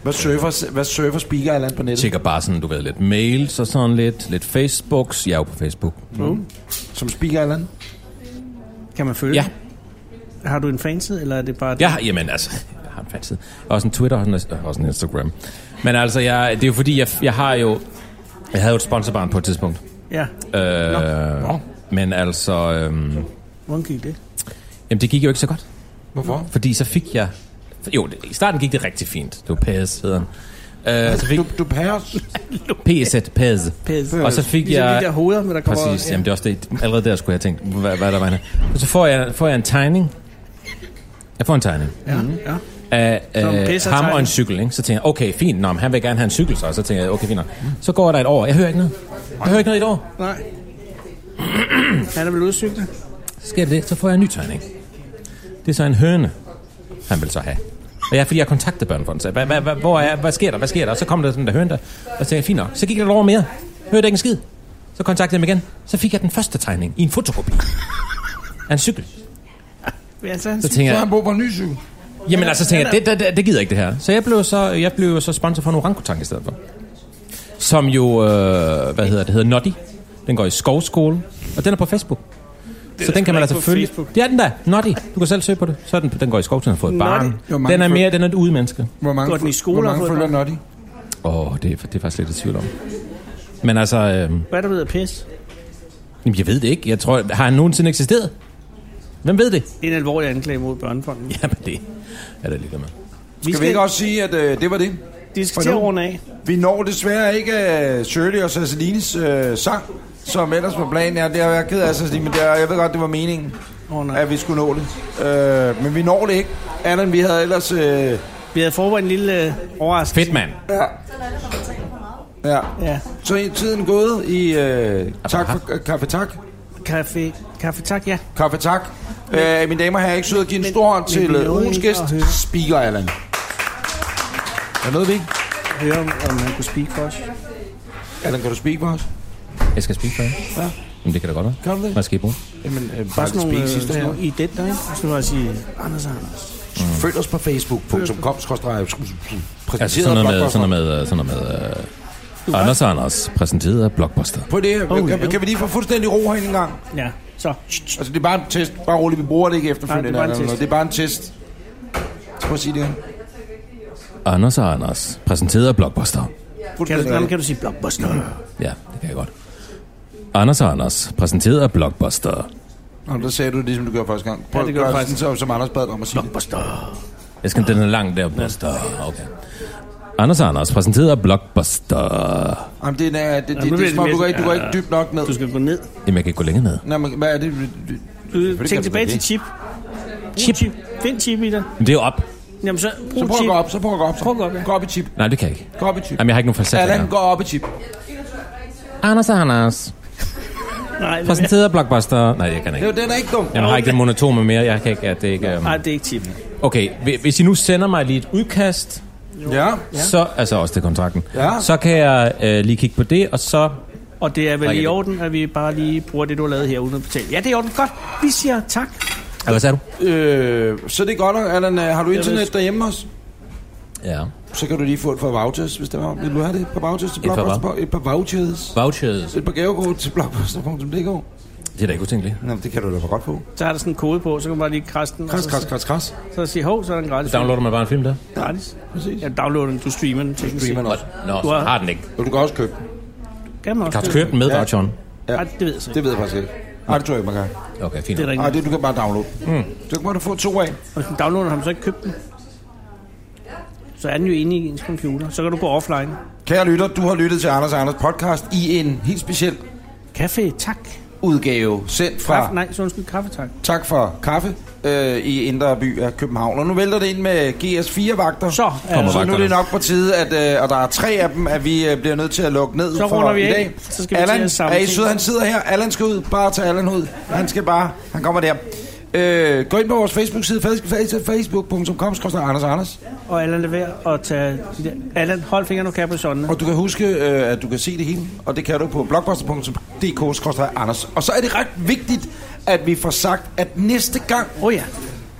B: Hvad surfer, hvad surfer speaker eller andet på nettet?
H: tjekker bare sådan, du ved, lidt mails og sådan lidt, lidt Facebooks. Jeg er jo på Facebook.
C: Mm.
B: Som speaker eller andet?
C: Kan man følge?
H: Ja.
C: Har du en fanside, eller er det bare...
H: Ja, jamen altså, jeg har en fast side. Også en Twitter og sådan en- også en Instagram. Men altså, jeg, det er jo fordi, jeg, jeg har jo... Jeg havde jo et sponsorbarn på et tidspunkt.
C: ja.
H: Øh, men altså, øhm,
C: Hvordan gik det?
H: jamen det gik jo ikke så godt.
B: Hvorfor?
H: Fordi så fik jeg... for- Jo, det, i starten gik det rigtig fint. Det var PS, hedder den. Øh, så fik
B: Du, du pæres.
H: PZ, PS.
C: Pæs.
H: Og så fik
C: Ligesom
H: jeg...
C: de der hoveder, men der kommer...
H: Præcis, jamen det er også det. Allerede der skulle jeg tænke,
B: Mm.
H: hvad, hvad er der vejen? Så får jeg, får jeg en tegning. Jeg får en tegning.
C: Ja. ja.
H: af
C: Som
H: øh,
C: pisser
H: ham og
C: tegn.
H: en cykel, ikke? så tænker jeg, okay, fint, nå, men han vil gerne have en cykel, så, så tænker jeg, okay, fint, nå. så går der et år, jeg hører ikke noget, jeg hører ikke noget i et år,
C: Nej. Han er vel udcyklet?
H: så sker der det, så får jeg en ny tegning. Det er så en høne, han vil så have. Og jeg, fordi jeg kontaktede børnefonden, så jeg, hvad, hvad, hvad, hvor er, hvad sker der, hvad sker der? Og så kom der sådan der høne der, og så tænkte jeg, fint nok. Så gik der et år mere, hørte ikke en skid. Så kontaktede jeg dem igen, så fik jeg den første tegning i en fotokopi af en cykel.
C: Ja, så han
H: Så
C: så
H: tænker
B: Så
H: jeg,
B: han bor på en ny cykel.
H: Jamen altså, tænker jeg, det, det, det gider ikke det her. Så jeg blev så, jeg blev så sponsor for en orangutang i stedet for. Som jo, øh, hvad hedder det, hedder Noddy. Den går i skovskole, og den er på Facebook. Så den kan man altså
C: på
H: følge.
C: Facebook.
H: Det er den der, Noddy. Du kan selv søge på det. Så er den, den går i skov, den har fået et
C: Noddy.
H: barn.
B: Jo, mange
H: Den er
B: følger-
H: mere, den er et ude menneske.
B: Hvor mange,
C: Går den i
B: fø-
C: skole
B: hvor
C: og har
B: mange
C: fået
B: følger
C: børn?
B: Notty?
H: Åh, oh, det, er- det er faktisk lidt i tvivl om. Men altså, øh, jamen,
C: Hvad er der ved at pisse?
H: jeg ved det ikke. Jeg tror, har han nogensinde eksisteret? Hvem ved det?
C: Det er en alvorlig anklage mod børnefonden.
H: Jamen det er det lige med.
C: Vi
B: Skal vi ikke også sige, at øh, det var det?
C: de skal til at
B: nu?
C: runde af.
B: Vi når desværre ikke uh, Shirley og Sasselinis øh, sang, som ellers på planen er. Det er jeg er ked af, Sasselini, men det er, jeg ved godt, det var meningen,
C: Åh,
B: oh,
C: nej.
B: at vi skulle nå det. Øh, men vi når det ikke. Andet end vi havde ellers... Øh,
C: Vi havde forberedt en lille øh, overraskelse.
H: Fedt mand.
B: ja.
C: Ja.
B: Så er tiden gået i... Øh, tak for øh, kaffe, tak.
C: Kaffe, kaffe tak, ja.
B: Kaffe, tak. Øh, mine damer og herrer, ikke sød at give en
C: Men-
B: stor hånd
C: men
B: til
C: vi
B: øh,
C: nåede
B: ugens
C: ikke
B: gæst,
C: at høre.
B: Speaker Allan. Er noget vi ikke?
C: Høre, om, om han kunne speak for os.
B: Allan, kan du speak for os?
H: Jeg skal spise for jer. Ja. Jamen det kan da godt være.
B: Kan du det?
H: Hvad skal I bruge?
B: Jamen, øh,
C: Bare
B: bare
C: sådan nogle,
B: speak
C: øh,
B: sidste
C: sådan
B: år.
C: nogle identer, ikke? Så skulle jeg sige, Anders og Anders.
B: Følg os på facebook.com skråstreg
H: Altså sådan noget med, sådan noget med, øh, sådan noget med uh, Anders og Anders præsenteret af Blockbuster.
B: På det,
C: Oh,
B: oh, kan,
C: ja.
B: kan, vi lige få fuldstændig ro herinde en gang?
C: Ja, så.
B: Altså, det er bare en test. Bare roligt, vi bruger det ikke efterfølgende.
C: Nej,
B: Nej, det, er det er bare en test. Prøv at sige det.
H: Anders og Anders præsenteret af Blockbuster.
C: Kan du, jamen,
B: Fuldstændig.
C: kan du sige blockbuster?
H: Ja, det kan jeg godt. Anders og Anders præsenteret af Blockbuster.
B: Nå, der sagde du det, ligesom du gjorde første gang. Prøv
C: det
B: at
C: gør
B: gøre
C: jeg
B: sådan, så, som Anders bad dig om at sige det.
H: Jeg skal den er lang der. Blockbuster. Okay. Anders og Anders præsenteret af Blockbuster.
B: Jamen, det er, det, det, det,
C: nu bliver
B: det, er
C: det
B: som om, du
C: mere-
B: går ikke, du går ikke
C: ja.
B: dybt nok ned.
C: Du skal gå ned.
H: Jamen jeg kan ikke gå længere ned.
B: Nej, men hvad er det?
C: Du,
B: kan
C: tænk
B: du
C: tilbage
B: da
C: til
B: det.
C: chip. Chip. chip. Find chip i dig.
H: Men det er jo op.
C: Jamen så brug
B: Så prøv at
C: chip.
B: gå op, så prøv at gå op. Så.
C: Prøv at gå op, ja.
B: Gå op i chip.
H: Nej, det kan jeg ikke.
B: Gå op i chip.
H: Jamen jeg har ikke nogen falsat.
B: Allan, gå op i chip.
H: Anders og Anders
C: Nej, det,
H: præsenteret af Blockbuster. Nej, jeg kan
B: Det
H: ikke.
B: er jo- Den er ikke dum.
H: Jeg har ikke den monotome mere. Jeg kan ikke, at det ikke... Um...
C: nej, det er ikke chip.
H: Okay, hvi- hvis I nu sender mig lige et udkast,
B: Ja.
H: ja. så, altså også til kontrakten,
B: Ja.
H: så kan jeg øh, lige kigge på det, og så...
C: Og det er vel
H: Rikke,
C: i
H: det-
C: orden, at vi bare lige bruger det, du har lavet her, uden at betale. Ja, det er i orden. Godt. Vi siger tak.
H: Ja, hvad sagde du?
B: Øh, så det er godt nok, Allan. øh, Har du internet derhjemme også?
H: Ja.
B: Så kan du lige få et par vouchers, hvis det var. Vil du have det? Et par vouchers til
H: Et par hvad?
B: Blockbuster? Et par vouchers.
H: Vouchers.
B: Et par gavekort til blockbuster.dk.
H: Det er da ikke utænkeligt.
B: Nå, men det kan du da for godt få.
C: Så er der sådan en kode på, så kan man bare lige krasse den. og
B: Kras,
C: så-
B: kras, kras, kras.
C: Så siger hov, så er den gratis.
H: Så downloader man bare en film der?
C: Gratis.
B: Præcis.
C: Ja, downloader den. Du streamer den. Du
B: Streamer den også.
H: Nå,
C: Du
H: så
C: har-
H: har den ikke.
B: Og du kan også købe den.
C: Kan man også.
H: Kan du købe den med
B: Ja.
H: voucheren?
C: Ja. det ved jeg så ikke.
B: Det ved jeg faktisk ikke. Nej, det tror jeg ikke, man kan.
H: Okay, fint.
C: Det er
B: Nej,
C: rigtigt.
B: det du kan bare downloade. Mm. Så kan du få to af.
C: Og hvis man downloader ham, så ikke købt den. Så er den jo inde i ens computer. Så kan du gå offline.
B: Kære lytter, du har lyttet til Anders og Anders podcast i en helt speciel
C: Kaffe, tak.
B: udgave sendt
C: Kaffe,
B: fra
C: nej, så undskyld, kaffe, tak.
B: Tak for Kaffe øh, i Indre By af København. Og nu vælter det ind med GS4-vagter.
C: Så,
H: Kommer
B: Så nu er
H: vagterne.
B: det nok på tide, at, øh, og der er tre af dem, at vi øh, bliver nødt til at lukke ned
C: Så
B: for
C: runder vi
B: i
C: af.
B: dag.
C: Så skal vi til
B: Allan,
C: at samle
B: er I
C: ting.
B: søde? Han sidder her. Allan skal ud. Bare tag Allan ud. Han skal bare. Han kommer der. Øh, gå ind på vores Facebook-side, facebook.com, Anders Anders.
C: Og Allan er ved at tage... de der- Allan, hold fingrene okay på sådan.
B: Og du kan huske, øh, at du kan se det hele, og det kan du på blogposter.dk, Anders. Og så er det ret vigtigt, at vi får sagt, at næste gang
C: Åh oh, ja.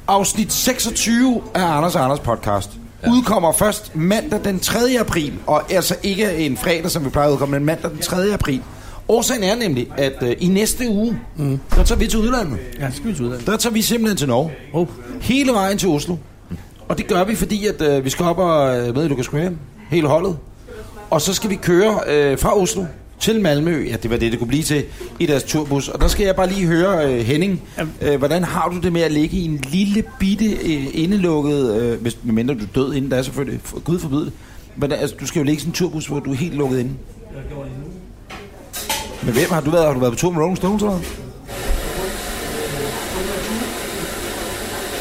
B: Afsnit 26 af Anders og Anders podcast ja. udkommer først mandag den 3. april, og altså ikke en fredag, som vi plejer at udkomme, men mandag den 3. april. Årsagen er nemlig, at øh, i næste uge, mm. der tager vi til udlandet.
C: Ja, skal vi til udlandet.
B: Der tager vi simpelthen til Norge.
C: Oh.
B: Hele vejen til Oslo. Og det gør vi, fordi at, øh, vi skal op og øh, med i Lucas Graham, hele holdet. Og så skal vi køre øh, fra Oslo til Malmø, ja det var det, det kunne blive til, i deres turbus. Og der skal jeg bare lige høre, øh, Henning, øh, hvordan har du det med at ligge i en lille bitte øh, indelukket, øh, hvis mindre du er død inden, der er selvfølgelig, for, gud forbyde det. Men altså, du skal jo ligge i sådan en turbus, hvor du er helt lukket inde. Men hvem har du været? Har du været på tur med Rolling Stones eller hvad?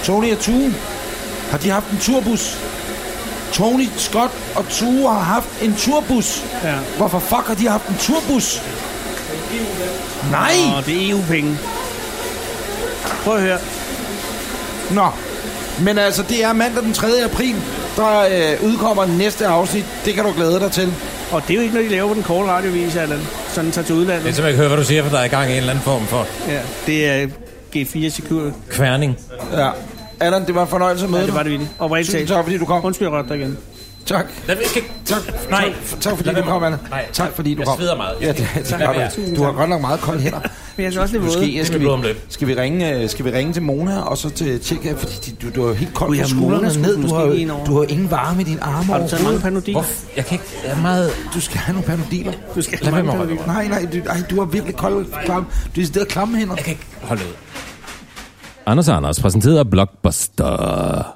B: Tony og Tue? Har de haft en turbus? Tony, Scott og Tue har haft en turbus.
C: Ja.
B: Hvorfor fuck har de haft en turbus? Nej!
C: Åh, det er EU-penge. Prøv at høre.
B: Nå. Men altså, det er mandag den 3. april, der øh, udkommer næste afsnit. Det kan du glæde dig til.
C: Og det er jo ikke noget, de laver på den korte radiovis, Allan. Sådan tager til
H: Jeg kan
C: udlandet.
H: simpelthen ikke høre, hvad du siger, for der er i gang i en eller anden form for
C: Ja, det er G4 Secure.
H: kværning.
B: Ja. Allan, det var en fornøjelse at møde
C: Ja, det
B: dig.
C: var det virkelig. Og rigtig
B: Tusind
C: talt.
B: tak, fordi du kom.
C: Undskyld, jeg røbte dig igen.
B: Tak.
H: Lad, jeg skal,
B: Tak,
H: Nej.
B: tak, tak fordi
H: Lad
B: du
H: være
B: kom,
H: med-
B: Anna.
H: Nej.
B: tak fordi du
H: Jeg
B: kom.
H: sveder meget.
B: Ja, det, tak,
H: Lad være.
B: du, du har godt nok meget kolde hænder.
C: Men jeg er så også lidt våde.
B: Måske
H: med
B: skal vi,
H: blod om lidt.
B: skal vi, ringe, øh, skal vi ringe til Mona, og så til tjekke, fordi de- du, du er helt kold
C: Ui,
B: på
C: ja,
B: skuldrene
C: Mona skulle
B: ned. Du
C: måske
B: har,
C: lige ind
B: jo-
C: over.
B: du har jo ingen varme i dine arme
C: Har du taget mange
B: overhovedet.
C: panodil?
H: Hvorfor? Jeg kan ikke... Jeg er meget...
B: Du skal have nogle panodiler.
C: Du skal have
H: Lad være
C: mange
H: med at
C: panodil.
H: røre mig.
B: Nej, nej, du, ej, du har virkelig kolde klamme. Du er stadig klamme hænder.
H: Jeg kan ikke holde ud. Anders og Anders præsenterer Blockbuster.